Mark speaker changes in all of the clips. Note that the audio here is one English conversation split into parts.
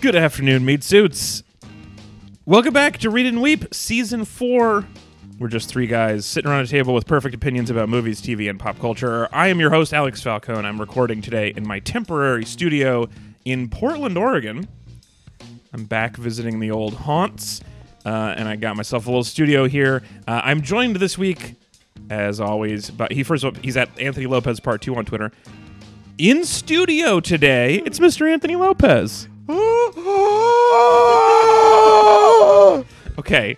Speaker 1: Good afternoon, meat suits. Welcome back to Read and Weep, season four. We're just three guys sitting around a table with perfect opinions about movies, TV, and pop culture. I am your host, Alex Falcone. I'm recording today in my temporary studio in Portland, Oregon. I'm back visiting the old haunts, uh, and I got myself a little studio here. Uh, I'm joined this week, as always, but he first he's at Anthony Lopez Part Two on Twitter. In studio today, it's Mr. Anthony Lopez. Okay.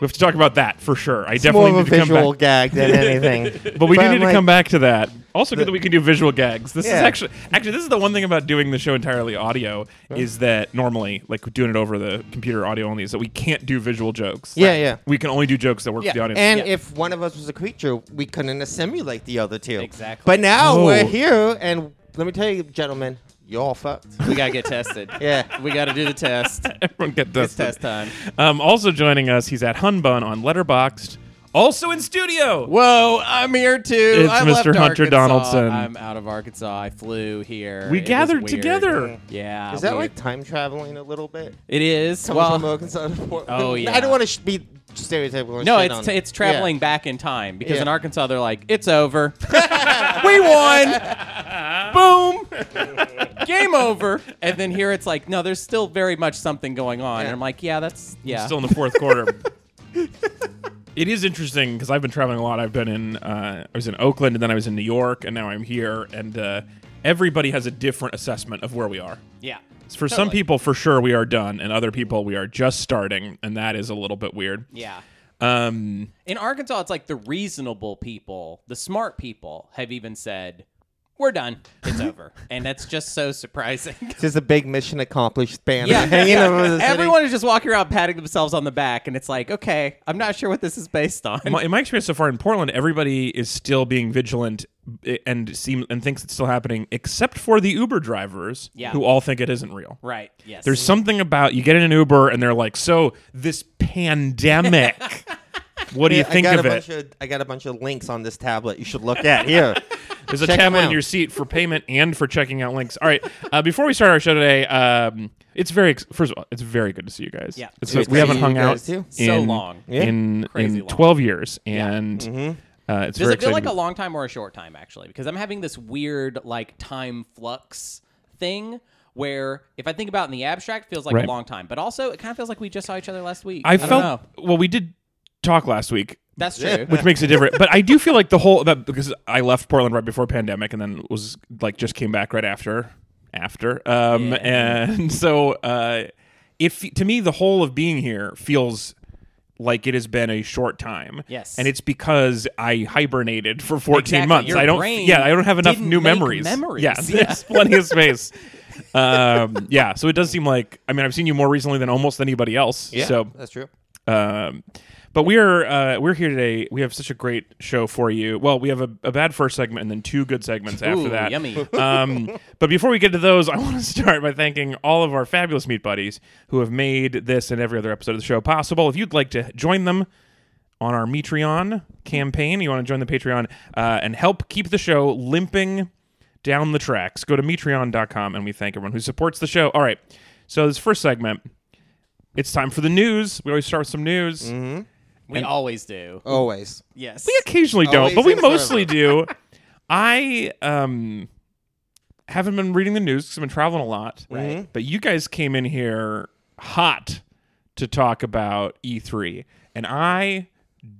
Speaker 1: We have to talk about that for sure. I
Speaker 2: More
Speaker 1: definitely
Speaker 2: of a
Speaker 1: need to come
Speaker 2: visual
Speaker 1: back.
Speaker 2: gag than anything.
Speaker 1: But we do
Speaker 2: I'm
Speaker 1: need to
Speaker 2: like,
Speaker 1: come back to that. Also good that we can do visual gags. This is
Speaker 2: Yeah.
Speaker 1: actually actually this is the one thing about doing the show entirely audio is that normally like doing it over the computer audio only is that we can't do visual jokes.
Speaker 2: Yeah, yeah.
Speaker 1: We can only do jokes that work
Speaker 2: Yeah.
Speaker 1: for the audience.
Speaker 2: And
Speaker 3: Yeah.
Speaker 2: if one of us was a creature, we couldn't assimilate the other two.
Speaker 3: Exactly.
Speaker 2: But now
Speaker 1: Oh.
Speaker 2: we're here, and let me tell you, gentlemen, you're all fucked.
Speaker 3: We gotta get tested.
Speaker 2: Yeah.
Speaker 3: We gotta do the test.
Speaker 1: Everyone get
Speaker 3: It's
Speaker 1: tested.
Speaker 3: test time.
Speaker 1: Um, also joining us, he's at Hunbun on Letterboxd. Also in studio.
Speaker 3: Whoa, I'm here too.
Speaker 1: It's
Speaker 3: I
Speaker 1: Mr.
Speaker 3: left
Speaker 1: Hunter
Speaker 3: Arkansas.
Speaker 1: Donaldson.
Speaker 3: I'm out of Arkansas. I flew here.
Speaker 1: We
Speaker 3: It was
Speaker 1: gathered
Speaker 3: weird.
Speaker 1: together.
Speaker 3: Yeah.
Speaker 2: Is that
Speaker 3: weird.
Speaker 2: like time traveling a little bit?
Speaker 3: it is?
Speaker 2: Coming
Speaker 3: Well,
Speaker 2: from Arkansas to Fort-
Speaker 3: Oh,
Speaker 2: I
Speaker 3: yeah.
Speaker 2: don't want to sh- be stereotypical. and
Speaker 3: no,
Speaker 2: shit
Speaker 3: it's
Speaker 2: on-
Speaker 3: it's traveling
Speaker 2: Yeah.
Speaker 3: back in time because
Speaker 2: Yeah.
Speaker 3: in Arkansas they're like, it's over. we won. Boom. Game over. And then here it's like, no, there's still very much something going on.
Speaker 2: Yeah.
Speaker 3: And I'm like, yeah, that's yeah.
Speaker 1: still in the fourth quarter. it is interesting because I've been traveling a lot. I've been in, uh, I was in Oakland and then I was in New York and now I'm here. And uh, everybody has a different assessment of where we are.
Speaker 3: yeah.
Speaker 1: For some
Speaker 3: Totally.
Speaker 1: people, for sure, we are done, and other people, we are just starting, and that is a little bit weird.
Speaker 3: Yeah.
Speaker 1: Um,
Speaker 3: In Arkansas, it's like the reasonable people, the smart people, have even said, "We're done. It's over," and that's just so surprising.
Speaker 2: Just a big mission accomplished banner
Speaker 3: yeah,
Speaker 2: hanging over the city.
Speaker 3: everyone is just walking around patting themselves on the back, and it's like, okay, I'm not sure what this is based on.
Speaker 1: my, in my experience so far in Portland, everybody is still being vigilant eh, and seem and thinks it's still happening, except for the Uber drivers,
Speaker 3: Yeah.
Speaker 1: who all think it isn't real.
Speaker 3: right? Yes.
Speaker 1: There's something about you get in an Uber and they're like, "So this pandemic, what do you think
Speaker 2: I got
Speaker 1: of
Speaker 2: a
Speaker 1: it?"
Speaker 2: bunch of I got a bunch of links on this tablet. You should look at here.
Speaker 1: There's a
Speaker 2: check 'em
Speaker 1: tablet in
Speaker 2: out.
Speaker 1: your seat for payment and for checking out links. All right, uh, before we start our show today, um, it's very ex- first of all, it's very good to see you guys.
Speaker 3: Yeah.
Speaker 1: It's-
Speaker 3: It's
Speaker 1: we
Speaker 2: great to
Speaker 1: haven't
Speaker 2: see you
Speaker 1: hung out
Speaker 2: guys, too.
Speaker 3: So
Speaker 1: in-
Speaker 3: long.
Speaker 2: Yeah.
Speaker 1: in,
Speaker 3: Crazy
Speaker 1: in
Speaker 3: long.
Speaker 1: 12 years, and
Speaker 2: Mm-hmm.
Speaker 1: uh, it's
Speaker 3: Does
Speaker 1: very
Speaker 3: it feel
Speaker 1: exciting.
Speaker 3: like a long time or a short time actually? Because I'm having this weird like time flux thing where if I think about it in the abstract, it feels like
Speaker 1: Right.
Speaker 3: a long time, but also it kind of feels like we just saw each other last week.
Speaker 1: I
Speaker 3: don't
Speaker 1: felt
Speaker 3: know.
Speaker 1: well. We did talk last week.
Speaker 3: that's true.
Speaker 1: which makes it different. But I do feel like the whole that because I left Portland right before pandemic and then was like just came back right after after. Um
Speaker 3: Yeah.
Speaker 1: and so uh it fe- to me the whole of being here feels like it has been a short time.
Speaker 3: Yes.
Speaker 1: And it's because I hibernated for 14
Speaker 3: Exactly.
Speaker 1: months.
Speaker 3: Your
Speaker 1: I don't
Speaker 3: brain
Speaker 1: yeah, I don't have enough
Speaker 3: didn't
Speaker 1: new
Speaker 3: make
Speaker 1: memories.
Speaker 3: memories.
Speaker 1: Yeah,
Speaker 3: Yeah.
Speaker 1: there's plenty of space. um yeah, so it does seem like I mean I've seen you more recently than almost anybody else.
Speaker 2: Yeah,
Speaker 1: So
Speaker 2: that's true.
Speaker 1: um, but we're uh, we're here today. We have such a great show for you. Well, we have a, a bad first segment and then two good segments after
Speaker 3: Ooh,
Speaker 1: that.
Speaker 3: yummy.
Speaker 1: Um, but before we get to those, I want to start by thanking all of our fabulous meat buddies who have made this and every other episode of the show possible. If you'd like to join them on our Metreon campaign, you want to join the Patreon uh, and help keep the show limping down the tracks. Go to metreon.com and we thank everyone who supports the show. All right. So this first segment, it's time for the news. We always start with some news.
Speaker 3: Mm-hmm. we always do.
Speaker 2: Always.
Speaker 3: Yes.
Speaker 1: We occasionally don't,
Speaker 2: Always
Speaker 1: but we
Speaker 2: and forever.
Speaker 1: mostly do. I um haven't been reading the news because I've been traveling a lot.
Speaker 3: Right. Mm-hmm.
Speaker 1: But you guys came in here hot to talk about E3, and I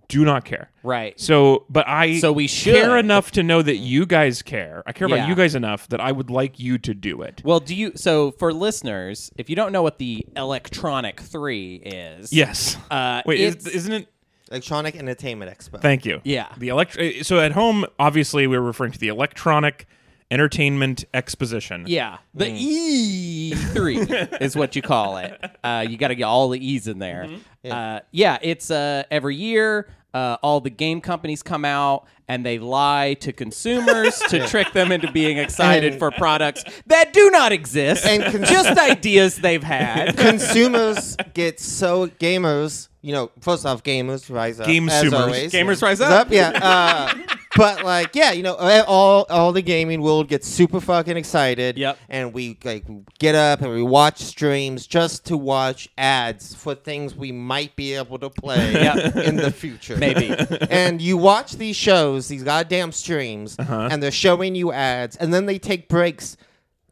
Speaker 1: do not care.
Speaker 3: Right.
Speaker 1: So, but I
Speaker 3: So we
Speaker 1: care
Speaker 3: should.
Speaker 1: enough to know that you guys care. I care about
Speaker 3: Yeah.
Speaker 1: you guys enough that I would like you to do it.
Speaker 3: Well, do you? So, for listeners, if you don't know what the Electronic Three is,
Speaker 1: Yes.
Speaker 3: Uh,
Speaker 1: Wait, is,
Speaker 3: it's-
Speaker 1: isn't it?
Speaker 2: Electronic Entertainment Expo.
Speaker 1: Thank you.
Speaker 3: Yeah.
Speaker 1: The elect- So at home, obviously, we are referring to the Electronic Entertainment Exposition.
Speaker 3: yeah, the E Three is what you call it. Uh, you got to get all the E's in there. Yeah. Uh, yeah, it's uh, every year. Uh, all the game companies come out and they lie to consumers to trick them into being excited
Speaker 2: And-
Speaker 3: for products that do not exist,
Speaker 2: And cons-
Speaker 3: just ideas they've had.
Speaker 2: consumers get so gamers. You know, first off, gamers rise up. as
Speaker 1: Gamesumers.
Speaker 2: always.
Speaker 3: Gamers
Speaker 2: Rise
Speaker 3: rise up.
Speaker 2: up, yeah. Uh, but like, yeah, you know, e, all all the gaming world gets super fucking excited.
Speaker 3: Yep.
Speaker 2: And we like get up and we watch streams just to watch ads for things we might be able to play
Speaker 3: Yep.
Speaker 2: in the future.
Speaker 3: Maybe.
Speaker 2: and you watch these shows, these goddamn streams,
Speaker 3: Uh-huh.
Speaker 2: and they're showing you ads, and then they take breaks.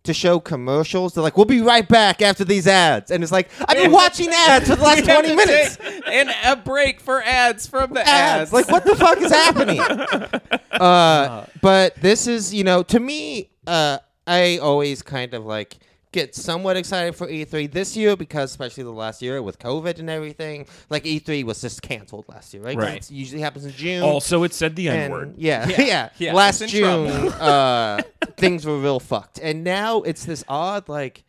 Speaker 2: To show commercials, they're like, "We'll be right back after these ads," and it's like, "I've been watching ads for the last
Speaker 3: You have
Speaker 2: twenty
Speaker 3: to
Speaker 2: minutes."
Speaker 3: take- and a break for ads from the
Speaker 2: ads.
Speaker 3: ads.
Speaker 2: Like, what the fuck is happening? uh, but this is, you know, to me, uh, I always kind of like get somewhat excited for E3 this year because, especially the last year with COVID and everything, like E3 was just canceled last year, right? 'Cause
Speaker 1: Right.
Speaker 2: It usually happens in June.
Speaker 1: Also, it said the N
Speaker 2: and
Speaker 1: word.
Speaker 2: yeah,
Speaker 3: Yeah,
Speaker 2: yeah,
Speaker 3: yeah,
Speaker 2: Last
Speaker 3: it's in
Speaker 2: June,
Speaker 3: trouble.
Speaker 2: uh, things were real fucked, and now it's this odd like.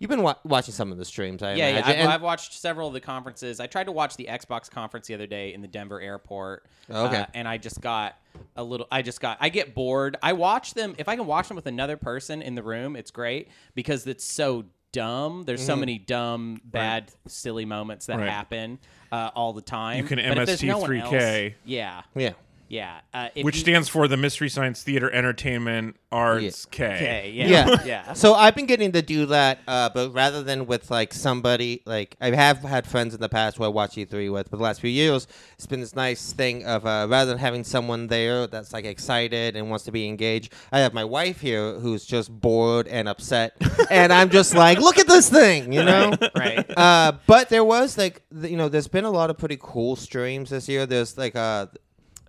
Speaker 2: You've been wa- watching some of the streams, I
Speaker 3: yeah, yeah.
Speaker 2: imagine.
Speaker 3: I've,
Speaker 2: and-
Speaker 3: I've watched several of the conferences. I tried to watch the Xbox conference the other day in the Denver airport.
Speaker 2: Oh, Okay.
Speaker 3: uh, and I just got a little. I just got. I get bored. I watch them if I can watch them with another person in the room. It's great because it's so dumb. There's
Speaker 2: Mm-hmm.
Speaker 3: so many dumb, bad, silly moments that
Speaker 1: Right.
Speaker 3: happen uh, all the time.
Speaker 1: You can
Speaker 3: But if there's no one else-
Speaker 1: MST3K.
Speaker 3: yeah,
Speaker 2: yeah.
Speaker 3: yeah. Uh, if
Speaker 1: Which
Speaker 3: you-
Speaker 1: stands for the Mystery Science Theater Entertainment Arts K.
Speaker 3: K,
Speaker 2: yeah.
Speaker 3: yeah, yeah.
Speaker 2: So I've been getting to do that, uh, but rather than with like somebody, like I have had friends in the past who I watch E3 with, but the last few years, it's been this nice thing of uh, rather than having someone there that's like excited and wants to be engaged, I have my wife here who's just bored and upset, and I'm just like, look at this thing, you know?
Speaker 3: Right.
Speaker 2: Uh, but there was like, th- you know, there's been a lot of pretty cool streams this year. There's like uh,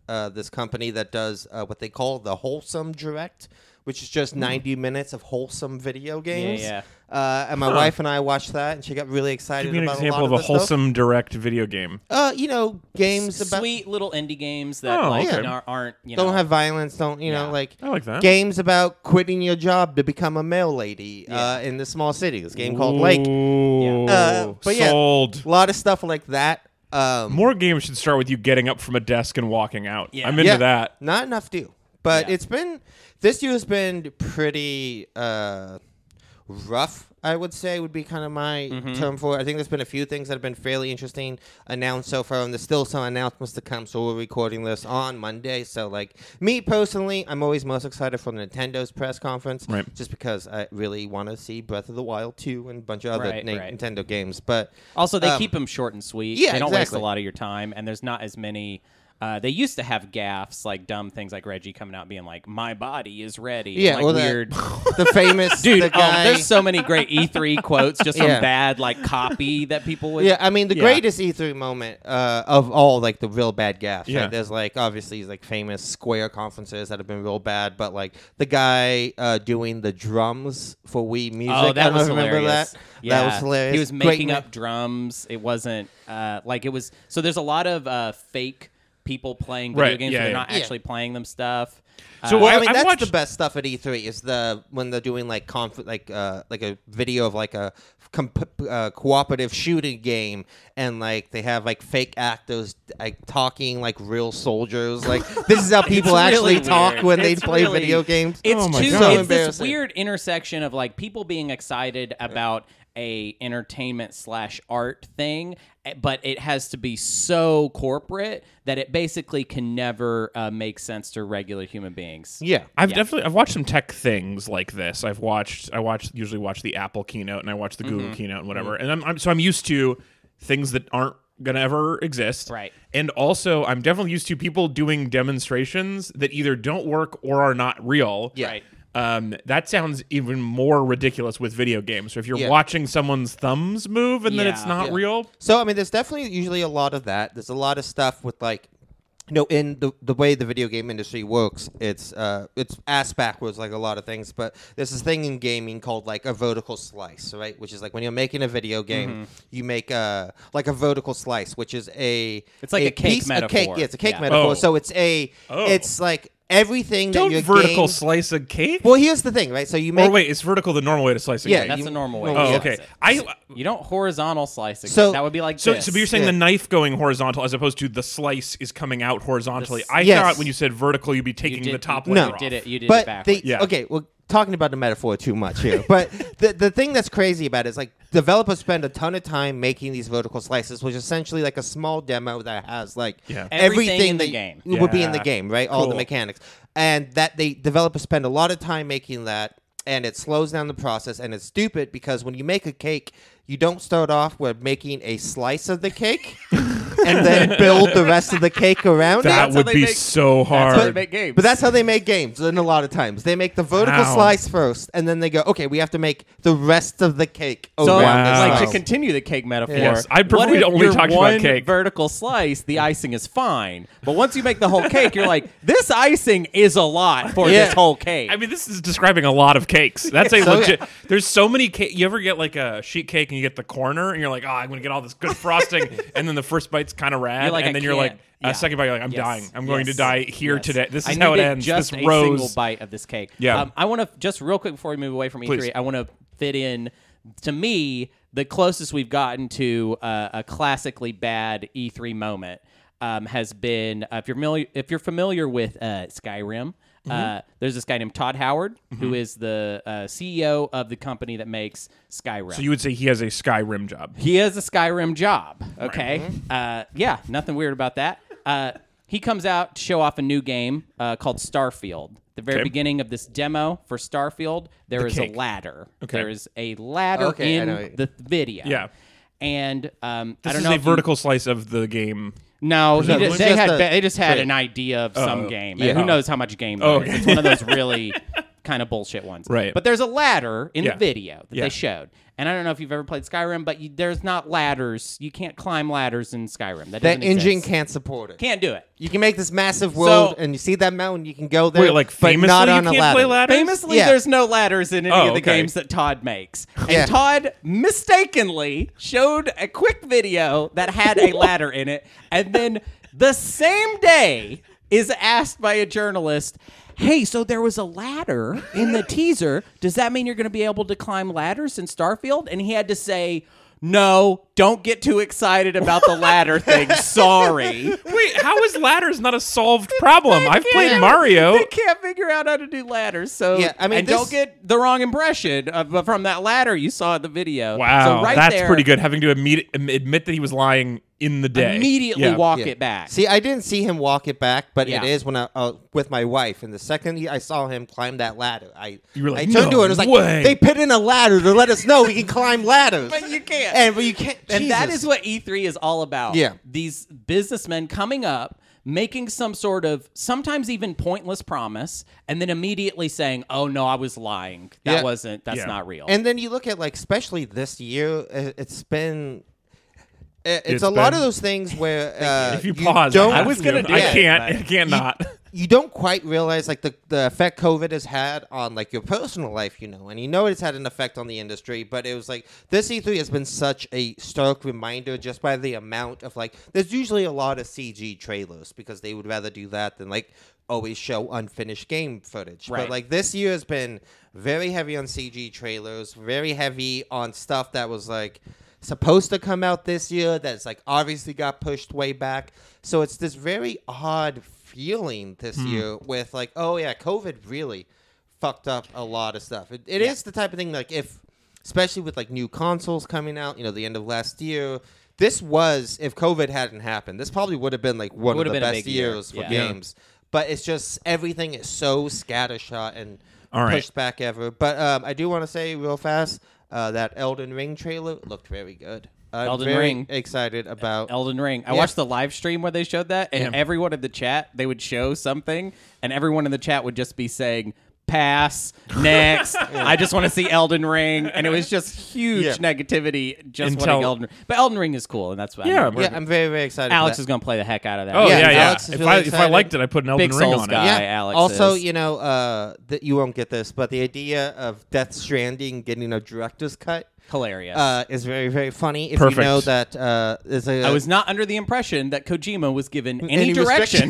Speaker 2: uh, this company that does uh, what they call the wholesome direct, which is
Speaker 1: Hmm.
Speaker 2: just 90 minutes of wholesome video games.
Speaker 3: yeah.
Speaker 2: Uh, and my wife and I watched that, and she got really excited
Speaker 1: Give me an
Speaker 2: about
Speaker 1: example
Speaker 2: a
Speaker 1: of a
Speaker 2: lot of, this stuff.
Speaker 1: wholesome direct video game.
Speaker 2: Uh, you know, games about
Speaker 3: sweet little indie games that
Speaker 1: Oh,
Speaker 3: like
Speaker 1: okay.
Speaker 3: nar- aren't you know
Speaker 2: don't have violence. Don't you
Speaker 3: Yeah.
Speaker 2: know like.
Speaker 1: I like that.
Speaker 2: Games about quitting your job to become a mail lady uh, in the small city. This game called Lake. A
Speaker 1: Ooh,
Speaker 2: Uh, but yeah.
Speaker 1: sold.
Speaker 2: lot of stuff like that. Um,
Speaker 1: More games should start with you getting up from a desk and walking out.
Speaker 3: Yeah.
Speaker 1: I'm into that.
Speaker 2: Not enough do. But
Speaker 3: Yeah.
Speaker 2: it's been this year has been pretty uh, rough. I would say would be kind of my
Speaker 3: Mm-hmm.
Speaker 2: term for it. I think there's been a few things that have been fairly interesting announced so far, and there's still some announcements to come. So we're recording this on Monday. So like me personally, I'm always most excited for Nintendo's press conference,
Speaker 1: Right.
Speaker 2: just because I really want to see Breath of the Wild 2 and a bunch of other
Speaker 3: Right,
Speaker 2: Nin-
Speaker 3: right.
Speaker 2: Nintendo games. But
Speaker 3: Also, they
Speaker 2: Um,
Speaker 3: keep them short and sweet.
Speaker 2: yeah,
Speaker 3: they don't waste
Speaker 2: exactly.
Speaker 3: a lot of your time, and there's not as many. Uh, they used to have gaffs like dumb things like Reggie coming out being like, "My body is ready." and,
Speaker 2: yeah,
Speaker 3: like
Speaker 2: well, the-
Speaker 3: weird.
Speaker 2: the, famous
Speaker 3: Dude,
Speaker 2: the
Speaker 3: um,
Speaker 2: guy,
Speaker 3: there's so many great E3 quotes just from
Speaker 2: Yeah.
Speaker 3: bad like copy that people would.
Speaker 2: Yeah, I mean the
Speaker 3: Yeah.
Speaker 2: greatest E3 moment uh, of all, like the real bad gaffes.
Speaker 1: Yeah.
Speaker 2: Right? There's like obviously like famous Square conferences that have been real bad, but like the guy uh, doing the drums for Wii Music.
Speaker 3: Oh,
Speaker 2: I
Speaker 3: that
Speaker 2: don't
Speaker 3: was
Speaker 2: remember
Speaker 3: hilarious.
Speaker 2: That.
Speaker 3: Yeah.
Speaker 2: that was hilarious.
Speaker 3: He was
Speaker 2: Great
Speaker 3: making
Speaker 2: ma-
Speaker 3: up drums. It wasn't uh, like it was. So there's a lot of uh, fake people playing video
Speaker 1: Right,
Speaker 3: games,
Speaker 1: yeah,
Speaker 3: but they're
Speaker 1: yeah.
Speaker 3: not
Speaker 2: Yeah.
Speaker 3: actually playing them stuff.
Speaker 1: So
Speaker 2: Well, Uh, I,
Speaker 1: I,
Speaker 2: mean,
Speaker 1: I've
Speaker 2: that's
Speaker 1: watched,
Speaker 2: the best stuff at E3 is the when they're doing like conf- like uh, like a video of like a comp- uh, cooperative shooting game, and like they have like fake actors like talking like real soldiers. Like this is how people
Speaker 3: It's
Speaker 2: actually
Speaker 3: really
Speaker 2: talk
Speaker 3: weird.
Speaker 2: when they
Speaker 3: It's
Speaker 2: play
Speaker 3: really-
Speaker 2: video games.
Speaker 3: It's
Speaker 1: Oh my
Speaker 3: too.
Speaker 1: God. So
Speaker 3: it's this
Speaker 2: embarrassing.
Speaker 3: weird intersection of like people being excited about a entertainment slash art thing, eh, but it has to be so corporate that it basically can never uh, make sense to regular human beings.
Speaker 2: Yeah.
Speaker 1: I've definitely I've watched some tech things like this. I've watched I watch usually watch the Apple keynote and I watch the Google
Speaker 3: Mm-hmm.
Speaker 1: keynote and whatever. And I'm, I'm so I'm used to things that aren't gonna ever exist.
Speaker 3: Right.
Speaker 1: And also I'm definitely used to people doing demonstrations that either don't work or are not real.
Speaker 2: Yeah.
Speaker 3: Right.
Speaker 1: Um, that sounds even more ridiculous with video games. So if you're
Speaker 2: Yeah.
Speaker 1: watching someone's thumbs move and then it's
Speaker 3: Yeah.
Speaker 1: not
Speaker 2: Yeah.
Speaker 1: real,
Speaker 2: So I mean, there's definitely usually a lot of that. There's a lot of stuff with like, you know, in the the way the video game industry works, it's uh, it's ass backwards like a lot of things. But there's this thing in gaming called like a vertical slice, right? Which is like when you're making a video game, you make a like a vertical slice, which is a
Speaker 3: It's like a cake
Speaker 2: piece- cake,
Speaker 3: metaphor.
Speaker 2: yeah, it's a cake
Speaker 3: Yeah.
Speaker 2: metaphor.
Speaker 1: Oh.
Speaker 2: So it's a
Speaker 1: Oh.
Speaker 2: it's like everything
Speaker 1: don't
Speaker 2: that your
Speaker 1: vertical
Speaker 2: game-
Speaker 1: slice a cake.
Speaker 2: well, here's the thing, right? So you make
Speaker 1: or wait, is vertical the normal way to slice a
Speaker 2: Yeah,
Speaker 1: cake?
Speaker 3: That's
Speaker 2: you-
Speaker 3: a normal way.
Speaker 2: Oh,
Speaker 3: to
Speaker 1: oh,
Speaker 3: slice
Speaker 1: okay.
Speaker 3: it.
Speaker 1: I
Speaker 3: You don't horizontal slice it.
Speaker 2: So-
Speaker 3: that would be like
Speaker 1: So,
Speaker 3: this.
Speaker 1: so you're saying
Speaker 2: Yeah.
Speaker 1: the knife going horizontal as opposed to the slice is coming out horizontally. I
Speaker 2: Yes.
Speaker 1: thought when you said vertical, you'd be taking
Speaker 3: did-
Speaker 1: the top
Speaker 3: you
Speaker 1: layer off.
Speaker 3: did it. You did it
Speaker 2: but
Speaker 3: backwards.
Speaker 2: they
Speaker 1: Yeah.
Speaker 2: okay. Well, talking about the metaphor too much here, but the the thing that's crazy about it is like developers spend a ton of time making these vertical slices, which is essentially like a small demo that has like
Speaker 1: Yeah.
Speaker 3: Everything in
Speaker 2: that
Speaker 3: the game.
Speaker 2: would be in the
Speaker 1: Yeah.
Speaker 2: game, right? All the
Speaker 1: Cool.
Speaker 2: mechanics, and that they developers spend a lot of time making that, and it slows down the process, and it's stupid because when you make a cake, you don't start off with making a slice of the cake. and then build the rest of the cake around
Speaker 1: That
Speaker 2: it.
Speaker 3: how
Speaker 1: would
Speaker 3: they
Speaker 1: be
Speaker 3: make-
Speaker 1: so
Speaker 3: how they
Speaker 1: hard.
Speaker 3: make games.
Speaker 2: But that's how they make games. And a lot of times they make the vertical
Speaker 1: Wow.
Speaker 2: slice first, and then they go, okay, we have to make the rest of the cake
Speaker 3: So,
Speaker 2: around this
Speaker 1: Wow.
Speaker 3: like to
Speaker 2: slice."
Speaker 3: continue the cake metaphor,
Speaker 1: Yes, I prefer
Speaker 3: what
Speaker 1: we
Speaker 3: if
Speaker 1: only
Speaker 3: your
Speaker 1: talked about
Speaker 3: one
Speaker 1: cake.
Speaker 3: Vertical slice, the icing is fine, but once you make the whole cake, you're like, this icing is a lot for
Speaker 2: Yeah.
Speaker 3: this whole cake.
Speaker 1: I mean, this is describing a lot of cakes. That's a
Speaker 2: So-
Speaker 1: legit. There's so many cake. You ever get like a sheet cake and you get the corner and you're like, oh, I'm gonna get all this good frosting, and then the first bite's kind of rad,
Speaker 3: You're like,
Speaker 1: and
Speaker 3: "I
Speaker 1: then you're
Speaker 3: can't."
Speaker 1: like, a
Speaker 3: Yeah.
Speaker 1: second bite, you're like, I'm
Speaker 3: Yes.
Speaker 1: dying. I'm going to
Speaker 3: Yes.
Speaker 1: die here
Speaker 3: Yes.
Speaker 1: today. This
Speaker 3: I
Speaker 1: is how it
Speaker 3: needed
Speaker 1: ends.
Speaker 3: Just
Speaker 1: this
Speaker 3: a single
Speaker 1: rose.
Speaker 3: bite of this cake.
Speaker 1: Yeah.
Speaker 3: Um, I want to just real quick before we move away from E3,
Speaker 1: Please.
Speaker 3: I want to fit in to me the closest we've gotten to uh, a classically bad E3 moment um, has been uh, if you're familiar if you're familiar with uh, Skyrim. Uh,
Speaker 1: Mm-hmm.
Speaker 3: there's this guy named Todd Howard, who is the uh, CEO of the company that makes Skyrim.
Speaker 1: So you would say he has a Skyrim job.
Speaker 3: He has a Skyrim job. Okay.
Speaker 1: Mm-hmm.
Speaker 3: Uh, yeah, nothing weird about that. Uh, he comes out to show off a new game uh, called Starfield. The very
Speaker 1: Okay.
Speaker 3: beginning of this demo for Starfield, there is
Speaker 1: cake.
Speaker 3: a ladder.
Speaker 1: Okay.
Speaker 3: There is a ladder
Speaker 2: Okay, I
Speaker 3: in
Speaker 2: know it.
Speaker 3: the video.
Speaker 1: Yeah.
Speaker 3: And um,
Speaker 1: This
Speaker 3: I don't
Speaker 1: is
Speaker 3: know.
Speaker 1: a
Speaker 3: if you-
Speaker 1: vertical slice of the game.
Speaker 3: no, he
Speaker 2: No,
Speaker 3: did-
Speaker 2: it's
Speaker 3: they
Speaker 2: just
Speaker 3: had
Speaker 2: a-
Speaker 3: they just had
Speaker 2: wait.
Speaker 3: an idea of
Speaker 1: Oh,
Speaker 3: some game.
Speaker 2: yeah.
Speaker 3: And who knows how much game? there is.
Speaker 1: okay.
Speaker 3: It's one of those really kind of bullshit ones.
Speaker 1: Oh, Right.
Speaker 3: But there's a ladder in
Speaker 1: Yeah.
Speaker 3: the video that
Speaker 1: Yeah.
Speaker 3: they showed, and I don't know if you've ever played Skyrim, but you, there's not ladders. You can't climb ladders in Skyrim.
Speaker 2: that
Speaker 3: That doesn't
Speaker 2: engine
Speaker 3: exist.
Speaker 2: can't support it.
Speaker 3: can't do it.
Speaker 2: You can make this massive world,
Speaker 3: So-
Speaker 2: and you see that mountain, you can go there,
Speaker 1: Wait, like
Speaker 2: but
Speaker 1: famously,
Speaker 2: not on
Speaker 1: you
Speaker 2: a
Speaker 1: can't
Speaker 2: ladder.
Speaker 1: play ladders.
Speaker 3: Famously,
Speaker 2: Yeah.
Speaker 3: there's no ladders in any
Speaker 1: Oh,
Speaker 3: of the
Speaker 1: okay.
Speaker 3: games that Todd makes. And
Speaker 2: Yeah.
Speaker 3: Todd mistakenly showed a quick video that had a ladder in it. And then the same day is asked by a journalist, Hey, so there was a ladder in the teaser. Does that mean you're going to be able to climb ladders in Starfield? And he had to say, no, don't get too excited about the ladder thing. Sorry.
Speaker 1: Wait, how is ladders not a solved problem? Um, I've played
Speaker 3: can't-
Speaker 1: Mario.
Speaker 3: They can't figure out how to do ladders. So
Speaker 2: Yeah, I mean,
Speaker 3: and
Speaker 2: this-
Speaker 3: don't get the wrong impression of, from that ladder you saw in the video.
Speaker 1: Wow,
Speaker 3: so right
Speaker 1: that's
Speaker 3: there,
Speaker 1: pretty good. Having to admit, admit that he was lying in the day.
Speaker 3: Immediately
Speaker 1: Yeah.
Speaker 3: walk
Speaker 2: Yeah.
Speaker 3: it back.
Speaker 2: See, I didn't see him walk it back, but
Speaker 3: Yeah.
Speaker 2: it is when I uh, with my wife. And the second he, I saw him climb that ladder, I
Speaker 1: You were like,
Speaker 2: I turned
Speaker 1: "No
Speaker 2: to her and was like,
Speaker 1: way."
Speaker 2: "They put in a ladder to let us know we can climb ladders,
Speaker 3: But you can't.
Speaker 2: and but you can't."
Speaker 3: and that
Speaker 2: Jesus.
Speaker 3: is what E3 is all about.
Speaker 2: Yeah.
Speaker 3: These businessmen coming up, making some sort of sometimes even pointless promise, and then immediately saying, "Oh no, I was lying. That
Speaker 2: Yeah.
Speaker 3: wasn't. That's
Speaker 1: Yeah.
Speaker 3: not real."
Speaker 2: And then you look at like, especially this year, i- it's been. i- It's,
Speaker 1: It's
Speaker 2: a lot
Speaker 1: been-
Speaker 2: of those things where uh,
Speaker 1: If you, pause,
Speaker 2: don't,
Speaker 1: have
Speaker 3: I was gonna
Speaker 1: to.
Speaker 3: do
Speaker 1: I
Speaker 3: that,
Speaker 1: can't.
Speaker 3: but-
Speaker 1: I can't not.
Speaker 2: you don't quite realize like the, the effect COVID has had on like your personal life, you know, and you know it's had an effect on the industry, but it was like this E3 has been such a stark reminder just by the amount of like there's usually a lot of CG trailers because they would rather do that than like always show unfinished game footage.
Speaker 3: Right.
Speaker 2: But like this year has been very heavy on CG trailers, very heavy on stuff that was like supposed to come out this year that's like obviously got pushed way back. So it's this very odd feeling this
Speaker 3: Hmm.
Speaker 2: year with like, oh yeah, COVID really fucked up a lot of stuff. It, it is the type of thing like if, especially with like new consoles coming out, you know, the end of last year. This was if COVID hadn't happened, this probably would have been like one of
Speaker 3: Would've
Speaker 2: the
Speaker 3: been a
Speaker 2: best
Speaker 3: big year.
Speaker 2: years for
Speaker 3: Yeah.
Speaker 2: games games. But it's just everything is so scattershot and
Speaker 1: All right.
Speaker 2: pushed back ever. But um, I do want to say real fast uh, that Elden Ring trailer looked very good. I'm
Speaker 3: Elden
Speaker 2: very
Speaker 3: Ring.
Speaker 2: excited about.
Speaker 3: Elden Ring. I
Speaker 2: Yeah.
Speaker 3: watched the live stream where they showed that, and
Speaker 1: Yeah.
Speaker 3: everyone in the chat they would show something, and everyone in the chat would just be saying pass next. I just want to see Elden Ring, and it was just huge
Speaker 2: Yeah.
Speaker 3: negativity just
Speaker 1: Until-
Speaker 3: wanting Elden Ring. But Elden Ring is cool, and that's what
Speaker 1: Yeah,
Speaker 3: I mean,
Speaker 2: yeah, I'm very very excited.
Speaker 3: Alex
Speaker 2: for
Speaker 3: is
Speaker 2: that.
Speaker 3: gonna play the heck out of that.
Speaker 1: Oh yeah,
Speaker 2: Yeah,
Speaker 1: yeah.
Speaker 2: Alex is
Speaker 1: if
Speaker 2: really
Speaker 1: I if I
Speaker 2: excited.
Speaker 1: liked it, I put an Elden
Speaker 3: Big
Speaker 1: Ring
Speaker 3: Souls
Speaker 1: on
Speaker 3: guy.
Speaker 1: it.
Speaker 3: Hi, Alex
Speaker 2: Also,
Speaker 3: is.
Speaker 2: you know uh, that you won't get this, but the idea of Death Stranding getting a director's cut
Speaker 3: Hilarious.
Speaker 2: uh, is very very funny. If
Speaker 1: Perfect.
Speaker 2: you know that uh, there's a
Speaker 3: I was not under the impression that Kojima was given any,
Speaker 2: Any
Speaker 3: direction.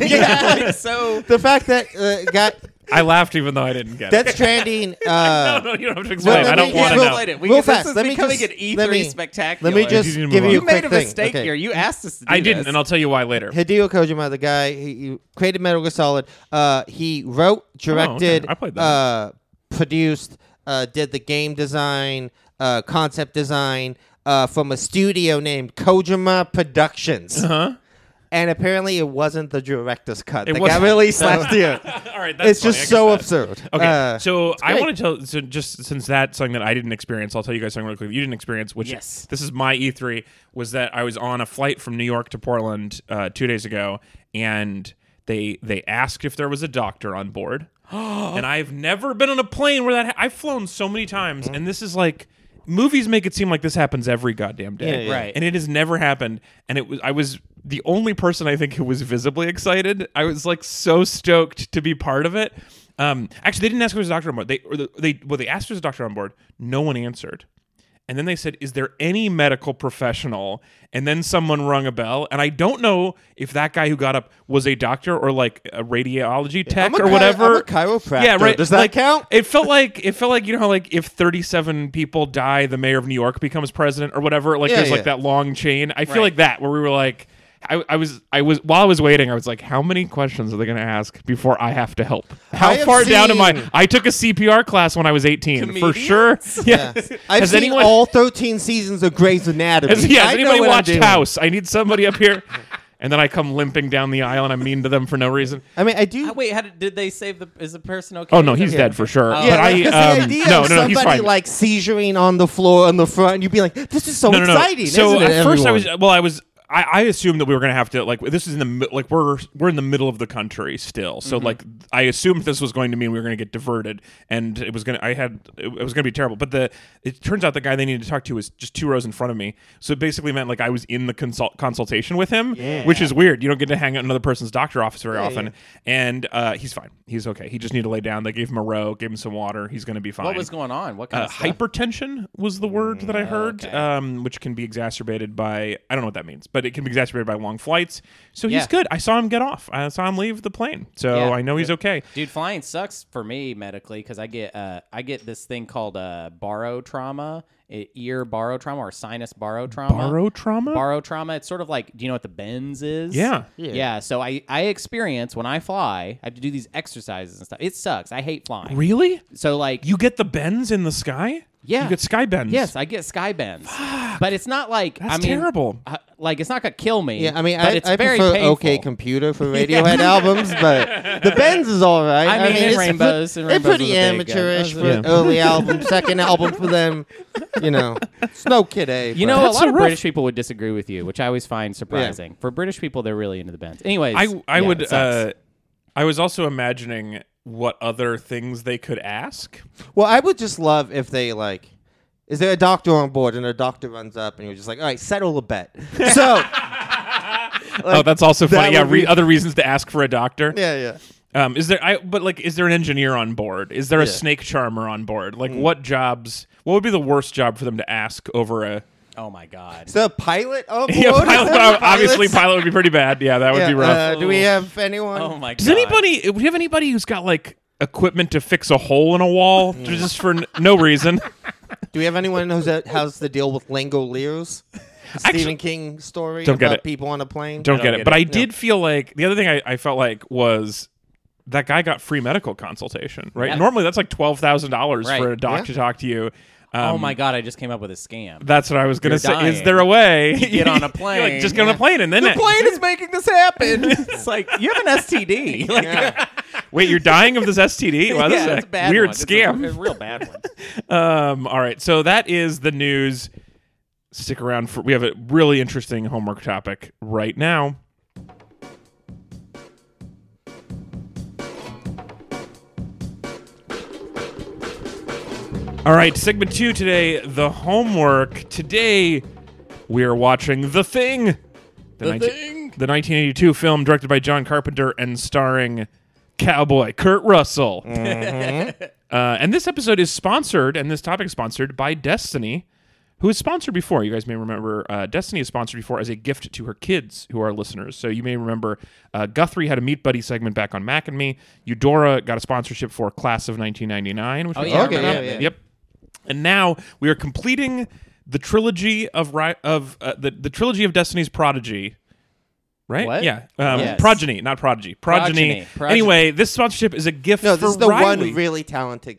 Speaker 2: restriction.
Speaker 3: yeah. So
Speaker 2: the fact that uh, got
Speaker 1: I laughed even though I didn't get
Speaker 2: Death
Speaker 1: it.
Speaker 2: Stranding. Uh,
Speaker 1: no, no, you don't have to explain.
Speaker 2: let
Speaker 1: I
Speaker 2: me
Speaker 1: don't
Speaker 2: just-
Speaker 1: want to
Speaker 2: real-
Speaker 1: know.
Speaker 3: It. We,
Speaker 2: real
Speaker 3: this
Speaker 2: fast,
Speaker 3: is
Speaker 2: let me
Speaker 3: becoming
Speaker 2: just-
Speaker 3: an E3
Speaker 2: let me-
Speaker 3: E spectacular.
Speaker 2: let me
Speaker 1: You
Speaker 2: just
Speaker 1: need to
Speaker 2: give
Speaker 1: move
Speaker 2: you
Speaker 1: on.
Speaker 2: a
Speaker 3: You made
Speaker 2: quick
Speaker 3: a
Speaker 2: thing.
Speaker 3: mistake
Speaker 2: Okay.
Speaker 3: here. You asked us to do
Speaker 1: I didn't,
Speaker 3: this.
Speaker 1: and I'll tell you why later.
Speaker 2: Hideo Kojima, the guy he, he created Metal Gear Solid, uh, he wrote, directed,
Speaker 1: I Oh, played that.
Speaker 2: Uh, produced, uh, did the game design, uh, concept design uh, from a studio named Kojima Productions. Uh-huh. And apparently, it wasn't the director's cut.
Speaker 1: It
Speaker 2: It got
Speaker 1: wasn't.
Speaker 2: released last year.
Speaker 1: All right, that's
Speaker 2: It's
Speaker 1: funny. I
Speaker 2: just
Speaker 1: guess
Speaker 2: so
Speaker 1: that-
Speaker 2: absurd.
Speaker 1: Okay,
Speaker 2: Uh,
Speaker 1: so I
Speaker 2: great.
Speaker 1: want to tell. So just since that's something that I didn't experience, I'll tell you guys something really quick. that You didn't experience, which
Speaker 3: Yes.
Speaker 1: this is my E3. Was that I was on a flight from New York to Portland uh, two days ago, and they they asked if there was a doctor on board, and I've never been on a plane where that. Ha- I've flown so many times, and this is like. Movies make it seem like this happens every goddamn day,
Speaker 2: Yeah, yeah.
Speaker 3: Right.
Speaker 1: And it has never happened. And it was I was the only person I think who was visibly excited. I was like so stoked to be part of it. Um, actually, they didn't ask if there was a doctor on board. They or the, they well they asked if there was a doctor on board. No one answered. And then they said, "Is there any medical professional?" And then someone rung a bell, and I don't know if that guy who got up was a doctor or like a radiology tech
Speaker 2: I'm a
Speaker 1: or
Speaker 2: chi-
Speaker 1: whatever.
Speaker 2: I'm a chiropractor.
Speaker 1: Yeah, right.
Speaker 2: Does that
Speaker 1: Like,
Speaker 2: count?
Speaker 1: It felt like it felt like you know how like if 37 people die, the mayor of New York becomes president or whatever. Like
Speaker 2: Yeah,
Speaker 1: there's
Speaker 2: yeah.
Speaker 1: like that long chain. I feel
Speaker 3: Right.
Speaker 1: like that where we were like. I, I was I was while I was waiting I was like how many questions are they going to ask before I have to help how
Speaker 2: I have
Speaker 1: far down am I
Speaker 2: seen-
Speaker 1: I took a CPR class when I was 18 for sure yeah,
Speaker 2: yeah. I've
Speaker 1: has
Speaker 2: seen
Speaker 1: anyone
Speaker 2: all 13 seasons of Grey's Anatomy.
Speaker 1: has, yeah,
Speaker 2: I
Speaker 1: has
Speaker 2: know
Speaker 1: anybody
Speaker 2: what I'm
Speaker 1: watched
Speaker 2: doing.
Speaker 1: House I need somebody up here and then I come limping down the aisle and I'm mean to them for no reason
Speaker 2: I mean, I do.
Speaker 3: Ah, wait, how did, did they save the? Is the person okay?
Speaker 1: oh no
Speaker 3: Is
Speaker 1: he's
Speaker 3: that-
Speaker 1: dead for sure
Speaker 3: Yeah,
Speaker 1: but I
Speaker 2: like, 'cause the
Speaker 1: um,
Speaker 2: idea
Speaker 1: no no no
Speaker 2: of somebody
Speaker 1: he's fine
Speaker 2: like seizuring on the floor on the front, you'd be like, "This is so exciting."
Speaker 1: So
Speaker 2: isn't
Speaker 1: at
Speaker 2: it,
Speaker 1: first I
Speaker 2: everyone?
Speaker 1: was uh, well, I was I, I assumed that we were gonna have to like this is in the mi- like we're we're in the middle of the country still, so
Speaker 2: Mm-hmm.
Speaker 1: like I assumed this was going to mean we were gonna get diverted, and it was gonna I had it, it was gonna be terrible. But the it turns out the guy they needed to talk to was just two rows in front of me, so it basically meant like I was in the consult consultation with him, which is weird. You don't get to hang out in another person's doctor office very often, and uh, he's fine. He's okay. He just needed to lay down. They gave him a row, gave him some water. He's gonna be fine.
Speaker 3: What was going on? What kind
Speaker 1: Uh,
Speaker 3: of stuff?
Speaker 1: hypertension was the word that I heard,
Speaker 3: Mm, okay.
Speaker 1: um, which can be exacerbated by I don't know what that means, but it can be exacerbated by long flights. So he's
Speaker 3: Yeah.
Speaker 1: good. I saw him get off. I saw him leave the plane, so
Speaker 3: Yeah.
Speaker 1: I know he's okay.
Speaker 3: Dude, flying sucks for me medically because I get uh, I get this thing called uh, barotrauma, e- ear barotrauma or sinus barotrauma.
Speaker 1: Barotrauma?
Speaker 3: Barotrauma. It's sort of like, do you know what the bends is?
Speaker 1: Yeah.
Speaker 3: yeah. so I I experience when I fly, I have to do these exercises and stuff. It sucks. I hate flying.
Speaker 1: Really?
Speaker 3: So like
Speaker 1: You get the bends in the sky?
Speaker 3: Yeah.
Speaker 1: you get sky bends.
Speaker 3: Yes, I get sky bends, but it's not like I
Speaker 1: That's
Speaker 3: mean,
Speaker 1: terrible.
Speaker 3: uh, like it's not gonna kill me.
Speaker 2: yeah, I mean,
Speaker 3: but
Speaker 2: I,
Speaker 3: it's
Speaker 2: I
Speaker 3: very
Speaker 2: prefer
Speaker 3: painful.
Speaker 2: OK Computer for Radiohead albums, but the Benz is all right.
Speaker 3: I mean, and
Speaker 2: it's
Speaker 3: Rainbows, and
Speaker 2: they're
Speaker 3: Rainbows
Speaker 2: pretty
Speaker 3: was a big, uh,
Speaker 2: amateurish
Speaker 3: that
Speaker 2: for
Speaker 3: was a-
Speaker 2: early album, second album for them. You know, it's no kid A.
Speaker 3: You
Speaker 2: but-
Speaker 3: know, a
Speaker 1: That's
Speaker 3: lot
Speaker 1: so
Speaker 3: of
Speaker 1: rough.
Speaker 3: British people would disagree with you, which I always find surprising. For British people, they're really into the bends. Anyways,
Speaker 1: I I
Speaker 3: yeah, it
Speaker 1: would.
Speaker 3: sucks.
Speaker 1: Uh, I was also imagining what other things they could ask.
Speaker 2: Well, I would just love if they like. Is there a doctor on board? And a doctor runs up, and you're just like, "All right, settle a bet." So,
Speaker 1: oh, that's also funny. yeah,
Speaker 2: would
Speaker 1: re-
Speaker 2: be-
Speaker 1: other reasons to ask for a doctor.
Speaker 2: yeah, yeah.
Speaker 1: Um, is there? I but like, is there an engineer on board? Is there a snake charmer on board? Like, what jobs? What would be the worst job for them to ask over a?
Speaker 3: oh my god,
Speaker 2: Is there a pilot on board?
Speaker 1: Yeah, pilot,
Speaker 2: Pilots?
Speaker 1: obviously, pilot would be pretty bad. Yeah, that would
Speaker 2: Yeah,
Speaker 1: be rough.
Speaker 2: uh, do we have anyone?
Speaker 3: oh my
Speaker 1: Does
Speaker 3: god.
Speaker 1: anybody? Do we have anybody who's got like equipment to fix a hole in a wall just for n- no reason?
Speaker 2: Do we have anyone who's at, how's the deal with Langoliers? The
Speaker 1: Actually-
Speaker 2: Stephen King story
Speaker 1: Don't get
Speaker 2: about
Speaker 1: it.
Speaker 2: people on a plane.
Speaker 1: Don't, get, it. But I
Speaker 2: No.
Speaker 1: did feel like the other thing I, I felt like was that guy got free medical consultation. Right.
Speaker 3: Yeah.
Speaker 1: Normally, that's like twelve thousand dollars
Speaker 3: Right.
Speaker 1: for a doc
Speaker 2: Yeah.
Speaker 1: to talk to you. Um,
Speaker 3: Oh my god, I just came up with a scam.
Speaker 1: That's what I was gonna
Speaker 3: You're
Speaker 1: say. Is
Speaker 3: dying.
Speaker 1: there a way
Speaker 3: get on a
Speaker 1: You're like,
Speaker 3: plane.
Speaker 1: just get on a
Speaker 3: Yeah.
Speaker 1: plane and then it-
Speaker 3: is making this happen. it's like you have an STD. Like,
Speaker 2: Yeah.
Speaker 1: Wait, you're dying of this STD? Wow, this
Speaker 3: yeah,
Speaker 1: is
Speaker 3: that's
Speaker 1: a,
Speaker 3: a bad
Speaker 1: weird
Speaker 3: one. It's a-
Speaker 1: scam.
Speaker 3: a real bad one.
Speaker 1: Um, all right, so that is the news. Stick around for we have a really interesting homework topic right now. All right, segment two today, the homework. Today, we are watching The Thing. The,
Speaker 3: Thing.
Speaker 1: the 1982 film directed by John Carpenter and starring cowboy Kurt Russell. Uh, and this episode is sponsored, and this topic is sponsored by Destiny, who is sponsored before. You guys may remember uh, Destiny is sponsored before as a gift to her kids who are listeners. So you may remember uh, Guthrie had a Meat Buddy segment back on Mac and Me. Eudora got a sponsorship for Class of 1999, which
Speaker 3: Oh,
Speaker 1: we
Speaker 3: yeah, I
Speaker 1: talked
Speaker 2: remember
Speaker 1: about.
Speaker 2: that movie.
Speaker 1: Yep. And now we are completing the trilogy of Ri- of uh, the, the trilogy of Destiny's Prodigy Right?
Speaker 3: What?
Speaker 1: Yeah. Um,
Speaker 3: Yes.
Speaker 1: Progeny, not prodigy. Progeny.
Speaker 3: Progeny, progeny.
Speaker 1: Anyway, this sponsorship is a gift
Speaker 2: No,
Speaker 1: for
Speaker 2: this is the
Speaker 1: Riley.
Speaker 2: one really talented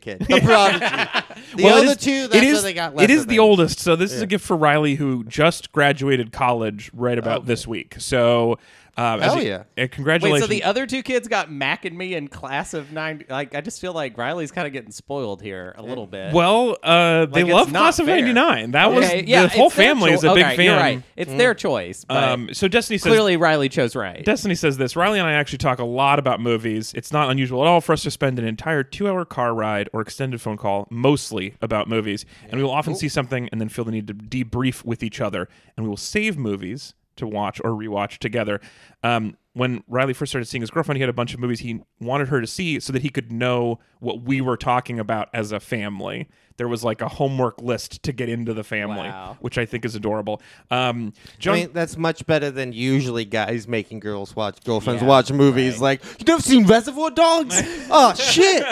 Speaker 2: kid. The prodigy. The
Speaker 1: Well, it
Speaker 2: other
Speaker 1: is-
Speaker 2: two, that's
Speaker 1: it is,
Speaker 2: what they got left
Speaker 1: It is
Speaker 2: of
Speaker 1: the
Speaker 2: them.
Speaker 1: oldest, so this is a gift for Riley, who just graduated college right about this week. So, um, as
Speaker 2: Oh.
Speaker 1: a-
Speaker 2: Hell yeah.
Speaker 1: a
Speaker 3: Wait,
Speaker 1: congratulations!
Speaker 3: so the other two kids got Mac and me in class of nine. Like, I just feel like Riley's kind of getting spoiled here a little bit.
Speaker 1: well, uh, they
Speaker 3: it's
Speaker 1: love
Speaker 3: not
Speaker 1: Class of
Speaker 3: fair.
Speaker 1: '99. That was
Speaker 3: Okay, yeah,
Speaker 1: the whole
Speaker 3: it's their
Speaker 1: family
Speaker 3: cho-
Speaker 1: is a big
Speaker 3: okay,
Speaker 1: fan.
Speaker 3: You're right. It's their choice, but
Speaker 1: Um, so Destiny says
Speaker 3: clearly Riley chose right.
Speaker 1: Destiny says this Riley and I actually talk a lot about movies. It's not unusual at all for us to spend an entire two hour car ride or extended phone call mostly about movies. And we will often see something and then feel the need to debrief with each other. And we will save movies to watch or rewatch together. Um, when Riley first started seeing his girlfriend, he had a bunch of movies he wanted her to see so that he could know what we were talking about as a family. There was like a homework list to get into the family,
Speaker 3: Wow.
Speaker 1: which I think is adorable. Um, John,
Speaker 2: I mean, that's much better than usually guys making girls watch girlfriends
Speaker 3: Yeah,
Speaker 2: watch movies. Like you never seen Reservoir Dogs? oh shit,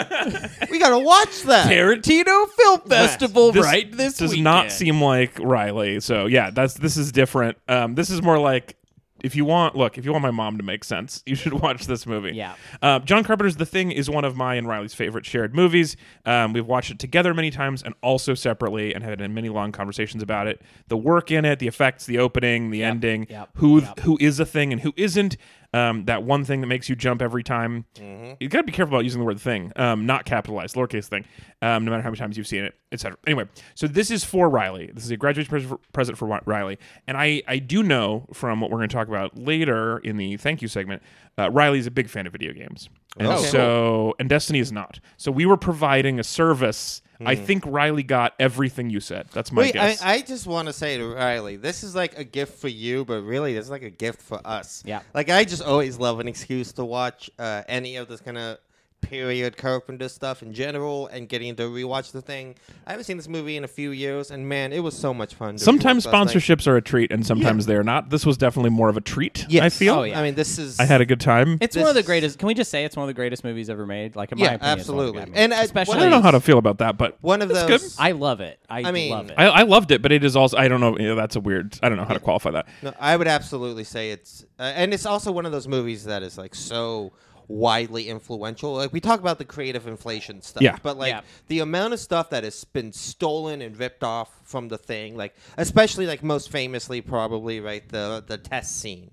Speaker 2: we gotta watch that.
Speaker 3: Tarantino Film Festival
Speaker 1: This
Speaker 3: right this
Speaker 1: does
Speaker 3: weekend.
Speaker 1: not seem like Riley. So yeah, that's this is different. Um, this is more like if you want look if you want my mom to make sense, you should watch this movie.
Speaker 3: Yeah.
Speaker 1: Uh, John Carpenter's The Thing is one of my and Riley's favorite shared movies. Um, we've watched it together many times and also separately and had many long conversations about it. The work in it, the effects, the opening, the ending,
Speaker 3: yep,
Speaker 1: who who is a thing and who isn't. Um, that one thing that makes you jump every time.
Speaker 2: Mm-hmm.
Speaker 1: You gotta be careful about using the word "thing," um, not capitalized, lowercase thing. Um, no matter how many times you've seen it, etc. Anyway, so this is for Riley. This is a graduation pres- present for Wi- Riley, and I I do know from what we're gonna talk about later in the thank you segment, uh, Riley's a big fan of video games, and
Speaker 2: Okay.
Speaker 1: so and Destiny is not. So we were providing a service. I think Riley got everything you said. That's my
Speaker 2: Hmm. Wait, I,
Speaker 1: guess.
Speaker 2: I just want to say to Riley, this is like a gift for you, but really, this is like a gift for us.
Speaker 3: Yeah.
Speaker 2: Like I just always love an excuse to watch uh, any of this kind of period Carpenter stuff in general, and getting to rewatch the thing. I haven't seen this movie in a few years, and man, it was so much fun. to
Speaker 1: sometimes
Speaker 2: rewatch last night.
Speaker 1: sponsorships are a treat, and sometimes they're not. This was definitely more of a treat.
Speaker 2: Yes.
Speaker 1: I feel.
Speaker 3: Oh, yeah.
Speaker 2: I mean, this is.
Speaker 1: I had a good time.
Speaker 3: It's
Speaker 2: This-
Speaker 3: one of the greatest. Can we just say it's one of the greatest movies ever made? Like, in my
Speaker 2: Yeah,
Speaker 3: opinion, it's one of the
Speaker 2: absolutely.
Speaker 3: greatest movies.
Speaker 2: And I-
Speaker 3: especially,
Speaker 1: I don't know how to feel about that, but
Speaker 2: one of
Speaker 1: it's
Speaker 2: those.
Speaker 1: good.
Speaker 3: I love it. I,
Speaker 2: I mean-
Speaker 3: love it.
Speaker 1: I, I loved it, but it is also I don't know. you know, that's a weird. I don't know how to qualify that.
Speaker 2: No, I would absolutely say it's, uh, and it's also one of those movies that is like so widely influential. Like we talk about the creative inflation stuff,
Speaker 1: Yeah.
Speaker 2: but like
Speaker 3: Yeah.
Speaker 2: the amount of stuff that has been stolen and ripped off from the thing, like especially like most famously probably right the the test scene.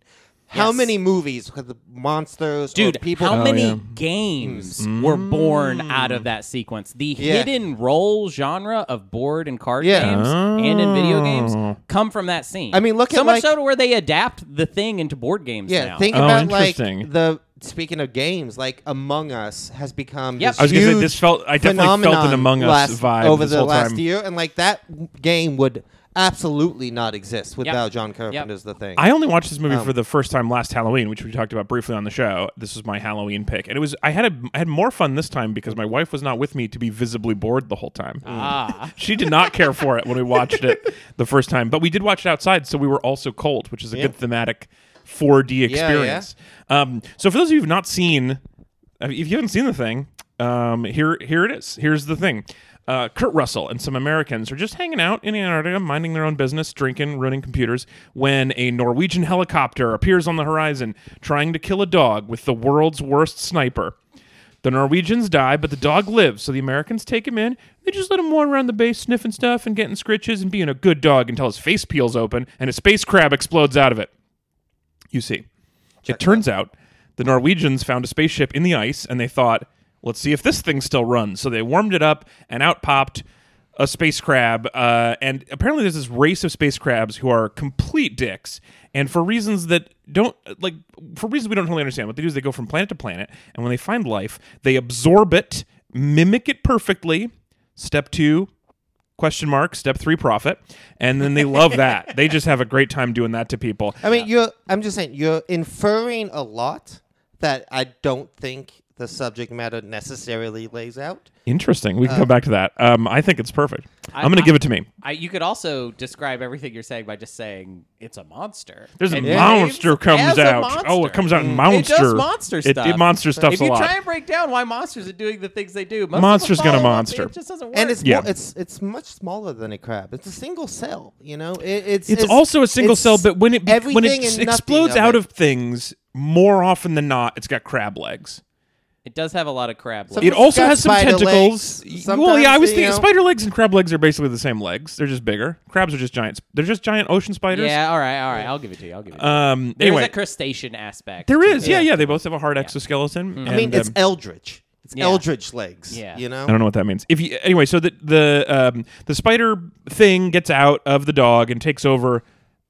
Speaker 2: How
Speaker 3: Yes.
Speaker 2: many movies with the monsters, or
Speaker 3: Dude,
Speaker 2: people?
Speaker 3: how
Speaker 1: Oh,
Speaker 3: many
Speaker 1: yeah.
Speaker 3: games were born out of that sequence? The
Speaker 2: Yeah.
Speaker 3: hidden role genre of board and card
Speaker 2: Yeah.
Speaker 3: games and in video games
Speaker 1: Oh.
Speaker 3: come from that scene.
Speaker 2: I mean, look
Speaker 3: so
Speaker 2: at,
Speaker 3: much
Speaker 2: like-
Speaker 3: so to where they adapt the thing into board games.
Speaker 2: Yeah,
Speaker 3: now.
Speaker 2: think
Speaker 1: Oh,
Speaker 2: about like
Speaker 1: interesting.
Speaker 2: the speaking of games, like Among Us has become.
Speaker 3: Yep.
Speaker 2: this
Speaker 3: I was
Speaker 1: gonna say,
Speaker 2: huge
Speaker 1: this felt- I definitely felt an
Speaker 2: phenomenon
Speaker 1: Among Us
Speaker 2: last-
Speaker 1: vibe
Speaker 2: over
Speaker 1: this
Speaker 2: the
Speaker 1: whole
Speaker 2: last
Speaker 1: time.
Speaker 2: year, and like that game would absolutely not exist without John Carpenter's The Thing.
Speaker 1: I only watched this
Speaker 2: Oh.
Speaker 1: movie for the first time last Halloween, which we talked about briefly on the show. This was my Halloween pick, and it was I had a I had more fun this time because my wife was not with me to be visibly bored the whole time.
Speaker 3: ah,
Speaker 1: She did not care for it when we watched it the first time, but we did watch it outside, so we were also cold, which is a good thematic 4D
Speaker 2: yeah.
Speaker 1: experience. Um, so for those of you who've not seen, I mean, if you haven't seen the thing, um, here here it is. Here's the thing. Uh, Kurt Russell and some Americans are just hanging out in Antarctica, minding their own business, drinking, ruining computers, when a Norwegian helicopter appears on the horizon, trying to kill a dog with the world's worst sniper. The Norwegians die, but the dog lives, so the Americans take him in. They just let him wander around the base, sniffing stuff and getting scritches and being a good dog until his face peels open and a space crab explodes out of it. You see. it turns out the Norwegians found a spaceship in the ice and they thought, let's see if this thing still runs. So they warmed it up and out popped a space crab. Uh, and apparently there's this race of space crabs who are complete dicks. And for reasons that don't, like, for reasons we don't totally understand, what they do is they go from planet to planet. And when they find life, they absorb it, mimic it perfectly. Step two, question mark step three profit and then they love that they just have a great time doing that to people
Speaker 2: I mean, you're. I'm just saying, you're inferring a lot that I don't think the subject matter necessarily lays out.
Speaker 1: Interesting.
Speaker 2: Uh,
Speaker 1: We can come back to that. Um, I think it's perfect. I, am going to give it to me.
Speaker 3: I, you could also describe everything you're saying by just saying it's a monster.
Speaker 1: There's a
Speaker 3: And
Speaker 1: monster
Speaker 3: Dave
Speaker 1: comes
Speaker 3: as a
Speaker 1: out.
Speaker 3: monster.
Speaker 1: Oh, it comes out in
Speaker 3: It
Speaker 1: monster.
Speaker 3: does monster
Speaker 1: It-
Speaker 3: stuff.
Speaker 1: It, monster stuffs
Speaker 3: If you
Speaker 1: a lot.
Speaker 3: try and break down why monsters are doing the things they do, most
Speaker 1: Monster's
Speaker 3: going
Speaker 1: gonna
Speaker 3: to
Speaker 1: monster.
Speaker 3: It just doesn't work.
Speaker 2: And it's
Speaker 1: Yeah.
Speaker 2: more, it's it's much smaller than a crab. It's a single cell, you know. It, it's,
Speaker 1: it's, also a single
Speaker 2: it's
Speaker 1: cell, but when it be- when
Speaker 2: everything
Speaker 1: it
Speaker 2: and
Speaker 1: s-
Speaker 2: nothing
Speaker 1: explodes out
Speaker 2: it.
Speaker 1: of things, more often than not, it's got crab legs.
Speaker 3: it does have a lot of crab.
Speaker 2: Some-
Speaker 3: legs.
Speaker 1: It also
Speaker 2: got
Speaker 1: has some
Speaker 2: spider
Speaker 1: tentacles.
Speaker 2: legs.
Speaker 1: Y- Well, yeah, I
Speaker 2: Sometimes,
Speaker 1: was
Speaker 2: you
Speaker 1: thinking
Speaker 2: know.
Speaker 1: spider legs and crab legs are basically the same legs. They're just bigger. Crabs are just giant. sp- They're just giant ocean spiders.
Speaker 3: yeah, all right, all right. I'll give it to you. I'll give it to you.
Speaker 1: Um.
Speaker 3: There's
Speaker 1: anyway,
Speaker 3: a crustacean aspect.
Speaker 1: there
Speaker 3: to
Speaker 1: is.
Speaker 3: it.
Speaker 1: Yeah, yeah. They both have a hard
Speaker 3: Mm-hmm.
Speaker 1: exoskeleton.
Speaker 2: I mean,
Speaker 1: and,
Speaker 2: it's
Speaker 1: um,
Speaker 2: eldritch. It's
Speaker 3: Yeah.
Speaker 2: eldritch legs.
Speaker 3: Yeah.
Speaker 2: you know.
Speaker 1: I don't know what that means. If you anyway, so the the um, the spider thing gets out of the dog and takes over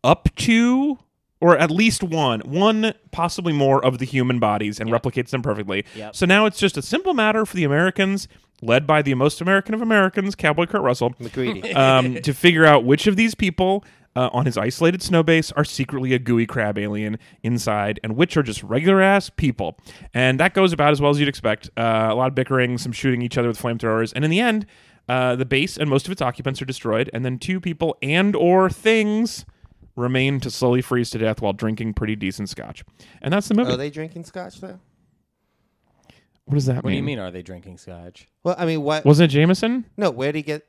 Speaker 1: up to or at least one, one possibly more of the human bodies and replicates them perfectly.
Speaker 3: Yep.
Speaker 1: So now it's just a simple matter for the Americans, led by the most American of Americans, Cowboy Kurt Russell,
Speaker 2: McCready.
Speaker 1: um, to figure out which of these people uh, on his isolated snow base are secretly a gooey crab alien inside and which are just regular ass people. And that goes about as well as you'd expect. Uh, a lot of bickering, some shooting each other with flamethrowers. And in the end, uh, the base and most of its occupants are destroyed. And then two people and or things remain to slowly freeze to death while drinking pretty decent scotch. And that's the movie.
Speaker 2: Are Oh, they drinking scotch though?
Speaker 1: what does that
Speaker 3: What do
Speaker 1: mean?
Speaker 3: you mean? Are they drinking scotch?
Speaker 2: Well, I mean, what?
Speaker 1: Wasn't it Jameson?
Speaker 2: no, where do you get?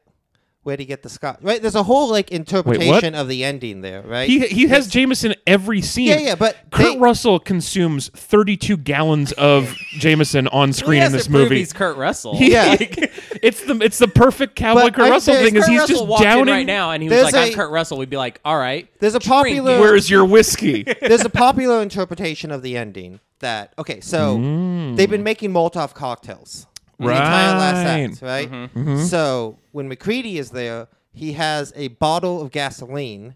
Speaker 2: Where do you get the scotch? Right, there's a whole like interpretation of the ending there, right?
Speaker 1: He, he has Jameson every scene.
Speaker 2: Yeah, yeah, but
Speaker 1: Kurt
Speaker 2: they-
Speaker 1: Russell consumes 32 gallons of Jameson on screen in this movie.
Speaker 3: He's Kurt Russell.
Speaker 2: Yeah.
Speaker 1: it's the it's the perfect cowboy
Speaker 2: But
Speaker 1: Kurt
Speaker 2: I-
Speaker 1: Russell
Speaker 2: there's
Speaker 1: thing is
Speaker 3: Kurt
Speaker 1: he's
Speaker 3: Russell
Speaker 1: just
Speaker 3: walked in
Speaker 1: downing.
Speaker 3: right now, and he was
Speaker 2: There's
Speaker 3: like, "I'm
Speaker 2: a-
Speaker 3: Kurt Russell." We'd be like, "All right."
Speaker 2: There's a
Speaker 3: Drink
Speaker 2: popular.
Speaker 1: Where's your whiskey?
Speaker 2: there's a popular interpretation of the ending that okay, so
Speaker 1: Mm-hmm. Mm.
Speaker 2: they've
Speaker 1: Hmm.
Speaker 2: been making Molotov cocktails the entire last act, right?
Speaker 1: Mm-hmm.
Speaker 2: So when McCready is there, he has a bottle of gasoline,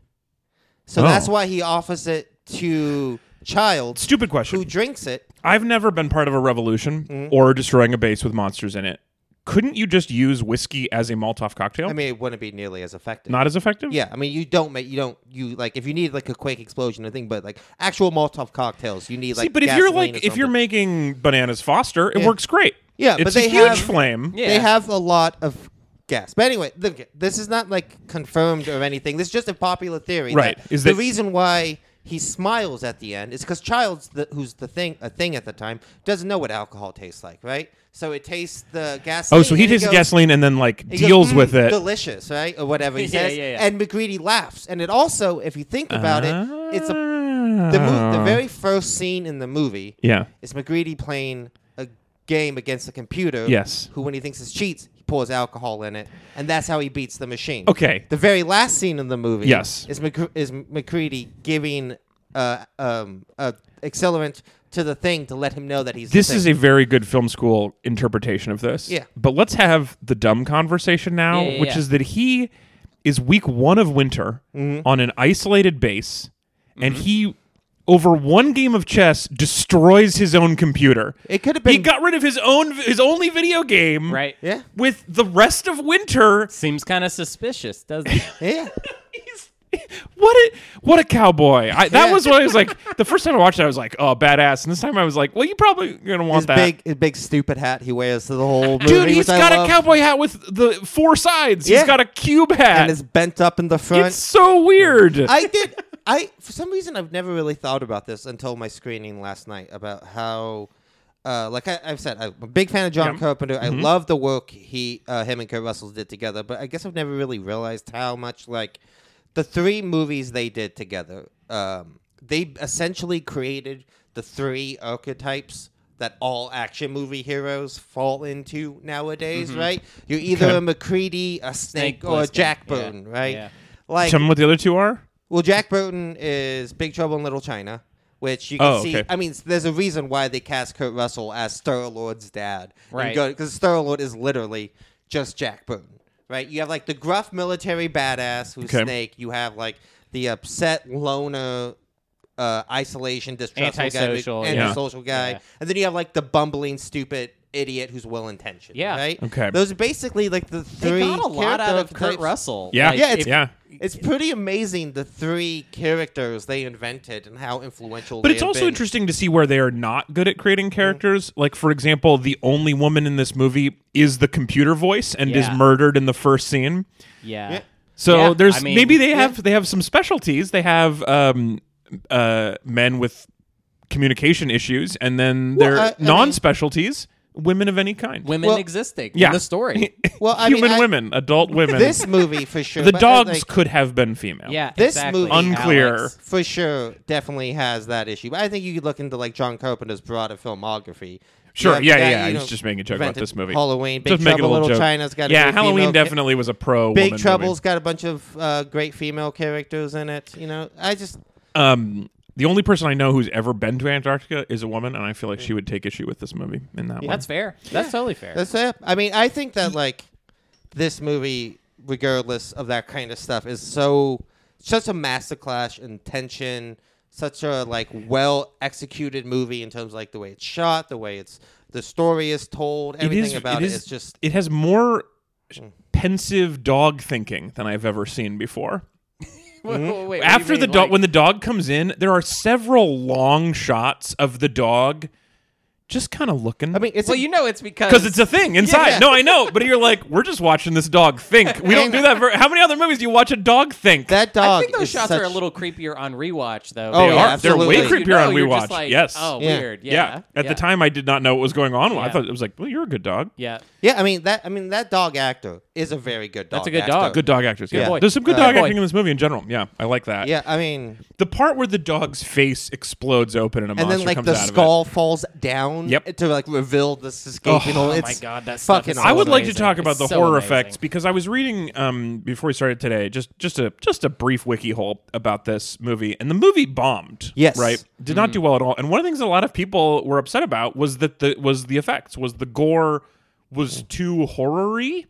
Speaker 2: so
Speaker 1: Oh.
Speaker 2: that's why he offers it to Child,
Speaker 1: Stupid question.
Speaker 2: who Mm-hmm. drinks it.
Speaker 1: I've never been part of a revolution or destroying a base with monsters in it. Couldn't you just use whiskey as a Molotov cocktail?
Speaker 2: I mean, it wouldn't be nearly as effective.
Speaker 1: Not as effective.
Speaker 2: yeah, I mean, you don't make you don't you like if you need like a quick explosion or thing, but like actual Molotov cocktails, you need like.
Speaker 1: See, but if you're
Speaker 2: gasoline
Speaker 1: like
Speaker 2: or
Speaker 1: if you're
Speaker 2: something.
Speaker 1: making bananas Foster, it
Speaker 2: Yeah.
Speaker 1: works great.
Speaker 2: Yeah,
Speaker 1: it's
Speaker 2: but they
Speaker 1: a huge
Speaker 2: have-
Speaker 1: flame.
Speaker 3: Yeah.
Speaker 2: They have a lot of gas. But anyway, the, this is not like confirmed or anything. This is just a popular theory.
Speaker 1: Right.
Speaker 2: that
Speaker 1: Is
Speaker 2: the
Speaker 1: that-
Speaker 2: reason why he smiles at the end is because Childs, the, who's the thing, a thing at the time, doesn't know what alcohol tastes like, right? So it tastes the gasoline.
Speaker 1: Oh, so he
Speaker 2: and
Speaker 1: tastes
Speaker 2: goes-
Speaker 1: gasoline and then like
Speaker 2: he goes,
Speaker 1: deals
Speaker 2: "Mm,
Speaker 1: with it.
Speaker 2: Delicious, right? Or whatever he
Speaker 3: Yeah,
Speaker 2: says.
Speaker 3: yeah, yeah.
Speaker 2: And McGreedy laughs. And it also, if you think about it, it's a the, mo- the very first scene in the movie
Speaker 1: Ah. yeah.
Speaker 2: is McGreedy playing a game against the computer.
Speaker 1: Yes.
Speaker 2: Who, when he thinks it's cheats, he pours alcohol in it, and that's how he beats the machine.
Speaker 1: Okay.
Speaker 2: The very last scene in the movie.
Speaker 1: Yes.
Speaker 2: Is Mc- is McCready giving uh um uh accelerant to the thing to let him know that he's the
Speaker 1: This
Speaker 2: thing.
Speaker 1: is a very good film school interpretation of this.
Speaker 2: Yeah.
Speaker 1: But let's have the dumb conversation now,
Speaker 3: Yeah, yeah,
Speaker 1: which
Speaker 3: yeah.
Speaker 1: is that he is week one of winter
Speaker 2: Mm-hmm.
Speaker 1: on an isolated base, and he over one game of chess destroys his own computer.
Speaker 2: It could have
Speaker 1: he
Speaker 2: been.
Speaker 1: got rid of his own his only video game
Speaker 3: Right.
Speaker 2: yeah.
Speaker 1: with the rest of winter.
Speaker 3: Seems kind of suspicious, doesn't it?
Speaker 2: Yeah.
Speaker 1: He's- What a what a cowboy! I, that
Speaker 2: Yeah.
Speaker 1: was what I was like. The first time I watched it, I was like, "Oh, badass!" And this time I was like, "Well, you probably gonna want
Speaker 2: His
Speaker 1: that."
Speaker 2: big, his big stupid hat he wears to the whole movie,
Speaker 1: Dude, he's
Speaker 2: which I
Speaker 1: got a
Speaker 2: love,
Speaker 1: cowboy hat with the four sides.
Speaker 2: Yeah.
Speaker 1: He's got a cube hat.
Speaker 2: and is bent up in the front.
Speaker 1: it's so weird.
Speaker 2: I did. I for some reason I've never really thought about this until my screening last night about how, uh, like I, I've said, I'm a big fan of John
Speaker 1: Yeah.
Speaker 2: Carpenter.
Speaker 3: Mm-hmm.
Speaker 2: I love the work he, uh, him and Kurt Russell did together. But I guess I've never really realized how much like the three movies they did together. Um, they essentially created the three archetypes that all action movie heroes fall into nowadays. Right? You're either
Speaker 1: Okay.
Speaker 2: a McCready, a Snake,
Speaker 3: Mm-hmm. Snake
Speaker 2: or a
Speaker 3: Plissken.
Speaker 2: Jack
Speaker 3: Yeah.
Speaker 2: Burton. Right?
Speaker 3: Yeah.
Speaker 2: Like
Speaker 1: Tell me what the other two are.
Speaker 2: well, Jack Burton is Big Trouble in Little China, which you can
Speaker 1: Oh,
Speaker 2: see.
Speaker 1: okay.
Speaker 2: I mean, there's a reason why they cast Kurt Russell as Star-Lord's dad.
Speaker 3: Right.
Speaker 2: Because Star-Lord is literally just Jack Burton, right? You have, like, the gruff military badass who's
Speaker 1: Okay.
Speaker 2: Snake. You have, like, the upset loner... Uh, isolation, distrustful
Speaker 3: Antisocial,
Speaker 2: guy,
Speaker 3: yeah.
Speaker 2: antisocial guy,
Speaker 3: Yeah.
Speaker 2: and then you have like the bumbling, stupid idiot who's well intentioned.
Speaker 3: Yeah.
Speaker 2: Right.
Speaker 1: Okay.
Speaker 2: Those are basically like the
Speaker 3: They
Speaker 2: three.
Speaker 3: got a lot out of
Speaker 2: character
Speaker 3: Kurt
Speaker 2: types.
Speaker 3: Russell.
Speaker 1: Yeah.
Speaker 3: Like,
Speaker 2: Yeah, it's-
Speaker 3: if-
Speaker 1: yeah.
Speaker 2: It's pretty amazing the three characters they invented and how influential.
Speaker 1: But
Speaker 2: they
Speaker 1: it's
Speaker 2: have
Speaker 1: also
Speaker 2: been.
Speaker 1: interesting to see where they are not good at
Speaker 2: Mm-hmm.
Speaker 1: creating characters. Like, for example, the only woman in this movie is the computer voice and is
Speaker 3: Yeah.
Speaker 1: murdered in the first scene.
Speaker 3: yeah.
Speaker 1: So
Speaker 3: Yeah,
Speaker 1: there's
Speaker 3: I mean-
Speaker 1: maybe they have they have some specialties. They have um, uh, men with communication issues, and then their
Speaker 2: I- I mean-
Speaker 1: non-specialties, women of any kind,
Speaker 3: Women
Speaker 2: Well,
Speaker 3: existing
Speaker 1: yeah.
Speaker 3: in the story.
Speaker 2: Well, I mean,
Speaker 1: human
Speaker 2: I-
Speaker 1: women, adult women.
Speaker 2: This movie for sure.
Speaker 1: the
Speaker 2: but, uh,
Speaker 1: dogs
Speaker 2: like,
Speaker 1: could have been female.
Speaker 3: yeah.
Speaker 2: This
Speaker 3: exactly,
Speaker 2: movie-
Speaker 1: Unclear.
Speaker 3: Alex.
Speaker 2: for sure definitely has that issue. But I think you could look into like John Carpenter's broader filmography.
Speaker 1: Sure,
Speaker 2: You have
Speaker 1: yeah,
Speaker 2: the guy,
Speaker 1: yeah,
Speaker 2: you
Speaker 1: he's
Speaker 2: know,
Speaker 1: just making a joke about
Speaker 2: invented
Speaker 1: this movie.
Speaker 2: Halloween, Big
Speaker 1: Just
Speaker 2: Trouble,
Speaker 1: making a little
Speaker 2: Little
Speaker 1: joke.
Speaker 2: China's got a
Speaker 1: yeah.
Speaker 2: great
Speaker 1: Halloween
Speaker 2: female ca-
Speaker 1: definitely was a pro.
Speaker 2: Big
Speaker 1: woman
Speaker 2: Trouble's
Speaker 1: Movie.
Speaker 2: got a bunch of uh, great female characters in it. You know, I just
Speaker 1: Um, the only person I know who's ever been to Antarctica is a woman, and I feel like she would take issue with this movie in that way.
Speaker 3: That's fair. That's totally fair.
Speaker 2: that's it. I mean, I think that like this movie, regardless of that kind of stuff, is so such a masterclass in tension. Such a like well executed movie in terms of like the way it's shot, the way it's the story is told, everything about it is just
Speaker 1: it has more pensive dog thinking than I've ever seen before.
Speaker 3: Wait, wait, wait, what do you
Speaker 1: After the
Speaker 3: mean,
Speaker 1: dog,
Speaker 3: like-
Speaker 1: when the dog comes in, there are several long shots of the dog just kind of looking.
Speaker 2: I mean, it's
Speaker 3: well,
Speaker 2: a-
Speaker 3: you know, it's because
Speaker 1: because it's a thing inside.
Speaker 2: Yeah.
Speaker 1: No, I know, but you're like, we're just watching this dog think. We don't do that. For, how many other movies do you watch a dog think?
Speaker 2: that dog.
Speaker 3: I think those
Speaker 2: is
Speaker 3: shots
Speaker 2: such-
Speaker 3: are a little creepier on rewatch, though.
Speaker 2: Oh,
Speaker 1: they
Speaker 2: yeah,
Speaker 1: are. They're way
Speaker 2: absolutely.
Speaker 1: creepier on
Speaker 3: You know, you're
Speaker 1: rewatch.
Speaker 3: just like,
Speaker 1: yes.
Speaker 3: Oh,
Speaker 2: Yeah.
Speaker 3: weird. Yeah.
Speaker 1: yeah. At
Speaker 3: yeah,
Speaker 1: the time, I did not know what was going on. I
Speaker 3: Yeah.
Speaker 1: thought it was like, well, you're a good dog.
Speaker 3: Yeah.
Speaker 2: Yeah, I mean that. I mean that dog actor is a very good dog.
Speaker 3: That's a good
Speaker 2: actor.
Speaker 3: dog.
Speaker 1: Good dog actors. Yeah.
Speaker 3: boy.
Speaker 1: There's some good
Speaker 2: Yeah,
Speaker 1: dog
Speaker 3: boy.
Speaker 1: acting in this movie in general. Yeah, I like that.
Speaker 2: Yeah, I mean,
Speaker 1: The part where the dog's face explodes open and a
Speaker 2: and
Speaker 1: monster
Speaker 2: then like
Speaker 1: comes
Speaker 2: the
Speaker 1: out
Speaker 2: skull falls down.
Speaker 1: Yep.
Speaker 2: to like reveal this escaping hole.
Speaker 3: Oh my
Speaker 2: It's
Speaker 3: God, that stuff
Speaker 2: fucking.
Speaker 3: is
Speaker 1: of it. I
Speaker 3: so
Speaker 1: would like to
Speaker 3: amazing.
Speaker 1: talk about
Speaker 3: It's
Speaker 1: the
Speaker 3: so
Speaker 1: horror
Speaker 3: amazing.
Speaker 1: effects because I was reading um, before we started today just just a just a brief wiki hole about this movie and the movie bombed.
Speaker 2: Yes.
Speaker 1: right, did not do well at all. And one of the things a lot of people were upset about was that the was the effects was the gore was too horror-y.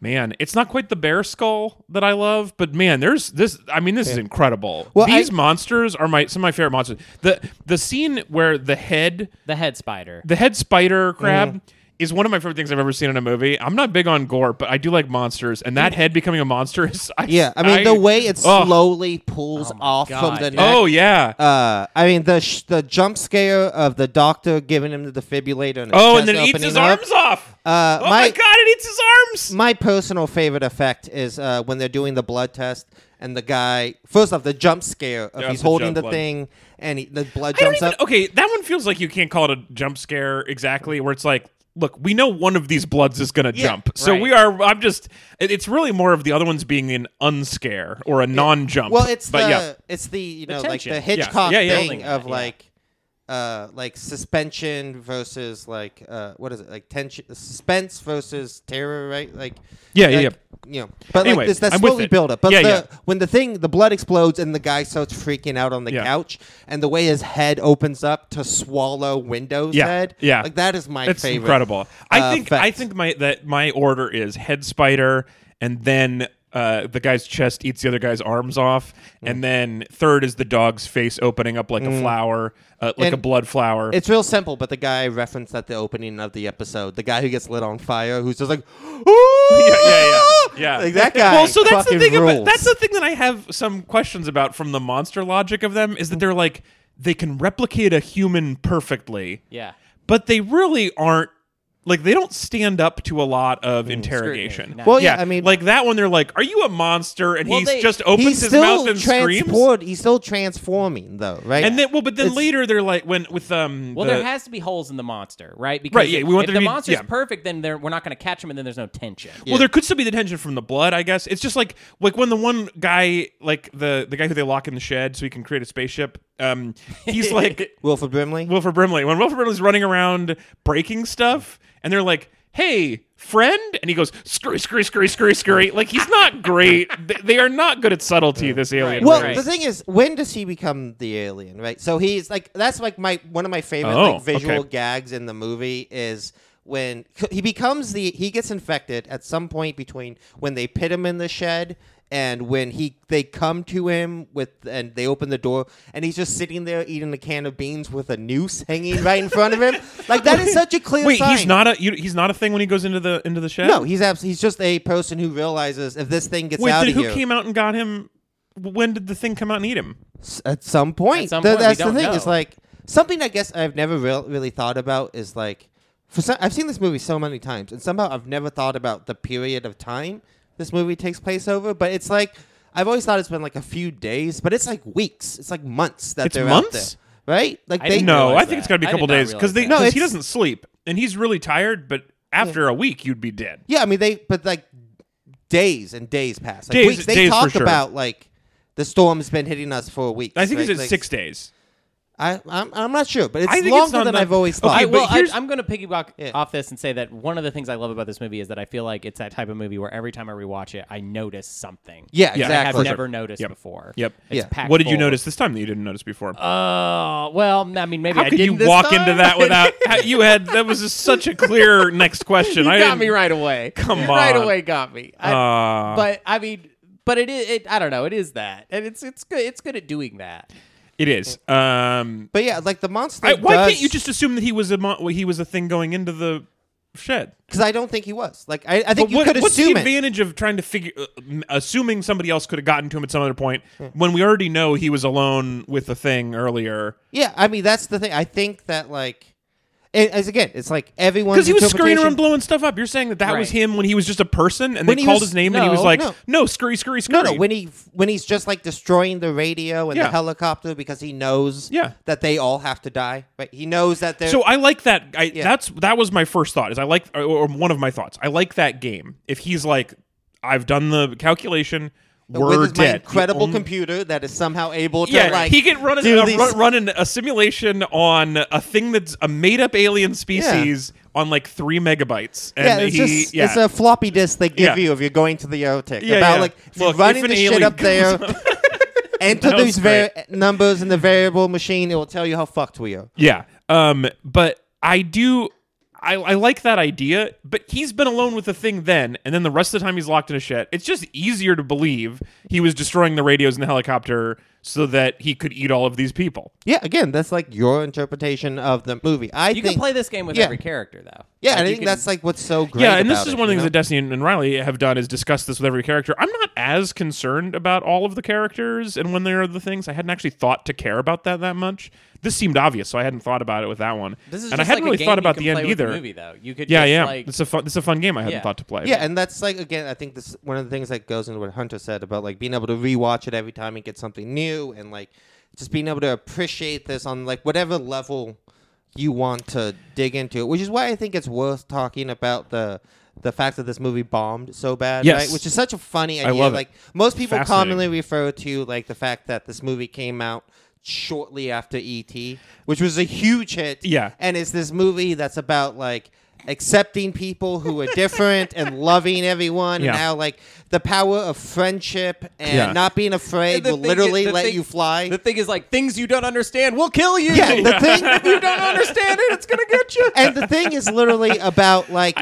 Speaker 1: Man, it's not quite the bear skull that I love, but man, there's this. I mean, this is incredible.
Speaker 2: Well,
Speaker 1: These
Speaker 2: I-
Speaker 1: monsters are my some of my favorite monsters. The the scene where the head
Speaker 3: The head spider.
Speaker 1: the head spider
Speaker 2: Mm-hmm.
Speaker 1: crab is one of my favorite things I've ever seen in a movie. I'm not big on gore, but I do like monsters, and that head becoming a monster is. I,
Speaker 2: Yeah, I mean the way it
Speaker 1: oh,
Speaker 2: slowly pulls
Speaker 3: Oh my
Speaker 2: off
Speaker 3: God,
Speaker 2: from the
Speaker 3: dude.
Speaker 2: neck.
Speaker 1: Oh yeah.
Speaker 2: Uh, I mean the sh- the jump scare of the doctor giving him the defibrillator. And his
Speaker 1: oh, and
Speaker 2: chest
Speaker 1: then it eats
Speaker 2: opening
Speaker 1: his
Speaker 2: up.
Speaker 1: arms off.
Speaker 2: Uh,
Speaker 1: oh my,
Speaker 2: my-
Speaker 1: god, it eats his arms.
Speaker 2: My personal favorite effect is uh, when they're doing the blood test and the guy. First off, the jump scare of
Speaker 1: Yeah,
Speaker 2: he's
Speaker 1: the
Speaker 2: holding
Speaker 1: jump
Speaker 2: the
Speaker 1: blood.
Speaker 2: thing and he, the blood
Speaker 1: I don't
Speaker 2: jumps
Speaker 1: even.
Speaker 2: up.
Speaker 1: Okay, that one feels like you can't call it a jump scare exactly, where it's like. Look, we know one of these bloods is going to jump. So
Speaker 3: right.
Speaker 1: we are, I'm just, it- it's really more of the other ones being an unscare or a non jump.
Speaker 2: Well, it's
Speaker 1: but
Speaker 2: the
Speaker 1: yeah.
Speaker 2: it's the you know like
Speaker 3: tension.
Speaker 2: the
Speaker 3: Yeah.
Speaker 2: Hitchcock
Speaker 1: Yeah, yeah.
Speaker 2: thing
Speaker 1: Building
Speaker 2: of
Speaker 3: that, yeah.
Speaker 2: like uh like suspension versus like uh what is it like tension suspense versus terror right like
Speaker 1: Yeah, yeah,
Speaker 2: like, you know but
Speaker 1: Anyway,
Speaker 2: like this that
Speaker 1: I'm with
Speaker 2: slowly
Speaker 1: it.
Speaker 2: build up but
Speaker 1: Yeah,
Speaker 2: the,
Speaker 1: yeah.
Speaker 2: when the thing the blood explodes and the guy starts freaking out on the
Speaker 1: Yeah.
Speaker 2: couch and the way his head opens up to swallow Windows
Speaker 1: Yeah,
Speaker 2: head
Speaker 1: yeah.
Speaker 2: like that is my
Speaker 1: It's
Speaker 2: favorite
Speaker 1: incredible. I
Speaker 2: uh,
Speaker 1: think
Speaker 2: effect.
Speaker 1: I think my that my order is head spider and then uh, the guy's chest eats the other guy's arms off,
Speaker 2: Mm.
Speaker 1: and then third is the dog's face opening up like a flower, uh, like a
Speaker 2: And
Speaker 1: blood flower.
Speaker 2: It's real simple, but the guy referenced at the opening of the episode, the guy who gets lit on fire, who's just like, ooh,
Speaker 1: yeah, yeah, yeah, yeah.
Speaker 2: like that guy.
Speaker 1: Well, so that's the
Speaker 2: fucking
Speaker 1: thing. About,
Speaker 2: rules.
Speaker 1: that's the thing that I have some questions about from the monster logic of them is
Speaker 2: Mm.
Speaker 1: that they're like they can replicate a human perfectly,
Speaker 3: Yeah.
Speaker 1: but they really aren't. Like they don't stand up to a lot of interrogation.
Speaker 3: Mm. Scrutiny, no.
Speaker 2: Well, yeah, I mean-
Speaker 1: like that one. They're like, "Are you a monster?" And
Speaker 3: Well,
Speaker 1: he
Speaker 3: they-
Speaker 1: just opens
Speaker 2: he's
Speaker 1: his
Speaker 2: still
Speaker 1: mouth and screams.
Speaker 2: transport. He's still transforming, though, right?
Speaker 1: And then, well, but then
Speaker 2: It's-
Speaker 1: later they're like, when with um,
Speaker 3: Well,
Speaker 1: the-
Speaker 3: there has to be holes in the monster, right? Because
Speaker 1: Right, yeah, we want
Speaker 3: if
Speaker 1: there
Speaker 3: the
Speaker 1: to be-
Speaker 3: monster's
Speaker 1: yeah.
Speaker 3: perfect, then there- we're not going to catch him, and then there's no tension.
Speaker 1: Well, there could still be the tension from the blood, I guess. It's just like like when the one guy, like the the guy who they lock in the shed so he can create a spaceship. Um, he's like
Speaker 2: Wilford Brimley.
Speaker 1: Wilford Brimley. When Wilford Brimley's running around breaking stuff, and they're like, "Hey, friend," and he goes, "Scurry, scurry, scurry, scurry, scurry." Like he's not great. Th- they are not good at subtlety. This alien.
Speaker 2: well,
Speaker 1: race.
Speaker 2: the thing is, when does he become the alien? Right. So he's like, that's like my one of my favorite
Speaker 1: Oh,
Speaker 2: like visual
Speaker 1: okay.
Speaker 2: gags in the movie is when he becomes the he gets infected at some point between when they pit him in the shed and when he they come to him with and they open the door and he's just sitting there eating a can of beans with a noose hanging right in front of him like that is such a clear
Speaker 1: Wait,
Speaker 2: sign.
Speaker 1: he's not a you, he's not a thing when he goes into the into the shed.
Speaker 2: no he's abs- he's just a person who realizes if this thing gets
Speaker 1: Wait,
Speaker 2: out
Speaker 1: then
Speaker 2: of
Speaker 1: who
Speaker 2: here
Speaker 1: came out and got him? When did the thing come out and eat him?
Speaker 2: s- at some point.
Speaker 3: At some
Speaker 2: Th-
Speaker 3: point, we
Speaker 2: that's the
Speaker 3: don't
Speaker 2: thing.
Speaker 3: know.
Speaker 2: It's like something I guess I've never real, really thought about is like for some, I've seen this movie so many times, and somehow I've never thought about the period of time this movie takes place over. But it's like I've always thought it's been like a few days, but it's like weeks. It's like months that
Speaker 1: It's
Speaker 2: they're
Speaker 1: months?
Speaker 2: out there, right? Like
Speaker 3: I
Speaker 2: they
Speaker 3: didn't
Speaker 1: No, I
Speaker 3: realize
Speaker 1: think it's
Speaker 3: that.
Speaker 1: got to be a
Speaker 3: I
Speaker 1: couple
Speaker 3: did not
Speaker 1: days because they
Speaker 3: realize
Speaker 1: because
Speaker 2: that.
Speaker 1: he
Speaker 2: No, it's-
Speaker 1: doesn't sleep and he's really tired. But after a week, you'd be dead.
Speaker 2: Yeah, I mean they, but like days and days pass. Like
Speaker 1: Days-
Speaker 2: weeks. They
Speaker 1: days for
Speaker 2: talk
Speaker 1: sure.
Speaker 2: about like the storm's been hitting us for weeks.
Speaker 1: I think
Speaker 2: right?
Speaker 1: he's at
Speaker 2: Like,
Speaker 1: six days.
Speaker 2: I, I'm, I'm not sure, but it's
Speaker 1: I think it's
Speaker 2: longer
Speaker 1: not
Speaker 2: than
Speaker 1: that-
Speaker 2: I've always
Speaker 1: Okay,
Speaker 2: thought.
Speaker 3: I,
Speaker 1: but
Speaker 3: well, I,
Speaker 1: here's-
Speaker 3: I'm going to piggyback
Speaker 2: Yeah.
Speaker 3: off this and say that one of the things I love about this movie is that I feel like it's that type of movie where every time I rewatch it, I notice something.
Speaker 2: yeah,
Speaker 1: Yeah, I
Speaker 2: exactly.
Speaker 1: have
Speaker 3: I have
Speaker 1: for sure.
Speaker 3: never noticed
Speaker 1: Yep.
Speaker 3: before.
Speaker 1: Yep.
Speaker 3: It's
Speaker 2: Yeah.
Speaker 3: packed
Speaker 1: What did you
Speaker 3: full.
Speaker 1: notice this time that you didn't notice before?
Speaker 3: Oh well, I mean, maybe
Speaker 1: how
Speaker 3: I
Speaker 1: could
Speaker 3: didn't
Speaker 1: you
Speaker 3: this
Speaker 1: walk
Speaker 3: time.
Speaker 1: into that without how- you had that was just such a clear next question.
Speaker 3: you
Speaker 1: I
Speaker 3: got
Speaker 1: didn't-
Speaker 3: me right away.
Speaker 1: Come
Speaker 3: You right
Speaker 1: on.
Speaker 3: away, got me. I,
Speaker 1: Uh,
Speaker 3: but I mean, but it is. It, I don't know. It is that, and it's it's good. It's good at doing that.
Speaker 1: it is. Um,
Speaker 2: But yeah, like the monster.
Speaker 1: I, why can't
Speaker 2: does-
Speaker 1: you just assume that he was a mon- well, he was a thing going into the shed?
Speaker 2: Because I don't think he was. Like I, I think you
Speaker 1: What-
Speaker 2: could
Speaker 1: what's
Speaker 2: assume
Speaker 1: the
Speaker 2: it.
Speaker 1: advantage of trying to figure, uh, m- assuming somebody else could have gotten to him at some other point when we already know he was alone with the thing earlier?
Speaker 2: Yeah, I mean that's the thing. I think that like, it, as again, it's like everyone's
Speaker 1: Because he was scurrying
Speaker 2: interpretation-
Speaker 1: around blowing stuff up. You're saying that that was
Speaker 3: Right.
Speaker 1: him when he was just a person, and
Speaker 2: When
Speaker 1: they
Speaker 2: he
Speaker 1: called
Speaker 2: was-
Speaker 1: his name, and he
Speaker 3: no,
Speaker 1: was like, "No,
Speaker 2: no.
Speaker 1: scurry, scurry, scurry."
Speaker 2: No, no. When he when he's just like destroying the radio and
Speaker 1: Yeah.
Speaker 2: the helicopter because he knows
Speaker 1: Yeah.
Speaker 2: that they all have to die. Right? He knows that they're
Speaker 1: so I like that. I,
Speaker 2: Yeah.
Speaker 1: That's that was my first thought. Is I like or, or one of my thoughts. I like that game. If he's like, I've done the calculation, we're
Speaker 2: with his- my
Speaker 1: dead. The
Speaker 2: incredible
Speaker 1: only-
Speaker 2: computer that is somehow able to
Speaker 1: Yeah,
Speaker 2: like
Speaker 1: he can run, an,
Speaker 2: do
Speaker 1: uh,
Speaker 2: these-
Speaker 1: run, run an- a simulation on a thing that's a made up alien species on like three megabytes. And
Speaker 2: Yeah, it's
Speaker 1: he,
Speaker 2: just
Speaker 1: yeah.
Speaker 2: it's a floppy disk they
Speaker 1: Yeah.
Speaker 2: give you if you're going to the Aerotech.
Speaker 1: Yeah,
Speaker 2: about
Speaker 1: yeah.
Speaker 2: like if you're
Speaker 1: Look, if
Speaker 2: running
Speaker 1: an
Speaker 2: the shit
Speaker 1: alien
Speaker 2: up there, enter
Speaker 1: That was
Speaker 2: these var- numbers in the variable machine. It will tell you how fucked we are.
Speaker 1: Yeah. Um, but I do I, I like that idea, but he's been alone with the thing then, and then the rest of the time he's locked in a shed. It's just easier to believe he was destroying the radios in the helicopter so that he could eat all of these people.
Speaker 2: Yeah, again, that's like your interpretation of the movie. I
Speaker 3: You
Speaker 2: think,
Speaker 3: can play this game with
Speaker 2: yeah.
Speaker 3: every character, though.
Speaker 2: Yeah,
Speaker 3: Like,
Speaker 2: I
Speaker 3: you
Speaker 2: think
Speaker 3: can-
Speaker 2: that's like what's so great.
Speaker 1: Yeah, and this
Speaker 2: about
Speaker 1: is
Speaker 2: it,
Speaker 1: one of the
Speaker 2: you
Speaker 1: things
Speaker 2: know?
Speaker 1: that Destiny and Riley have done is discuss this with every character. I'm not as concerned about all of the characters and when there are the things. I hadn't actually thought to care about that that much. This seemed obvious, so I hadn't thought about it with that one.
Speaker 3: This is
Speaker 1: and
Speaker 3: just
Speaker 1: I hadn't
Speaker 3: like a
Speaker 1: really
Speaker 3: game
Speaker 1: thought
Speaker 3: you
Speaker 1: about
Speaker 3: can
Speaker 1: the end
Speaker 3: play with
Speaker 1: either.
Speaker 3: the movie, though. You could
Speaker 1: yeah,
Speaker 3: just,
Speaker 1: yeah.
Speaker 3: Like,
Speaker 1: it's a fun. It's a fun game. I hadn't
Speaker 3: Yeah.
Speaker 1: thought to play.
Speaker 2: Yeah, and that's like again, I think this is one of the things that goes into what Hunter said about like being able to rewatch it every time and get something new, and like just being able to appreciate this on like whatever level you want to dig into it, which is why I think it's worth talking about the the fact that this movie bombed so bad,
Speaker 1: Yes.
Speaker 2: right? Which is such a funny idea.
Speaker 1: love it.
Speaker 2: like most people
Speaker 1: Fascinating.
Speaker 2: commonly refer to like the fact that this movie came out shortly after ET, which was a huge hit.
Speaker 1: Yeah.
Speaker 2: And it's this movie that's about like accepting people who are different and loving everyone
Speaker 1: Yeah.
Speaker 2: and how like the power of friendship and
Speaker 1: Yeah.
Speaker 2: not being afraid will
Speaker 3: the thing-
Speaker 2: literally
Speaker 3: the
Speaker 2: let
Speaker 3: thing-
Speaker 2: you fly.
Speaker 3: The thing is, like, things you don't understand will kill you.
Speaker 2: yeah, the thing
Speaker 3: you don't understand it, it's gonna get you.
Speaker 2: and the thing is literally about like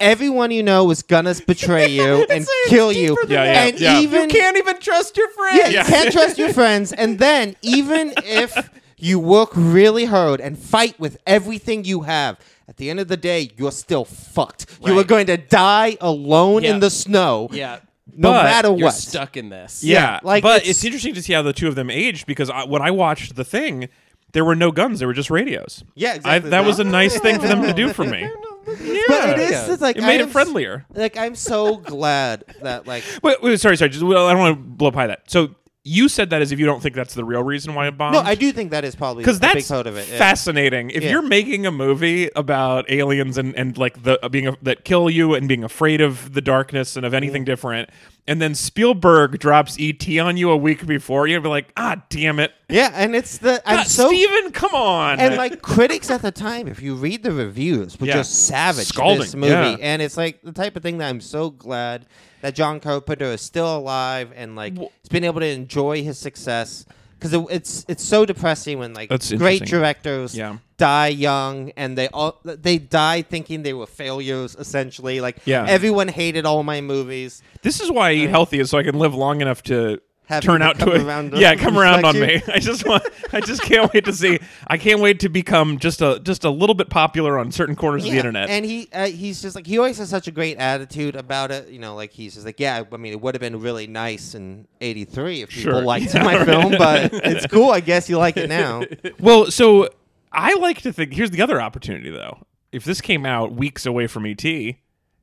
Speaker 2: everyone you know is gonna betray you and
Speaker 3: It's- it's
Speaker 2: kill
Speaker 3: deeper
Speaker 2: you.
Speaker 3: than
Speaker 1: Yeah, yeah,
Speaker 2: and
Speaker 1: yeah. You
Speaker 2: even
Speaker 3: even trust your friends.
Speaker 2: Yeah, you can't trust your friends. And then, even if you work really hard and fight with everything you have, at the end of the day, you're still fucked. You
Speaker 3: Right.
Speaker 2: are going to die alone
Speaker 3: Yeah.
Speaker 2: in the snow.
Speaker 3: Yeah.
Speaker 2: No
Speaker 1: But
Speaker 2: matter
Speaker 3: You're
Speaker 2: what.
Speaker 3: stuck in this.
Speaker 1: yeah.
Speaker 2: like,
Speaker 1: but it's,
Speaker 2: it's-
Speaker 1: interesting to see how the two of them aged because I, when I watched the thing, there were no guns. There were just radios.
Speaker 2: Yeah,
Speaker 1: I-
Speaker 2: exactly.
Speaker 1: that was a nice thing for them to do for me. Yeah.
Speaker 2: But it is it's like
Speaker 1: It made
Speaker 2: I
Speaker 1: it
Speaker 2: am s-
Speaker 1: friendlier.
Speaker 2: Like I'm so glad that like
Speaker 1: Wait, wait, sorry, sorry. Just, well, I don't want to blow by that. So you said that as if you don't think that's the real reason why it bombed.
Speaker 2: no, I do think that is probably
Speaker 1: Because
Speaker 2: a big
Speaker 1: that's
Speaker 2: part of it. yeah.
Speaker 1: fascinating. If
Speaker 2: Yeah.
Speaker 1: you're making a movie about aliens and, and like the uh, being a, that kill you and being afraid of the darkness and of anything different, and then Spielberg drops ET on you a week before, you'd be like, ah, damn it,
Speaker 2: yeah, and it's the I'm
Speaker 1: God,
Speaker 2: so
Speaker 1: Steven, come on.
Speaker 2: and like critics at the time, if you read the reviews, were
Speaker 1: Yeah.
Speaker 2: just savage to
Speaker 1: Scalding,
Speaker 2: this movie,
Speaker 1: yeah.
Speaker 2: and it's like the type of thing that I'm so glad that John Carpenter is still alive and like has been able to enjoy his success because it, it's it's so depressing when like
Speaker 1: That's
Speaker 2: great
Speaker 1: interesting.
Speaker 2: directors
Speaker 1: Yeah.
Speaker 2: die young and they all they die thinking they were failures essentially. Like
Speaker 1: Yeah.
Speaker 2: everyone hated all my movies.
Speaker 1: This is why I eat healthy, is so I can live long enough to
Speaker 2: Have
Speaker 1: turn
Speaker 2: people
Speaker 1: out to
Speaker 2: come
Speaker 1: a,
Speaker 2: around to
Speaker 1: yeah, come around on
Speaker 2: respect you.
Speaker 1: me. I just want, I just can't wait to see. I can't wait to become just a just a little bit popular on certain corners of the
Speaker 2: Yeah,
Speaker 1: internet.
Speaker 2: And he uh, he's just like he always has such a great attitude about it. You know, like he's just like, yeah. I mean, it would have been really nice in '83 if people
Speaker 1: Sure.
Speaker 2: liked my film, but it's cool. I guess you like it now.
Speaker 1: well, so I like to think. Here's the other opportunity, though. If this came out weeks away from ET,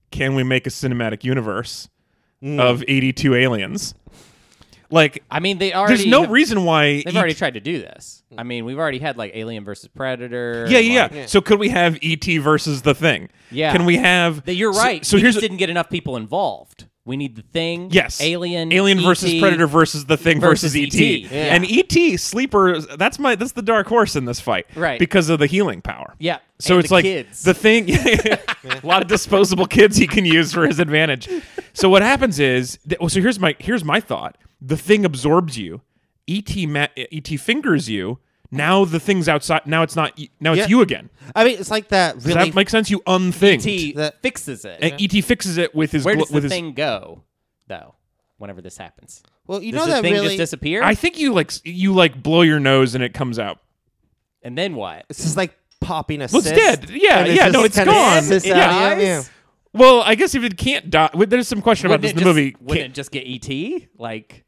Speaker 1: can we make a cinematic universe of 82 aliens? Like,
Speaker 3: I mean, they already
Speaker 1: there's no
Speaker 3: have-
Speaker 1: reason why E
Speaker 3: They've
Speaker 1: ET
Speaker 3: already tried to do this. I mean, we've already had like Alien versus Predator.
Speaker 1: Mm. Yeah,
Speaker 3: and,
Speaker 1: yeah,
Speaker 3: like-
Speaker 1: yeah. So could we have ET versus the Thing?
Speaker 3: Yeah.
Speaker 1: Can we have?
Speaker 3: That You're
Speaker 1: so-
Speaker 3: right.
Speaker 1: So,
Speaker 3: we
Speaker 1: here's
Speaker 3: just didn't get enough people involved. We need the thing.
Speaker 1: yes,
Speaker 3: Alien. E
Speaker 1: Alien
Speaker 3: ET.
Speaker 1: versus Predator versus the Thing versus,
Speaker 3: versus
Speaker 1: ET.
Speaker 3: ET. Yeah.
Speaker 1: And ET sleeper. That's my. That's the dark horse in this fight.
Speaker 3: Right.
Speaker 1: Because of the healing power.
Speaker 3: Yeah.
Speaker 1: So
Speaker 3: And
Speaker 1: it's
Speaker 3: the
Speaker 1: like
Speaker 3: kids.
Speaker 1: the thing. a lot of disposable kids he can use for his advantage. So what happens is, th- well, so here's my here's my thought. The thing absorbs you. ET ma- ET fingers you. Now the thing's outside. Now it's not. y- Now it's
Speaker 2: Yeah.
Speaker 1: you again.
Speaker 2: I mean, it's like that
Speaker 1: Does
Speaker 2: really
Speaker 1: that make sense? You unthing.
Speaker 3: E T
Speaker 2: That-
Speaker 3: fixes it.
Speaker 1: And ET fixes it with his
Speaker 3: Where
Speaker 1: glo-
Speaker 3: does the
Speaker 1: with his.
Speaker 3: thing go, though? Whenever this happens,
Speaker 2: well. You
Speaker 3: does
Speaker 2: know
Speaker 3: the
Speaker 2: that
Speaker 3: thing
Speaker 2: really.
Speaker 3: just disappear?
Speaker 1: I think you like s- you like blow your nose and it comes out.
Speaker 3: and then what?
Speaker 2: It's just like popping a.
Speaker 1: Well, it's
Speaker 2: cyst,
Speaker 1: dead. Yeah,
Speaker 2: and
Speaker 1: yeah,
Speaker 2: just
Speaker 1: no, it's
Speaker 2: kinda
Speaker 1: gone.
Speaker 2: cysts
Speaker 1: Yeah.
Speaker 2: out of you,
Speaker 3: Dies?
Speaker 1: Well, I guess if it can't die, well, there's some question about
Speaker 3: Wouldn't
Speaker 1: this
Speaker 3: it
Speaker 1: in the
Speaker 3: just-
Speaker 1: movie.
Speaker 3: Wouldn't it just get ET? Like,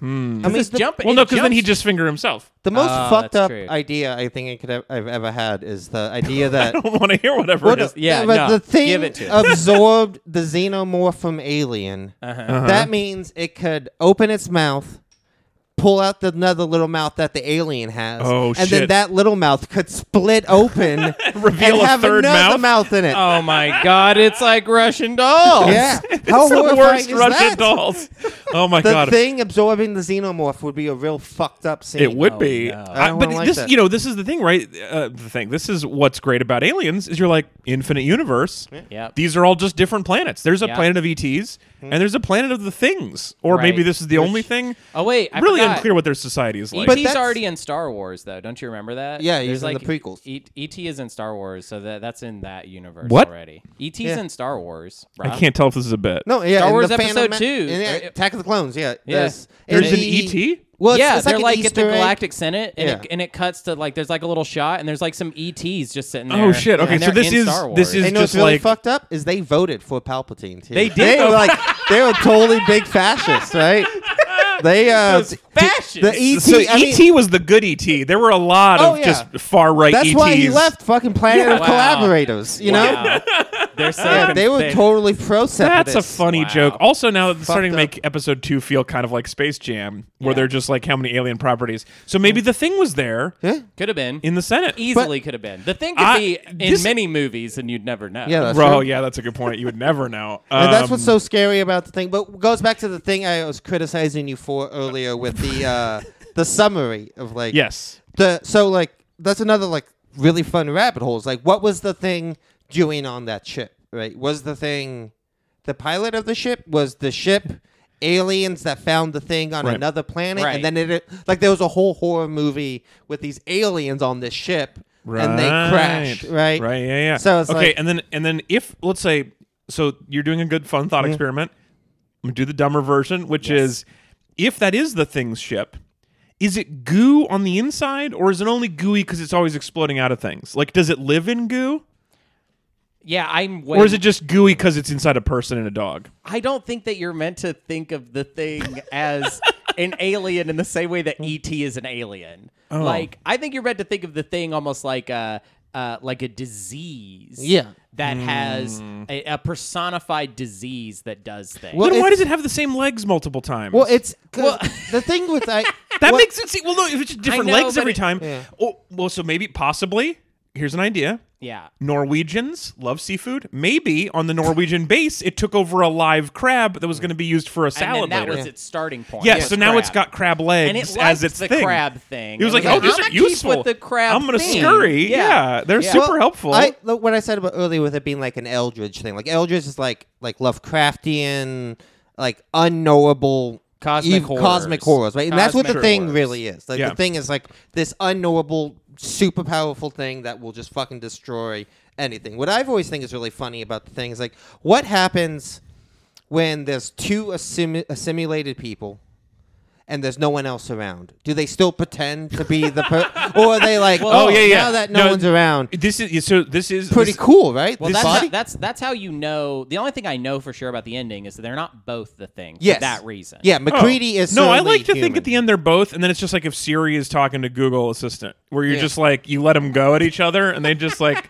Speaker 2: I mean,
Speaker 3: just
Speaker 2: the,
Speaker 3: jump.
Speaker 1: Hmm. Well,
Speaker 3: it
Speaker 1: no, because then
Speaker 3: jumps-
Speaker 1: he just finger himself.
Speaker 2: the most
Speaker 3: Ah,
Speaker 2: fucked
Speaker 3: that's
Speaker 2: up
Speaker 3: true.
Speaker 2: idea I think I could have, I've ever had is the idea that
Speaker 1: I don't want to hear whatever
Speaker 2: Well,
Speaker 1: it is.
Speaker 2: no,
Speaker 3: yeah,
Speaker 2: but
Speaker 3: no,
Speaker 2: the thing
Speaker 3: give it to him. Uh-huh.
Speaker 2: absorbed the xenomorph from Alien.
Speaker 1: Uh-huh.
Speaker 2: That means it could open its mouth, pull out the another little mouth that the alien has,
Speaker 1: Oh,
Speaker 2: and then
Speaker 1: shit.
Speaker 2: that little mouth could split open
Speaker 1: Reveal
Speaker 2: and
Speaker 1: a
Speaker 2: have
Speaker 1: third
Speaker 2: another
Speaker 1: mouth?
Speaker 2: in it.
Speaker 3: Oh my God! It's like Russian dolls.
Speaker 2: yeah, how
Speaker 1: It's the
Speaker 2: horrifying
Speaker 1: worst
Speaker 2: Oh, is
Speaker 1: Russian
Speaker 2: that?
Speaker 1: dolls. Oh my
Speaker 2: The
Speaker 1: god.
Speaker 2: thing absorbing the xenomorph would be a real fucked up scene.
Speaker 1: It would
Speaker 3: Oh,
Speaker 1: be,
Speaker 3: no.
Speaker 1: I-
Speaker 2: I don't
Speaker 1: but
Speaker 2: like
Speaker 1: this,
Speaker 2: that.
Speaker 1: you know, this is the thing, right? Uh, the thing. This is what's great about aliens is you're like infinite universe.
Speaker 3: Yep.
Speaker 1: These are all just different planets. There's a
Speaker 3: Yeah.
Speaker 1: planet of ETs,
Speaker 2: Hmm.
Speaker 1: and there's a planet of the things, or maybe
Speaker 3: Right.
Speaker 1: this is the only thing.
Speaker 3: Oh wait, I
Speaker 1: really
Speaker 3: forgot.
Speaker 1: unclear what their society is like.
Speaker 2: But
Speaker 3: ET's
Speaker 2: that's-
Speaker 3: E already in Star Wars, though. Don't you remember that?
Speaker 2: Yeah, he's
Speaker 3: There's,
Speaker 2: in the prequels.
Speaker 3: E- ET is in Star Wars, so that that's in that universe
Speaker 1: What?
Speaker 3: already. ET's
Speaker 2: Yeah.
Speaker 3: in Star Wars.
Speaker 1: I
Speaker 3: Rob.
Speaker 1: can't tell if this is a bit.
Speaker 2: No, yeah,
Speaker 3: Star
Speaker 2: in
Speaker 3: Wars
Speaker 2: the Phantom
Speaker 3: Episode
Speaker 2: Ma-
Speaker 3: two.
Speaker 2: in, uh, Attack of the Clones. Yeah,
Speaker 3: Yeah.
Speaker 2: There's,
Speaker 3: There's
Speaker 1: an E
Speaker 2: the-
Speaker 1: ET?
Speaker 2: Well, it's,
Speaker 3: yeah,
Speaker 2: it's
Speaker 3: they're
Speaker 2: an
Speaker 3: like at the
Speaker 2: Easter egg.
Speaker 3: Galactic Senate, and, it,
Speaker 2: Yeah.
Speaker 3: and it cuts to like there's like a little shot, and there's like some ETs just sitting there.
Speaker 1: Oh, shit. Okay,
Speaker 3: and
Speaker 1: so
Speaker 3: they're
Speaker 1: this
Speaker 3: in
Speaker 1: is- this
Speaker 3: Star Wars.
Speaker 1: is-
Speaker 2: And you know what's
Speaker 1: just
Speaker 2: really
Speaker 1: like-
Speaker 2: fucked up is they voted for Palpatine too.
Speaker 3: They did
Speaker 2: They were
Speaker 3: vote-
Speaker 2: like they were totally big fascists, right? They uh,
Speaker 3: Those
Speaker 2: t-
Speaker 3: fascists.
Speaker 2: The ET.
Speaker 1: So E
Speaker 2: I mean,
Speaker 1: ET was the good ET. There were a lot
Speaker 2: Oh,
Speaker 1: of
Speaker 2: yeah.
Speaker 1: just E far right
Speaker 2: that's
Speaker 1: ETs.
Speaker 2: why he left fucking Planet
Speaker 3: Yeah.
Speaker 2: of
Speaker 3: Wow.
Speaker 2: Collaborators. You know,
Speaker 3: Wow. they're so
Speaker 2: Yeah, they were
Speaker 3: they-
Speaker 2: totally pro
Speaker 1: That's
Speaker 2: separatists.
Speaker 1: a funny
Speaker 3: Wow.
Speaker 1: joke. Also, now it's starting to
Speaker 2: up.
Speaker 1: make episode two feel kind of like Space Jam, where
Speaker 3: Yeah.
Speaker 1: they're just like how many alien properties. So maybe the thing was there
Speaker 3: could have been
Speaker 1: in the Senate.
Speaker 3: easily could have been. The thing could
Speaker 1: I-
Speaker 3: be in
Speaker 1: this-
Speaker 3: many movies, and you'd never know.
Speaker 2: Yeah, that's
Speaker 1: Bro,
Speaker 2: true.
Speaker 1: yeah, that's a good point. You would never know.
Speaker 2: And that's
Speaker 1: Um,
Speaker 2: what's so scary about the thing. But it goes back to the thing I was criticizing you for earlier with the uh, the summary of like
Speaker 1: Yes.
Speaker 2: the so like that's another like really fun rabbit hole. Is like what was the thing doing on that ship? Right? Was the thing the pilot of the ship? Was the ship aliens that found the thing on
Speaker 1: Right.
Speaker 2: another planet?
Speaker 3: Right.
Speaker 2: And then it like there was a whole horror movie with these aliens on this ship and they crash. Right?
Speaker 1: Right. Yeah. Yeah.
Speaker 2: So it's
Speaker 1: okay.
Speaker 2: like-
Speaker 1: and then and then if let's say so you're doing a good fun thought
Speaker 2: Mm-hmm.
Speaker 1: experiment. I'm gonna do the dumber version, which is if that is the thing's ship. Is it goo on the inside, or is it only gooey because it's always exploding out of things? Like, does it live in goo,
Speaker 3: yeah. I'm. Way
Speaker 1: or is it just gooey because it's inside a person and a dog?
Speaker 3: I don't think that you're meant to think of the thing as an alien in the same way that ET is an alien.
Speaker 1: Oh.
Speaker 3: Like I think you're meant to think of the thing almost like a uh, like a disease.
Speaker 2: Yeah.
Speaker 3: That has
Speaker 1: Hmm.
Speaker 3: a, a personified disease that does things.
Speaker 2: Well,
Speaker 1: then why
Speaker 2: it's-
Speaker 1: does it have the same legs multiple times?
Speaker 2: Well, it's 'cause
Speaker 3: Well-
Speaker 2: the thing with I
Speaker 1: That
Speaker 2: what-
Speaker 1: makes it seem well. No, if it's just different
Speaker 3: know,
Speaker 1: legs
Speaker 3: but
Speaker 1: every
Speaker 3: it-
Speaker 1: time.
Speaker 2: Yeah.
Speaker 1: Oh, well, so maybe possibly. Here's an idea.
Speaker 3: yeah.
Speaker 1: Norwegians love seafood. Maybe on the Norwegian base, it took over a live crab that was going to be used for a
Speaker 3: And then
Speaker 1: salad
Speaker 3: that
Speaker 1: later.
Speaker 3: was its starting point.
Speaker 1: yeah,
Speaker 3: was
Speaker 1: so now it's
Speaker 3: crab.
Speaker 1: got crab legs
Speaker 3: and it
Speaker 1: as
Speaker 3: liked
Speaker 1: its
Speaker 3: the
Speaker 1: thing.
Speaker 3: crab thing.
Speaker 1: It was like, oh,
Speaker 3: I'm
Speaker 1: these
Speaker 3: gonna
Speaker 1: are
Speaker 3: keep with
Speaker 1: useful.
Speaker 3: the crab
Speaker 1: I'm gonna
Speaker 3: thing.
Speaker 1: scurry. Yeah, they're super
Speaker 2: Well,
Speaker 1: helpful.
Speaker 2: I look, what I said about earlier with it being like an Eldridge thing. Like Eldridge is like like Lovecraftian, like unknowable
Speaker 3: Cosmic
Speaker 2: ev-
Speaker 3: horrors.
Speaker 2: cosmic horrors, right? And that's what the
Speaker 3: Cosmic
Speaker 2: thing
Speaker 3: horrors.
Speaker 2: really is. Like
Speaker 1: Yeah.
Speaker 2: the thing is like this unknowable, super powerful thing that will just fucking destroy anything. What I've always think is really funny about the thing is like what happens when there's two assim- assimilated people and there's no one else around. Do they still pretend to be the per- or are they like
Speaker 1: Oh, yeah, yeah.
Speaker 2: now that no,
Speaker 1: No,
Speaker 2: one's around?
Speaker 1: This is so. This is
Speaker 2: Pretty
Speaker 1: this-
Speaker 2: cool, right?
Speaker 3: Well,
Speaker 2: This
Speaker 3: that's,
Speaker 2: body-
Speaker 3: how, that's that's how you know. The only thing I know for sure about the ending is that they're not both the thing for
Speaker 2: yes.
Speaker 3: that reason.
Speaker 2: Yeah,
Speaker 1: Oh.
Speaker 2: McCready is
Speaker 1: No, I
Speaker 2: certainly
Speaker 1: like to think
Speaker 2: human.
Speaker 1: at the end they're both, and then it's just like if Siri is talking to Google Assistant, where you're
Speaker 2: Yeah.
Speaker 1: just like you let them go at each other, and they just like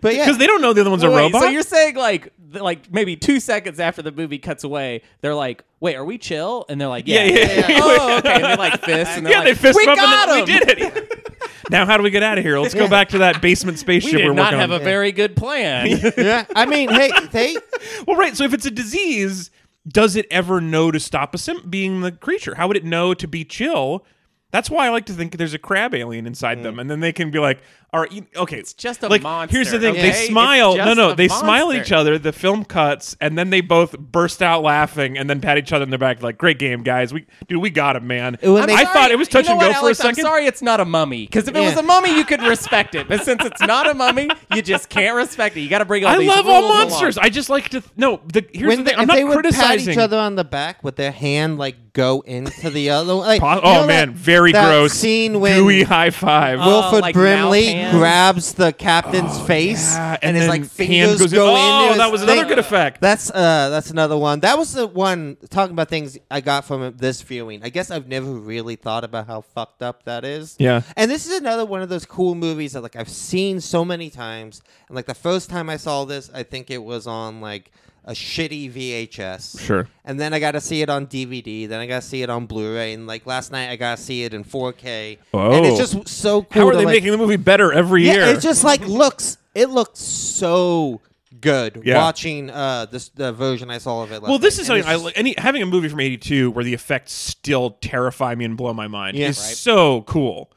Speaker 2: But yeah.
Speaker 1: because they don't know the other one's a
Speaker 3: Wait,
Speaker 1: robot.
Speaker 3: So you're saying like th- like maybe two seconds after the movie cuts away, they're like, "Wait, are we chill?" And they're like, "Yeah,
Speaker 1: Yeah, yeah, yeah.
Speaker 3: oh, okay." And they like fist, and they're
Speaker 1: yeah,
Speaker 3: like,
Speaker 1: they fist
Speaker 3: "We
Speaker 1: bump
Speaker 3: got
Speaker 1: and
Speaker 3: him!
Speaker 1: then we did it. now how do we get out of here? Let's go back to that basement
Speaker 3: We
Speaker 1: spaceship
Speaker 3: did
Speaker 1: are
Speaker 3: not
Speaker 1: working
Speaker 3: have
Speaker 1: on.
Speaker 3: a very good plan."
Speaker 2: yeah, I mean, hey, they
Speaker 1: well, right. So if it's a disease, does it ever know to stop a sim being the creature? How would it know to be chill? That's why I like to think there's a crab alien inside them, and then they can be like, "All right, you, okay, it's
Speaker 3: just a
Speaker 1: like, Here's
Speaker 3: monster,
Speaker 1: the thing:
Speaker 3: okay?
Speaker 1: they
Speaker 3: It's
Speaker 1: smile. No,
Speaker 3: just
Speaker 1: no,
Speaker 3: a
Speaker 1: they smile
Speaker 3: monster.
Speaker 1: each other. The film cuts, and then they both burst out laughing, and then pat each other in the back, like, "Great game, guys. We, dude, we got him, man."
Speaker 2: When
Speaker 1: I
Speaker 2: they-
Speaker 1: thought it was touch
Speaker 3: you
Speaker 1: and
Speaker 3: know
Speaker 1: go
Speaker 3: what,
Speaker 1: for
Speaker 3: Alex,
Speaker 1: a second.
Speaker 3: I'm sorry it's not a mummy. Because if it was
Speaker 2: Yeah.
Speaker 3: a mummy, you could respect it. But since it's not a mummy, you just can't respect it. You got to bring all
Speaker 1: I
Speaker 3: these
Speaker 1: love all
Speaker 3: rules along.
Speaker 1: monsters. I just like to. Th- no, the, here's
Speaker 2: when
Speaker 1: the thing.
Speaker 2: they,
Speaker 1: I'm
Speaker 2: if
Speaker 1: not
Speaker 2: they would pat
Speaker 1: criticizing
Speaker 2: each other on the back, would their hand like go into the other? one? Like,
Speaker 1: Po-
Speaker 2: you
Speaker 1: oh
Speaker 2: know that-
Speaker 1: man, very
Speaker 2: that
Speaker 1: gross.
Speaker 2: Scene when
Speaker 1: gooey high five.
Speaker 3: Oh,
Speaker 2: Wilford
Speaker 3: like
Speaker 2: Brimley
Speaker 3: mouth hands?
Speaker 2: grabs the captain's face,
Speaker 1: Oh, yeah, Ah, and
Speaker 2: and, his
Speaker 1: then
Speaker 2: like
Speaker 1: hand
Speaker 2: fingers
Speaker 1: goes in-
Speaker 2: go
Speaker 1: Oh,
Speaker 2: into his
Speaker 1: that was another
Speaker 2: thing.
Speaker 1: good effect.
Speaker 2: That's uh, that's another one. That was the one talking about things I got from this viewing. I guess I've never really thought about how fucked up that is.
Speaker 1: Yeah.
Speaker 2: And this is another one of those cool movies that like I've seen so many times. And like the first time I saw this, I think it was on like a shitty VHS.
Speaker 1: Sure.
Speaker 2: And then I got to see it on DVD. Then I got to see it on Blu-ray. And like last night, I got to see it in 4K. And
Speaker 1: Oh.
Speaker 2: it's just so cool.
Speaker 1: How are
Speaker 2: to,
Speaker 1: they
Speaker 2: like-
Speaker 1: making the movie better every
Speaker 2: yeah,
Speaker 1: year?
Speaker 2: it just like looks. It looks so good
Speaker 1: Yeah.
Speaker 2: watching uh this the version I saw of it. Last
Speaker 1: well, this is
Speaker 2: night. And
Speaker 1: something I
Speaker 2: it's
Speaker 1: like. Any having a movie from '82 where the effects still terrify me and blow my mind
Speaker 2: Yeah.
Speaker 1: is
Speaker 2: Right.
Speaker 1: so cool.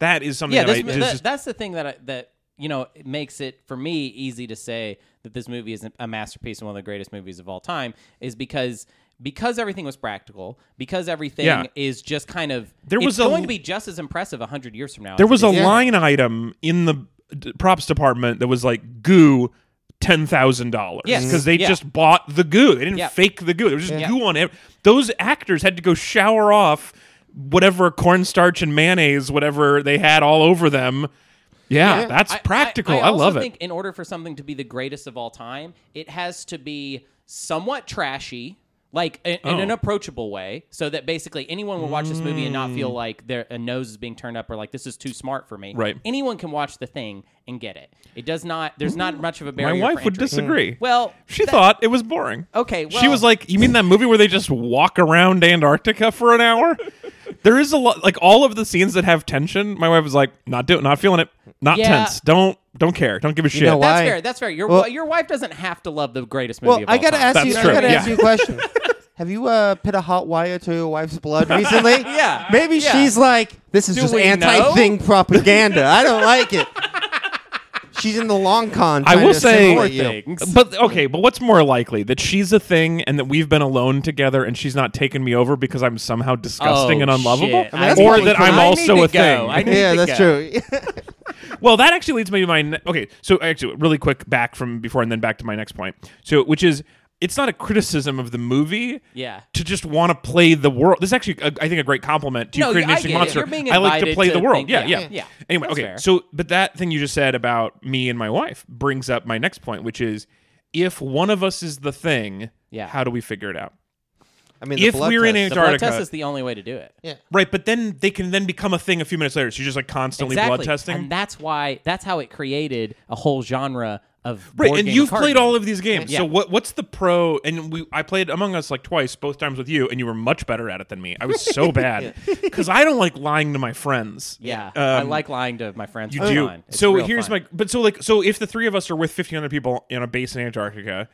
Speaker 1: That is something
Speaker 3: Yeah,
Speaker 1: that I
Speaker 3: this,
Speaker 1: just,
Speaker 3: that, that's the thing that I, that you know it makes it for me easy to say that this movie is a masterpiece and one of the greatest movies of all time is because because everything was practical because everything
Speaker 1: Yeah.
Speaker 3: is just kind of
Speaker 1: There
Speaker 3: it's
Speaker 1: was a
Speaker 3: going
Speaker 1: l-
Speaker 3: to be just as impressive hundred years from now.
Speaker 1: there was a
Speaker 2: Yeah.
Speaker 1: line item in the d- props department that was like goo. Ten thousand dollars,
Speaker 3: Yes.
Speaker 1: because they
Speaker 3: Yeah.
Speaker 1: just bought the goo. They didn't
Speaker 3: Yeah.
Speaker 1: fake the goo. It was just
Speaker 3: Yeah.
Speaker 1: goo on it. Those actors had to go shower off whatever cornstarch and mayonnaise, whatever they had all over them. Yeah, that's practical. I,
Speaker 3: I, also
Speaker 1: love it.
Speaker 3: think in order for something to be the greatest of all time, it has to be somewhat trashy, like in, in an
Speaker 1: Oh.
Speaker 3: approachable way, so that basically anyone will watch this movie and not
Speaker 2: Mm.
Speaker 3: feel like their a nose is being turned up or like this is too smart for me.
Speaker 1: Right.
Speaker 3: Anyone can watch the thing and get it. It does not. There's
Speaker 2: Mm.
Speaker 3: not much of a
Speaker 1: My
Speaker 3: barrier.
Speaker 1: wife
Speaker 3: for
Speaker 1: would
Speaker 3: entry.
Speaker 1: disagree.
Speaker 3: Well,
Speaker 1: she
Speaker 3: that-
Speaker 1: thought it was boring.
Speaker 3: Okay,
Speaker 1: she
Speaker 3: well-
Speaker 1: was like, "You mean that movie where they just walk around Antarctica for an hour?" there is a lot, like all of the scenes that have tension. My wife was like, "Not doing, not feeling it, not
Speaker 3: Yeah.
Speaker 1: tense. Don't, don't care. Don't give a shit."
Speaker 2: know what?
Speaker 3: That's
Speaker 2: Why?
Speaker 3: fair. That's fair. Your
Speaker 2: Well-
Speaker 3: your wife doesn't have to love the greatest movie
Speaker 2: Well,
Speaker 3: of all
Speaker 2: I gotta
Speaker 3: time.
Speaker 2: ask you.
Speaker 1: That's
Speaker 2: I
Speaker 1: true,
Speaker 2: gotta
Speaker 1: yeah.
Speaker 2: ask you a question. Have you uh, put a hot wire to your wife's blood recently?
Speaker 3: Yeah,
Speaker 2: Maybe
Speaker 3: yeah.
Speaker 2: she's like, this is
Speaker 3: Do
Speaker 2: just
Speaker 3: we know?
Speaker 2: anti-thing propaganda. I don't like it. She's in the long con.
Speaker 1: I
Speaker 2: trying
Speaker 1: will
Speaker 2: to
Speaker 1: say,
Speaker 2: assimilate you.
Speaker 3: things.
Speaker 1: but okay, but what's more likely that she's a thing and that we've been alone together and she's not taken me over because I'm somehow disgusting
Speaker 3: Oh,
Speaker 1: and unlovable,
Speaker 3: shit. I mean, that's
Speaker 1: or
Speaker 2: probably
Speaker 1: that
Speaker 2: pretty-
Speaker 1: I'm
Speaker 2: I
Speaker 1: also
Speaker 3: need to
Speaker 1: a thing?
Speaker 3: go. I need
Speaker 2: Yeah,
Speaker 3: to
Speaker 2: that's
Speaker 3: go.
Speaker 2: true.
Speaker 1: Well, that actually leads me to my ne- okay. So actually, really quick back from before, and then back to my next point. So, which is, it's not a criticism of the movie.
Speaker 3: Yeah.
Speaker 1: To just want to play the world. This is actually, a, I think, a great compliment to
Speaker 3: No,
Speaker 1: create an
Speaker 3: I
Speaker 1: interesting
Speaker 3: get it.
Speaker 1: monster.
Speaker 3: You're being
Speaker 1: I like to
Speaker 3: invited
Speaker 1: play
Speaker 3: to
Speaker 1: the world.
Speaker 3: think-
Speaker 1: yeah,
Speaker 3: yeah,
Speaker 1: yeah,
Speaker 3: yeah.
Speaker 1: Anyway,
Speaker 3: That's
Speaker 1: okay.
Speaker 3: fair.
Speaker 1: So, but that thing you just said about me and my wife brings up my next point, which is, if one of us is the thing,
Speaker 3: Yeah.
Speaker 1: how do we figure it out?
Speaker 2: I mean,
Speaker 1: If
Speaker 2: the blood
Speaker 1: we're in
Speaker 2: test.
Speaker 1: a-
Speaker 3: The blood test
Speaker 1: Antarctica.
Speaker 3: is the only way to do it.
Speaker 2: yeah.
Speaker 1: Right, but then they can then become a thing a few minutes later. So you're just like constantly blood testing.
Speaker 3: and that's why that's how it created a whole genre of
Speaker 1: Right,
Speaker 3: board
Speaker 1: and
Speaker 3: game
Speaker 1: you've
Speaker 3: card
Speaker 1: played
Speaker 3: games.
Speaker 1: all of these games.
Speaker 3: Yeah.
Speaker 1: So what what's the pro? And we I played Among Us like twice, both times with you, and you were much better at it than me. I was so bad because I don't like lying to my friends.
Speaker 3: Yeah,
Speaker 1: Um,
Speaker 3: I like lying to my friends.
Speaker 1: you
Speaker 3: for
Speaker 1: do.
Speaker 3: fun. It's
Speaker 1: So
Speaker 3: real
Speaker 1: here's
Speaker 3: fun.
Speaker 1: my but so like so if the three of us are with 1500 people in a base in Antarctica,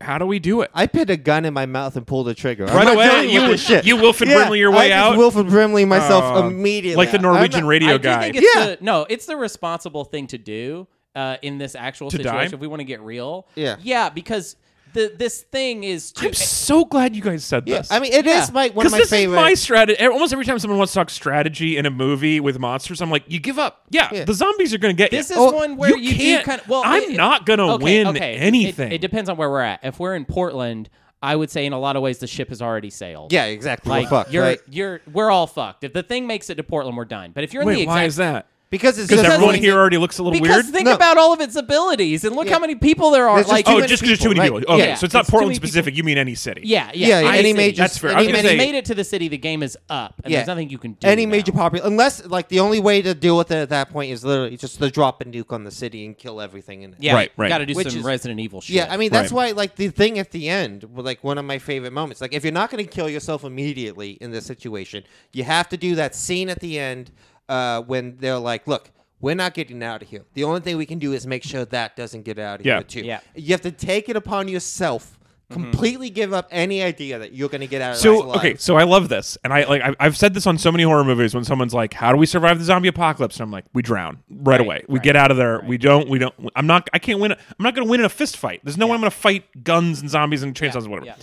Speaker 1: how do we do it?
Speaker 2: I put a gun in my mouth and pulled the trigger. I'm
Speaker 1: Right
Speaker 2: not
Speaker 1: away,
Speaker 2: dealing
Speaker 1: you-
Speaker 2: with this shit.
Speaker 1: you Wilfred Brimley your way
Speaker 2: I
Speaker 1: out?
Speaker 2: Just Wilfred Brimley myself
Speaker 1: Oh.
Speaker 2: immediately,
Speaker 1: like the
Speaker 2: I'm not-
Speaker 1: Norwegian radio
Speaker 3: I do
Speaker 1: guy.
Speaker 3: think it's
Speaker 2: Yeah.
Speaker 3: the, no, it's the responsible thing to do uh, in this actual
Speaker 1: To die?
Speaker 3: situation. If we want to get real,
Speaker 2: Yeah.
Speaker 3: yeah, because the this thing is too.
Speaker 1: I'm so glad you guys said this.
Speaker 2: I mean, it is
Speaker 3: Yeah.
Speaker 2: my one of
Speaker 1: Because
Speaker 2: my
Speaker 1: this
Speaker 2: favorite.
Speaker 1: is my strategy. Almost every time someone wants to talk strategy in a movie with monsters, I'm like, you give up. Yeah,
Speaker 2: Yeah.
Speaker 1: the zombies are going to get
Speaker 3: This
Speaker 1: you.
Speaker 3: is
Speaker 1: Oh,
Speaker 3: one where you, do
Speaker 1: can't-
Speaker 3: kind of. Well,
Speaker 1: I'm
Speaker 3: it-
Speaker 1: not going to
Speaker 3: okay,
Speaker 1: win
Speaker 3: okay. It-
Speaker 1: anything.
Speaker 3: It, depends on where we're at. If we're in Portland, I would say in a lot of ways the ship has already sailed.
Speaker 2: yeah, exactly.
Speaker 3: like
Speaker 2: Well, fuck,
Speaker 3: you're
Speaker 2: right?
Speaker 3: you're we're all fucked. If the thing makes it to Portland, we're done. But if you're in the
Speaker 1: Wait,
Speaker 3: exact
Speaker 1: why is that?
Speaker 2: because it's
Speaker 1: Because
Speaker 2: just
Speaker 1: everyone
Speaker 2: like-
Speaker 1: here already looks a little weird.
Speaker 3: because think
Speaker 2: No.
Speaker 3: about all of its abilities and look how many people there are.
Speaker 2: There's just
Speaker 3: Like
Speaker 2: too
Speaker 1: oh,
Speaker 2: many
Speaker 1: just because too
Speaker 2: people,
Speaker 1: many
Speaker 2: right?
Speaker 1: people. Okay,
Speaker 3: Yeah.
Speaker 1: so it's not
Speaker 3: It's too
Speaker 1: Portland
Speaker 3: many people.
Speaker 1: specific. You mean any city?
Speaker 3: yeah,
Speaker 2: Yeah,
Speaker 3: yeah,
Speaker 2: yeah,
Speaker 3: I
Speaker 2: any
Speaker 3: see.
Speaker 2: major-
Speaker 1: That's fair. I
Speaker 2: any
Speaker 1: was gonna
Speaker 3: If
Speaker 2: major-
Speaker 3: they
Speaker 1: say-
Speaker 3: made it to the city, the game is up, and
Speaker 2: Yeah.
Speaker 3: there's nothing you can do.
Speaker 2: any
Speaker 3: now.
Speaker 2: major popular unless like the only way to deal with it at that point is literally just to drop a nuke on the city and kill everything in it.
Speaker 3: yeah,
Speaker 1: Right, right.
Speaker 3: Got to do
Speaker 2: Which
Speaker 3: some
Speaker 2: is-
Speaker 3: Resident Evil shit.
Speaker 2: Yeah, I mean that's
Speaker 1: Right.
Speaker 2: why like the thing at the end, was, like one of my favorite moments. Like if you're not going to kill yourself immediately in this situation, you have to do that scene at the end uh, when they're like, "Look, we're not getting out of here. The only thing we can do is make sure that doesn't get out of
Speaker 1: Yeah.
Speaker 2: here too."
Speaker 3: Yeah. Mm-hmm.
Speaker 2: you have to take it upon yourself, completely give up any idea that you're going to get out of this
Speaker 1: So
Speaker 2: alive.
Speaker 1: okay, so I love this, and I like I- I've said this on so many horror movies. When someone's like, "How do we survive the zombie apocalypse?" and I'm like, "We drown right, away. We get out of there. We don't. We don't. I'm not. I can't win. I'm not going to win in a fist fight. There's no way I'm going to fight guns and zombies and chainsaws and whatever."
Speaker 3: yeah.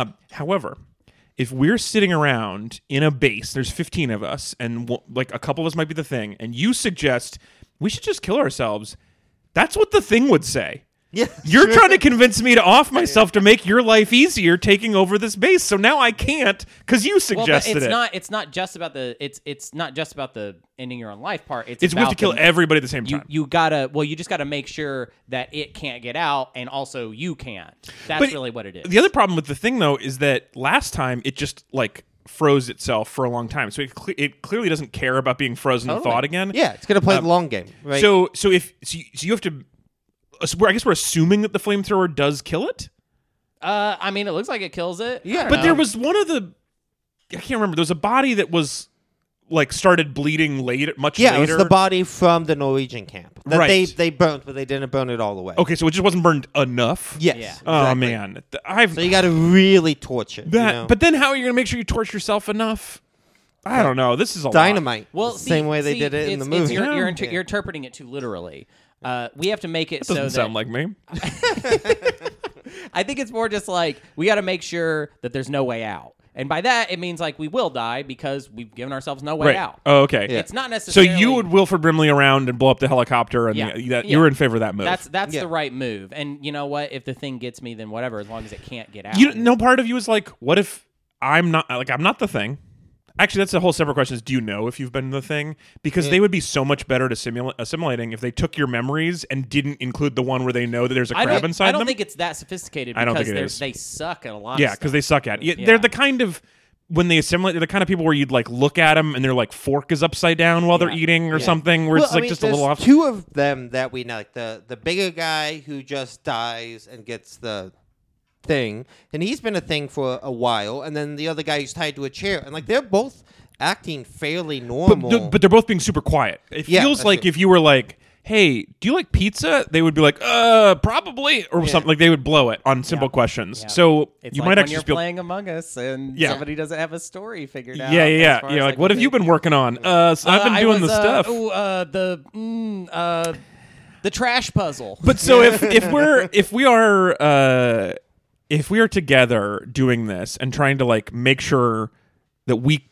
Speaker 1: Um, however, if we're sitting around in a base, there's 15 of us, and w- like a couple of us might be the thing, and you suggest we should just kill ourselves. That's what the thing would say.
Speaker 2: Yeah,
Speaker 1: You're trying to convince me to off myself to make your life easier taking over this base. So now I can't because you
Speaker 3: Well,
Speaker 1: suggested
Speaker 3: but it's
Speaker 1: it.
Speaker 3: not. It's not just about the. It's it's not just about the ending your own life part. It's
Speaker 1: it's we have
Speaker 3: about
Speaker 1: to kill
Speaker 3: the-
Speaker 1: everybody at the same
Speaker 3: You
Speaker 1: time.
Speaker 3: you gotta. Well, you just gotta make sure that it can't get out, and also you can't. That's
Speaker 1: But
Speaker 3: really what it is.
Speaker 1: the other problem with the thing though is that last time it just like froze itself for a long time. So it, cle it clearly doesn't care about being frozen in thought again.
Speaker 2: yeah, it's going to play the long game, right?
Speaker 1: Um, So so if so you, so you have to. so we're- I guess we're assuming that the flamethrower does kill it.
Speaker 3: Uh, I mean, it looks like it kills it.
Speaker 2: Yeah.
Speaker 1: But
Speaker 2: Um,
Speaker 1: there was one of the I can't remember. There was a body that was like started bleeding late, much
Speaker 2: yeah,
Speaker 1: later.
Speaker 2: it was the body from the Norwegian camp that they
Speaker 1: Right.
Speaker 2: they burnt, but they didn't burn it all the way.
Speaker 1: Okay, so it just wasn't burned enough.
Speaker 2: Yes.
Speaker 3: Yeah.
Speaker 1: Oh
Speaker 2: exactly.
Speaker 1: man, Th- I've
Speaker 2: So you got to really torture. you
Speaker 1: that.
Speaker 2: know?
Speaker 1: But then how are you going to make sure you torture yourself enough? I don't know. This is a lot.
Speaker 2: dynamite.
Speaker 3: Well,
Speaker 2: the
Speaker 3: see-
Speaker 2: same way they
Speaker 3: see,
Speaker 2: did it in the
Speaker 3: it's- it's-
Speaker 2: movie.
Speaker 3: You're, you're,
Speaker 1: Yeah.
Speaker 3: inter- you're interpreting it too literally. Uh, we have to make it so
Speaker 1: Doesn't
Speaker 3: that
Speaker 1: sound like me.
Speaker 3: I think it's more just like we got to make sure that there's no way out, and by that it means like we will die because we've given ourselves no way
Speaker 1: Right.
Speaker 3: out.
Speaker 1: Oh, okay.
Speaker 2: Yeah.
Speaker 3: It's not
Speaker 1: So
Speaker 3: necessarily
Speaker 1: you would Wilford Brimley around and blow up the helicopter, and
Speaker 3: Yeah.
Speaker 1: the- that,
Speaker 3: Yeah.
Speaker 1: you were in favor of that move.
Speaker 3: That's that's
Speaker 2: Yeah.
Speaker 3: the right move. And you know what? If the thing gets me, then whatever. As long as it can't get out.
Speaker 1: you. No part of you is like, what if I'm not like I'm not the thing. Actually, that's a whole separate question. Is do you know if you've been the thing? Because they would be so much better to simula- assimilating if they took your memories and didn't include the one where they know that there's a
Speaker 3: I
Speaker 1: crab
Speaker 3: don't,
Speaker 1: inside
Speaker 3: I don't
Speaker 1: them.
Speaker 3: think it's that sophisticated because
Speaker 1: I don't think it
Speaker 3: they're-
Speaker 1: is.
Speaker 3: they suck at a lot.
Speaker 1: Yeah,
Speaker 3: of
Speaker 1: because
Speaker 3: stuff.
Speaker 1: they suck at. Yeah,
Speaker 3: Yeah.
Speaker 1: they're the kind of when they assimilate. They're the kind of people where you'd like look at them and their like fork is upside down while they're eating or something, where
Speaker 2: Well,
Speaker 1: it's
Speaker 2: I
Speaker 1: like
Speaker 2: mean,
Speaker 1: just a little
Speaker 2: there's
Speaker 1: off.
Speaker 2: Two of them that we know, like the the bigger guy who just dies and gets the thing, and he's been a thing for a while, and then the other guy who's tied to a chair, and like they're both acting fairly
Speaker 1: but,
Speaker 2: normal.
Speaker 1: th- but they're both being super quiet. It
Speaker 2: Yeah,
Speaker 1: feels
Speaker 2: that's
Speaker 1: like
Speaker 2: true.
Speaker 1: if you were like, "Hey, do you like pizza?" They would be like, "Uh, probably," or something. Like they would blow it on simple questions.
Speaker 3: Yeah.
Speaker 1: So
Speaker 3: It's
Speaker 1: you
Speaker 3: like
Speaker 1: might
Speaker 3: when
Speaker 1: actually
Speaker 3: you're
Speaker 1: just be
Speaker 3: playing Among Us and
Speaker 1: Yeah.
Speaker 3: somebody doesn't have a story figured out.
Speaker 1: yeah, yeah,
Speaker 3: uh, as
Speaker 1: yeah.
Speaker 3: far
Speaker 1: You're
Speaker 3: as,
Speaker 1: like, what
Speaker 3: a
Speaker 1: have you
Speaker 3: big-
Speaker 1: been working on? Uh, so I've
Speaker 3: Uh,
Speaker 1: been
Speaker 3: I
Speaker 1: doing
Speaker 3: was,
Speaker 1: the
Speaker 3: uh,
Speaker 1: stuff.
Speaker 3: ooh, uh, the mm, uh, the trash puzzle.
Speaker 1: But so if if we're if we are uh if we are together doing this and trying to like make sure that we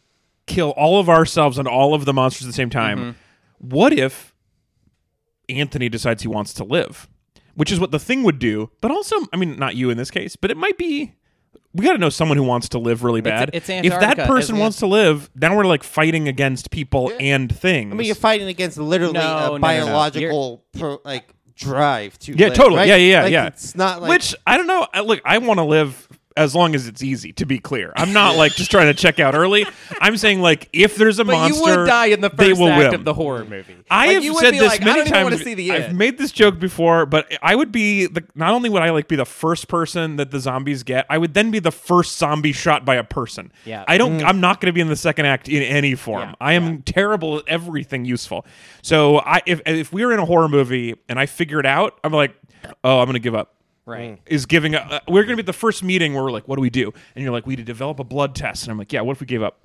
Speaker 1: kill all of ourselves and all of the monsters at the same time,
Speaker 3: Mm-hmm.
Speaker 1: what if Anthony decides he wants to live? Which is what the thing would do, but also I mean not you in this case, but it might be we got to know someone who wants to live really bad.
Speaker 3: it's
Speaker 1: if that
Speaker 3: Antarctica,
Speaker 1: person
Speaker 3: isn't it?
Speaker 1: wants to live, now we're like fighting against people and things.
Speaker 2: I mean, you're fighting against literally
Speaker 3: No, no, no, no.
Speaker 2: a biological pro- like drive to
Speaker 1: Yeah,
Speaker 2: live,
Speaker 1: totally.
Speaker 2: right?
Speaker 1: Yeah, yeah, yeah,
Speaker 2: Like,
Speaker 1: yeah.
Speaker 2: It's not like
Speaker 1: which I don't know. I, look, I want to live as long as it's easy. To be clear, I'm not like just trying to check out early. I'm saying like if there's a
Speaker 3: But
Speaker 1: monster,
Speaker 3: you would die in the first
Speaker 1: they will
Speaker 3: act
Speaker 1: win.
Speaker 3: of the horror movie.
Speaker 1: I
Speaker 3: Like,
Speaker 1: have
Speaker 3: you would
Speaker 1: said
Speaker 3: be
Speaker 1: this
Speaker 3: like,
Speaker 1: many
Speaker 3: I don't even
Speaker 1: times.
Speaker 3: want to see the
Speaker 1: I've
Speaker 3: end.
Speaker 1: made this joke before, but I would be the not only would I like be the first person that the zombies get, I would then be the first zombie shot by a person.
Speaker 3: Yeah. Mm-hmm.
Speaker 1: I don't. I'm not going to be in the second act in any form.
Speaker 3: Yeah,
Speaker 1: I am terrible at everything useful. So I if if we were in a horror movie and I figure it out, I'm like, oh, I'm going to give up
Speaker 3: right.
Speaker 1: is giving up. Uh, we're going to be at the first meeting where we're like, what do we do? And you're like, we need to develop a blood test. And I'm like, yeah, what if we gave up?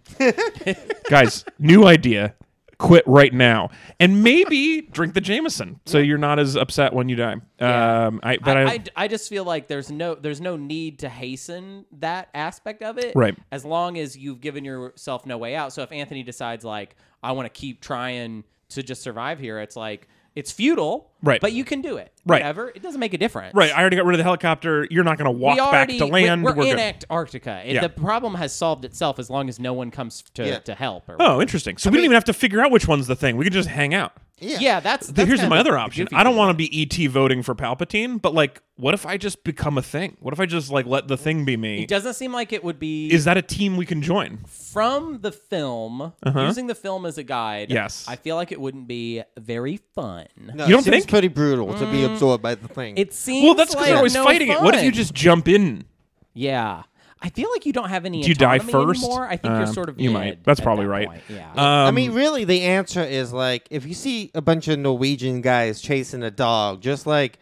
Speaker 1: Guys, new idea. quit right now, and maybe drink the Jameson so you're not as upset when you die. Um, I but I,
Speaker 3: I, I, I just feel like there's no there's no need to hasten that aspect of it.
Speaker 1: Right.
Speaker 3: As long as you've given yourself no way out. So if Anthony decides like I want to keep trying to just survive here, it's like it's futile.
Speaker 1: Right.
Speaker 3: But you can do it.
Speaker 1: Right.
Speaker 3: Whatever. It doesn't make a difference.
Speaker 1: right. I already got rid of the helicopter. You're not going to walk
Speaker 3: we already,
Speaker 1: back to land.
Speaker 3: We're, we're in
Speaker 1: good.
Speaker 3: Act- Antarctica. It-
Speaker 1: Yeah.
Speaker 3: The problem has solved itself as long as no one comes to,
Speaker 2: Yeah.
Speaker 3: to help. Or
Speaker 1: Oh, interesting. So we don't even have to figure out which one's the thing. We can just hang out.
Speaker 2: Yeah.
Speaker 3: yeah, that's,
Speaker 1: Th-
Speaker 3: that's
Speaker 1: Here's
Speaker 3: kind
Speaker 1: my
Speaker 3: of the-
Speaker 1: other
Speaker 3: the
Speaker 1: option.
Speaker 3: goofy
Speaker 1: I don't
Speaker 3: thing.
Speaker 1: want to be ET voting for Palpatine, but like, what if I just become a thing? What if I just like let the thing be me?
Speaker 3: It doesn't seem like it would be
Speaker 1: Is that a team we can join?
Speaker 3: from the film. Using the film as a guide.
Speaker 1: Uh-huh. Yes.
Speaker 3: I feel like it wouldn't be very fun.
Speaker 2: No,
Speaker 1: You don't
Speaker 2: it seems
Speaker 1: think?
Speaker 2: pretty brutal to be absorbed by the thing.
Speaker 3: It seems
Speaker 1: Well, that's because
Speaker 3: like
Speaker 1: they're always
Speaker 3: no
Speaker 1: fighting it. What if you
Speaker 3: fun.
Speaker 1: just jump in?
Speaker 3: Yeah. I feel like you don't have any.
Speaker 1: Do you die
Speaker 3: autonomy
Speaker 1: first?
Speaker 3: Anymore. I think
Speaker 1: Uh,
Speaker 3: you're sort of.
Speaker 1: you
Speaker 3: dead
Speaker 1: might. That's
Speaker 3: at
Speaker 1: probably
Speaker 3: that
Speaker 1: right. Uh,
Speaker 3: point. Yeah.
Speaker 2: I mean, really, the answer is like if you see a bunch of Norwegian guys chasing a dog, just like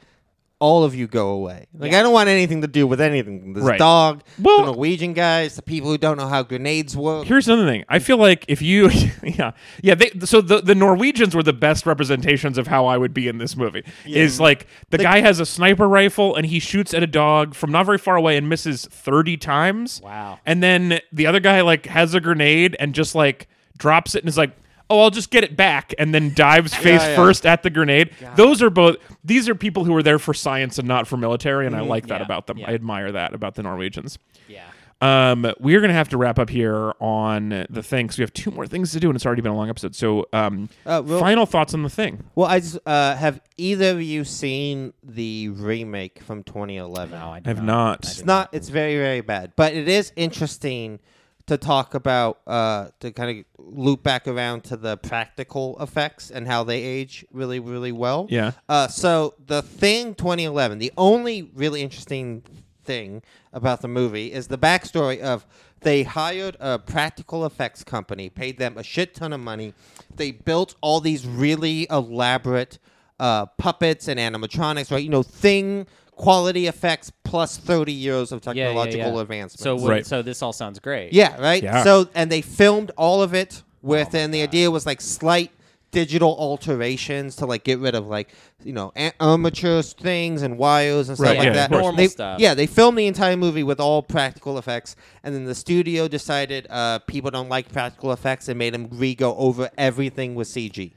Speaker 2: all of you go away. Like I don't want anything to do with anything. This
Speaker 1: Right.
Speaker 2: dog,
Speaker 1: Well-
Speaker 2: the Norwegian guys, the people who don't know how grenades work.
Speaker 1: Here's another thing. I feel like if you, yeah, yeah. They, so the the Norwegians were the best representations of how I would be in this movie. Is like the guy has a sniper rifle and he shoots at a dog from not very far away and misses thirty times.
Speaker 3: Wow.
Speaker 1: And then the other guy like has a grenade and just like drops it and is like. Oh, I'll just get it back, and then dives face
Speaker 2: yeah.
Speaker 1: first at the grenade. Those are both. These are people who are there for science and not for military, and I like that
Speaker 3: Yeah,
Speaker 1: about them.
Speaker 3: yeah.
Speaker 1: I admire that about the Norwegians.
Speaker 3: yeah.
Speaker 1: Um, we're gonna have to wrap up here on the thing because we have two more things to do, and it's already been a long episode. So, um,
Speaker 2: Uh, well-
Speaker 1: final thoughts on the thing.
Speaker 2: Well, I just uh, have either of you seen the remake from 2011?
Speaker 3: No, I do
Speaker 1: I have not.
Speaker 2: it's not. It's very very bad, but it is interesting to talk about uh, to kind of loop back around to the practical effects and how they age really really well.
Speaker 1: Yeah.
Speaker 2: Uh, so the thing 2011, the only really interesting thing about the movie is the backstory of they hired a practical effects company, paid them a shit ton of money. They built all these really elaborate uh, puppets and animatronics, right? You know, thing quality effects plus 30 years of
Speaker 3: Yeah, yeah,
Speaker 2: technological
Speaker 3: yeah.
Speaker 2: advancements.
Speaker 3: So, would-
Speaker 1: Right.
Speaker 3: so this all sounds great.
Speaker 2: Yeah, right.
Speaker 1: Yeah. Oh
Speaker 2: So and they filmed all of it with, and the idea was like slight digital alterations to like get rid of like you know a- armature things and wires and stuff
Speaker 1: Right,
Speaker 2: like
Speaker 1: yeah,
Speaker 2: that.
Speaker 1: of course.
Speaker 3: Normal
Speaker 2: They-
Speaker 3: stuff.
Speaker 2: Yeah, they filmed the entire movie with all practical effects, and then the studio decided uh, people don't like practical effects and made them re go over everything with CG.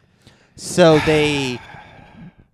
Speaker 2: So they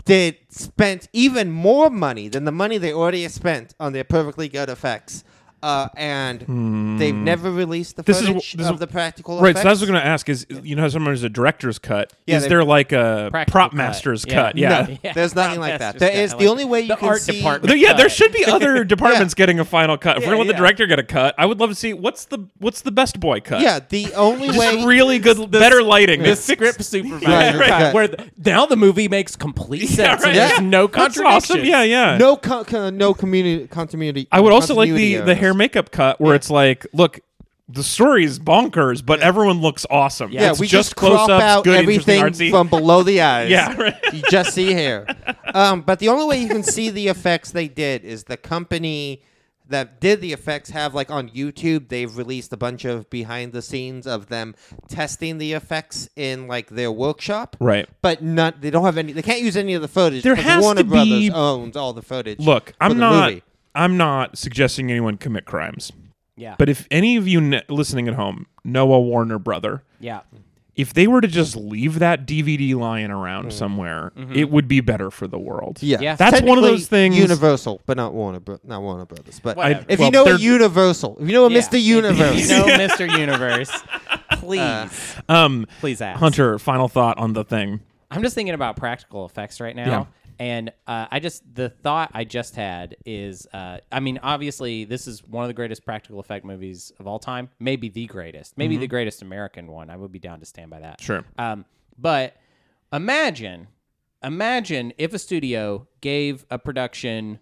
Speaker 2: did spent even more money than the money they already had spent on their perfectly good effects. Uh, and they've never released the
Speaker 1: Hmm. This is wh-
Speaker 2: footage
Speaker 1: this is
Speaker 2: of
Speaker 1: wh-
Speaker 2: the practical
Speaker 1: Right,
Speaker 2: effects.
Speaker 1: so that's what I was going to ask is, you know, how sometimes a director's cut.
Speaker 2: Yeah,
Speaker 1: is
Speaker 2: they-
Speaker 1: there like a
Speaker 3: Practical
Speaker 1: prop
Speaker 3: cut.
Speaker 1: master's
Speaker 3: Yeah.
Speaker 1: cut? Yeah.
Speaker 2: No, there's nothing like that. There is
Speaker 3: I
Speaker 2: the
Speaker 3: like
Speaker 2: only way you
Speaker 3: the
Speaker 2: can
Speaker 3: art
Speaker 2: see.
Speaker 3: department.
Speaker 1: There- yeah, there
Speaker 3: Cut.
Speaker 1: should be other departments getting a final cut. If we're
Speaker 3: Yeah,
Speaker 1: gonna let the
Speaker 3: yeah.
Speaker 1: director get a cut, I would love to see what's the what's the best boy cut.
Speaker 2: Yeah, the only way.
Speaker 1: just really good, better lighting.
Speaker 3: The script supervisor.
Speaker 2: Right, right.
Speaker 3: cut, Where the, now the movie makes complete
Speaker 1: Yeah,
Speaker 3: sense.
Speaker 1: right.
Speaker 3: and There's
Speaker 1: Yeah.
Speaker 3: no
Speaker 1: That's
Speaker 3: contradiction.
Speaker 1: awesome. Yeah, yeah.
Speaker 2: no co- co- no community continuity.
Speaker 1: I would also like the,
Speaker 2: continuity
Speaker 1: the hair
Speaker 2: errors.
Speaker 1: makeup cut where it's like, look, the story's bonkers, but everyone looks awesome.
Speaker 2: Yeah,
Speaker 1: It's
Speaker 2: we just,
Speaker 1: close
Speaker 2: crop out
Speaker 1: good, interesting,
Speaker 2: everything
Speaker 1: artsy.
Speaker 2: from below the eyes.
Speaker 1: Yeah, right.
Speaker 2: you just see hair. Um, but the only way you can see the effects they did is the company that did the effects have like on YouTube. They've released a bunch of behind the scenes of them testing the effects in like their workshop.
Speaker 1: Right.
Speaker 2: But not they don't have any. They can't use any of the footage.
Speaker 1: There
Speaker 2: because
Speaker 1: has
Speaker 2: Warner
Speaker 1: to be-
Speaker 2: Brothers owns all the footage.
Speaker 1: Look,
Speaker 2: for
Speaker 1: I'm
Speaker 2: the
Speaker 1: not
Speaker 2: movie.
Speaker 1: I'm not suggesting anyone commit crimes.
Speaker 3: Yeah.
Speaker 1: But if any of you kn- listening at home know a Warner brother,
Speaker 3: yeah.
Speaker 1: if they were to just leave that DVD lying around somewhere, it would be better for the world.
Speaker 2: Mm. Mm-hmm. Yeah.
Speaker 3: Yeah.
Speaker 1: That's one of
Speaker 2: Technically
Speaker 1: those things.
Speaker 2: Universal, but not Warner, Bro- not Warner Brothers. But
Speaker 3: Whatever.
Speaker 2: if
Speaker 1: well,
Speaker 2: you know
Speaker 1: they're-
Speaker 2: a Universal, if you know a
Speaker 3: Yeah.
Speaker 2: Mr. Universe,
Speaker 3: You know, Mr. Universe. Please.
Speaker 1: um,
Speaker 3: please ask.
Speaker 1: Hunter, final thought on the thing.
Speaker 3: I'm just thinking about practical effects right now.
Speaker 1: Yeah.
Speaker 3: And uh, I just, the thought I just had is uh, I mean, obviously, this is one of the greatest practical effect movies of all time. Maybe the greatest. Maybe the greatest American one. I would be down to stand by that.
Speaker 1: Mm-hmm. Sure.
Speaker 3: Um, but imagine, imagine if a studio gave a production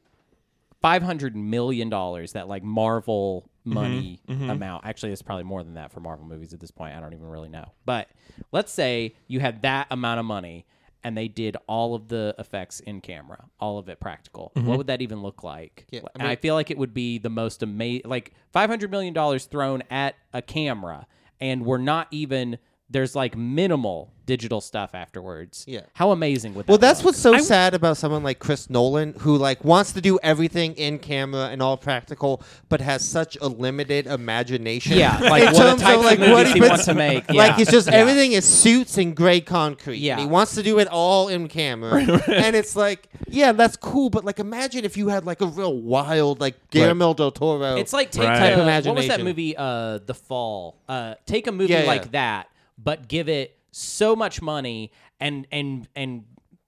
Speaker 3: five hundred million dollars, that like Marvel
Speaker 2: Mm-hmm.
Speaker 3: money amount. Actually, it's probably more than that for Marvel movies at this point. I don't even really know. But let's say you had that amount of money and they did all of the effects in camera, all of it practical. What would that even look like?
Speaker 2: Mm-hmm. Yeah, I
Speaker 3: and I feel like it would be the most amazing, like five hundred million dollars thrown at a camera, and we're not even there's like minimal digital stuff afterwards.
Speaker 2: Yeah.
Speaker 3: How amazing would that
Speaker 2: Well, that's
Speaker 3: look?
Speaker 2: what's so sad about someone like Chris Nolan, who like wants to do everything in camera and all practical, but has such a limited imagination.
Speaker 3: Yeah, like
Speaker 2: in
Speaker 3: what
Speaker 2: terms
Speaker 3: types
Speaker 2: of
Speaker 3: of
Speaker 2: like
Speaker 3: movies
Speaker 2: what
Speaker 3: he
Speaker 2: puts-
Speaker 3: wants to make, yeah.
Speaker 2: Like it's just
Speaker 3: Yeah.
Speaker 2: everything is suits and gray concrete.
Speaker 3: Yeah.
Speaker 2: and he wants to do it all in camera, and it's like, yeah, that's cool, but like imagine if you had like a real wild like Guillermo del Toro.
Speaker 3: It's like take
Speaker 1: Right.
Speaker 3: uh,
Speaker 2: Imagination.
Speaker 3: what was that movie? Uh, The Fall. Uh, take a movie
Speaker 2: Yeah, yeah.
Speaker 3: like that, but give it so much money and and and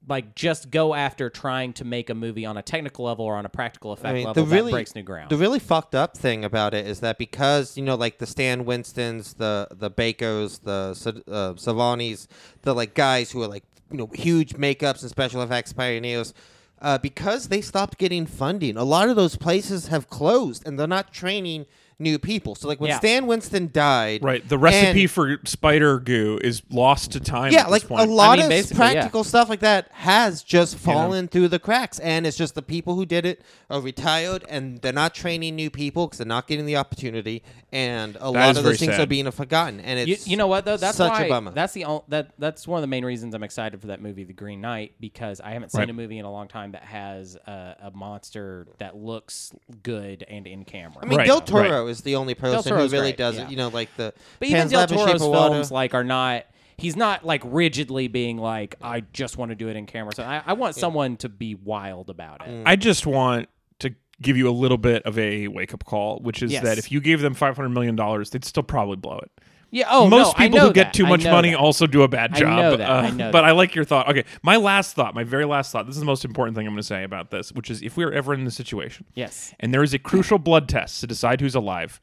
Speaker 3: like just go after trying to make a movie on a technical level or on a practical effect level that breaks new ground.
Speaker 2: The really fucked up thing about it is that because you know, like the Stan Winston's, the the Bakos, the Sa- uh, Savanis, the like guys who are like you know huge makeups and special effects pioneers. Uh, because they stopped getting funding, a lot of those places have closed, and they're not training new people. So, like when
Speaker 3: Yeah.
Speaker 2: Stan Winston died,
Speaker 1: Right. The recipe
Speaker 2: and-
Speaker 1: for spider goo is lost to time.
Speaker 2: yeah,
Speaker 1: at
Speaker 2: like
Speaker 1: this point.
Speaker 2: a lot
Speaker 3: mean,
Speaker 2: of s-
Speaker 3: basically, yeah.
Speaker 2: practical stuff like that has just fallen through the cracks, and it's just the people who did it are retired, and they're not training new people because they're not getting the opportunity, and a
Speaker 1: is
Speaker 2: lot of
Speaker 1: very
Speaker 2: those things
Speaker 1: sad.
Speaker 2: are being forgotten. And
Speaker 3: you,
Speaker 2: it's
Speaker 3: you know what though? That's
Speaker 2: such
Speaker 3: why
Speaker 2: a bummer.
Speaker 3: that's the only, that that's one of the main reasons I'm excited for that movie, The Green Knight, because I haven't seen
Speaker 1: Right.
Speaker 3: a movie in a long time that has a, a monster that looks good and in camera.
Speaker 2: I mean,
Speaker 1: Right,
Speaker 2: Del Toro is the only person who
Speaker 3: Toro's
Speaker 2: really
Speaker 3: great,
Speaker 2: does
Speaker 3: yeah.
Speaker 2: it. You know, like the
Speaker 3: But even
Speaker 2: Pan's
Speaker 3: Del
Speaker 2: Labyrinth, Shape
Speaker 3: Toro's
Speaker 2: of Water.
Speaker 3: films like are not. He's not like rigidly being like, I just want to do it in camera. So I, I want someone to be wild about it.
Speaker 1: I just want to give you a little bit of a wake up call, which is
Speaker 3: Yes.
Speaker 1: that if you gave them five hundred million dollars, they'd still probably blow it.
Speaker 3: Yeah. Oh, no,
Speaker 1: Most
Speaker 3: I
Speaker 1: people
Speaker 3: know
Speaker 1: who get
Speaker 3: that.
Speaker 1: too
Speaker 3: I
Speaker 1: much
Speaker 3: know
Speaker 1: money
Speaker 3: that.
Speaker 1: also do a bad
Speaker 3: I
Speaker 1: job. uh,
Speaker 3: know that. I know
Speaker 1: but
Speaker 3: that.
Speaker 1: I like your thought. Okay, my last thought, my very last thought. This is the most important thing I'm going to say about this, which is if we are ever in this situation,
Speaker 3: Yes.
Speaker 1: and there is a crucial blood test to decide who's alive,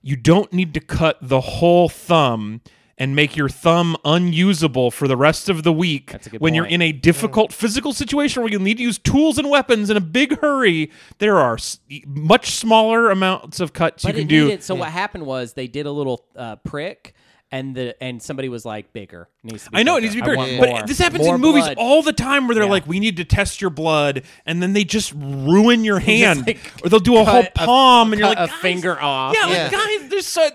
Speaker 1: you don't need to cut the whole thumb and make your thumb unusable for the rest of the week
Speaker 3: That's a good
Speaker 1: when you're
Speaker 3: point.
Speaker 1: in a difficult physical situation where you need to use tools and weapons in a big hurry there are s- much smaller amounts of cuts
Speaker 3: But
Speaker 1: you
Speaker 3: it
Speaker 1: can do
Speaker 3: needed. So what happened was they did a little uh, prick, and the and somebody was like, bigger needs to be.
Speaker 1: I know it needs
Speaker 3: bigger.
Speaker 1: to be
Speaker 3: I
Speaker 1: bigger,
Speaker 3: want
Speaker 1: but
Speaker 3: more.
Speaker 1: this happens
Speaker 3: More
Speaker 1: in movies
Speaker 3: blood."
Speaker 1: all the time where they're like, "We need to test your blood," and then they just ruin your hand,
Speaker 3: like,
Speaker 1: or they'll do a whole
Speaker 3: cut a-
Speaker 1: palm, and you're
Speaker 3: cut
Speaker 1: like,
Speaker 3: a
Speaker 1: "Guys,
Speaker 3: finger off."
Speaker 1: Yeah,
Speaker 2: Yeah.
Speaker 1: like guys, there's so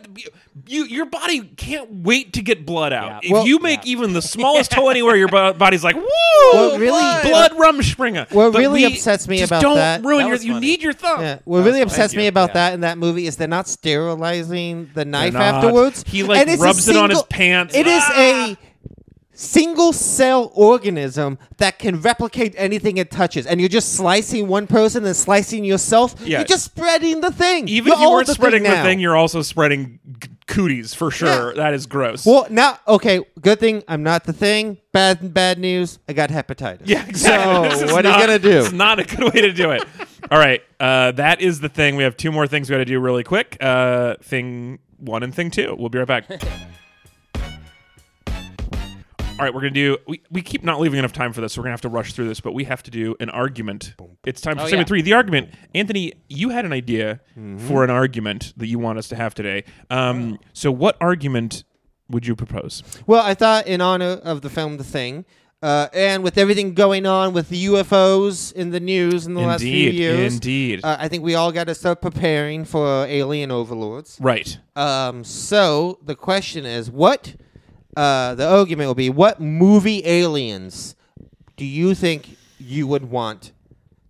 Speaker 1: you your body can't wait to get blood out.
Speaker 3: Yeah.
Speaker 1: If
Speaker 2: Well-
Speaker 1: you make even the smallest hole anywhere, your bo- body's like, "Woo,
Speaker 2: What really-
Speaker 1: blood, blood rumspringa."
Speaker 2: what
Speaker 1: But
Speaker 2: really
Speaker 1: we
Speaker 2: upsets me
Speaker 1: just
Speaker 2: about
Speaker 1: don't
Speaker 2: that-
Speaker 1: ruin
Speaker 3: That
Speaker 1: your.
Speaker 3: was
Speaker 1: You
Speaker 3: funny.
Speaker 1: need your thumb.
Speaker 2: Yeah, what really
Speaker 1: Thank
Speaker 2: upsets
Speaker 1: you.
Speaker 2: me about that in that movie is they're not sterilizing the knife
Speaker 1: not.
Speaker 2: afterwards.
Speaker 1: He, like,
Speaker 2: And it's a
Speaker 1: rubs it on his
Speaker 2: single-
Speaker 1: pants.
Speaker 2: It is
Speaker 1: Ah!
Speaker 2: a single cell organism that can replicate anything it touches, and you're just slicing one person and slicing yourself.
Speaker 1: Yeah.
Speaker 2: You're just spreading the thing.
Speaker 1: Even
Speaker 2: You're
Speaker 1: if you
Speaker 2: all
Speaker 1: weren't
Speaker 2: the
Speaker 1: spreading
Speaker 2: thing
Speaker 1: the
Speaker 2: now.
Speaker 1: thing, you're also spreading g- cooties for sure.
Speaker 2: Yeah.
Speaker 1: That is gross.
Speaker 2: well, now okay. Good thing I'm not the thing. Bad, bad news. I got hepatitis.
Speaker 1: Yeah, exactly. This
Speaker 2: So
Speaker 1: is
Speaker 2: what are you
Speaker 1: not-
Speaker 2: gonna do?
Speaker 1: It's not a good way to do it. All right, uh, that is the thing. We have two more things we got to do really quick. Uh, thing one and thing two. We'll be right back. All right, we're gonna do. We, we keep not leaving enough time for this, so we're gonna have to rush through this. But we have to do an argument. It's time for
Speaker 3: Oh,
Speaker 1: segment
Speaker 3: yeah.
Speaker 1: three. The argument. Anthony, you had an idea
Speaker 2: Mm-hmm.
Speaker 1: for an argument that you want us to have today.
Speaker 3: Oh.
Speaker 1: Um, So, what argument would you propose?
Speaker 2: Well, I thought in honor of the film The Thing, uh, and with everything going on with the UFOs in the news in the last few
Speaker 1: Indeed,
Speaker 2: years,
Speaker 1: indeed.
Speaker 2: uh, I think we all got to start preparing for alien overlords.
Speaker 1: Right.
Speaker 2: Um, so the question is, what uh, the argument will be? What movie aliens do you think you would want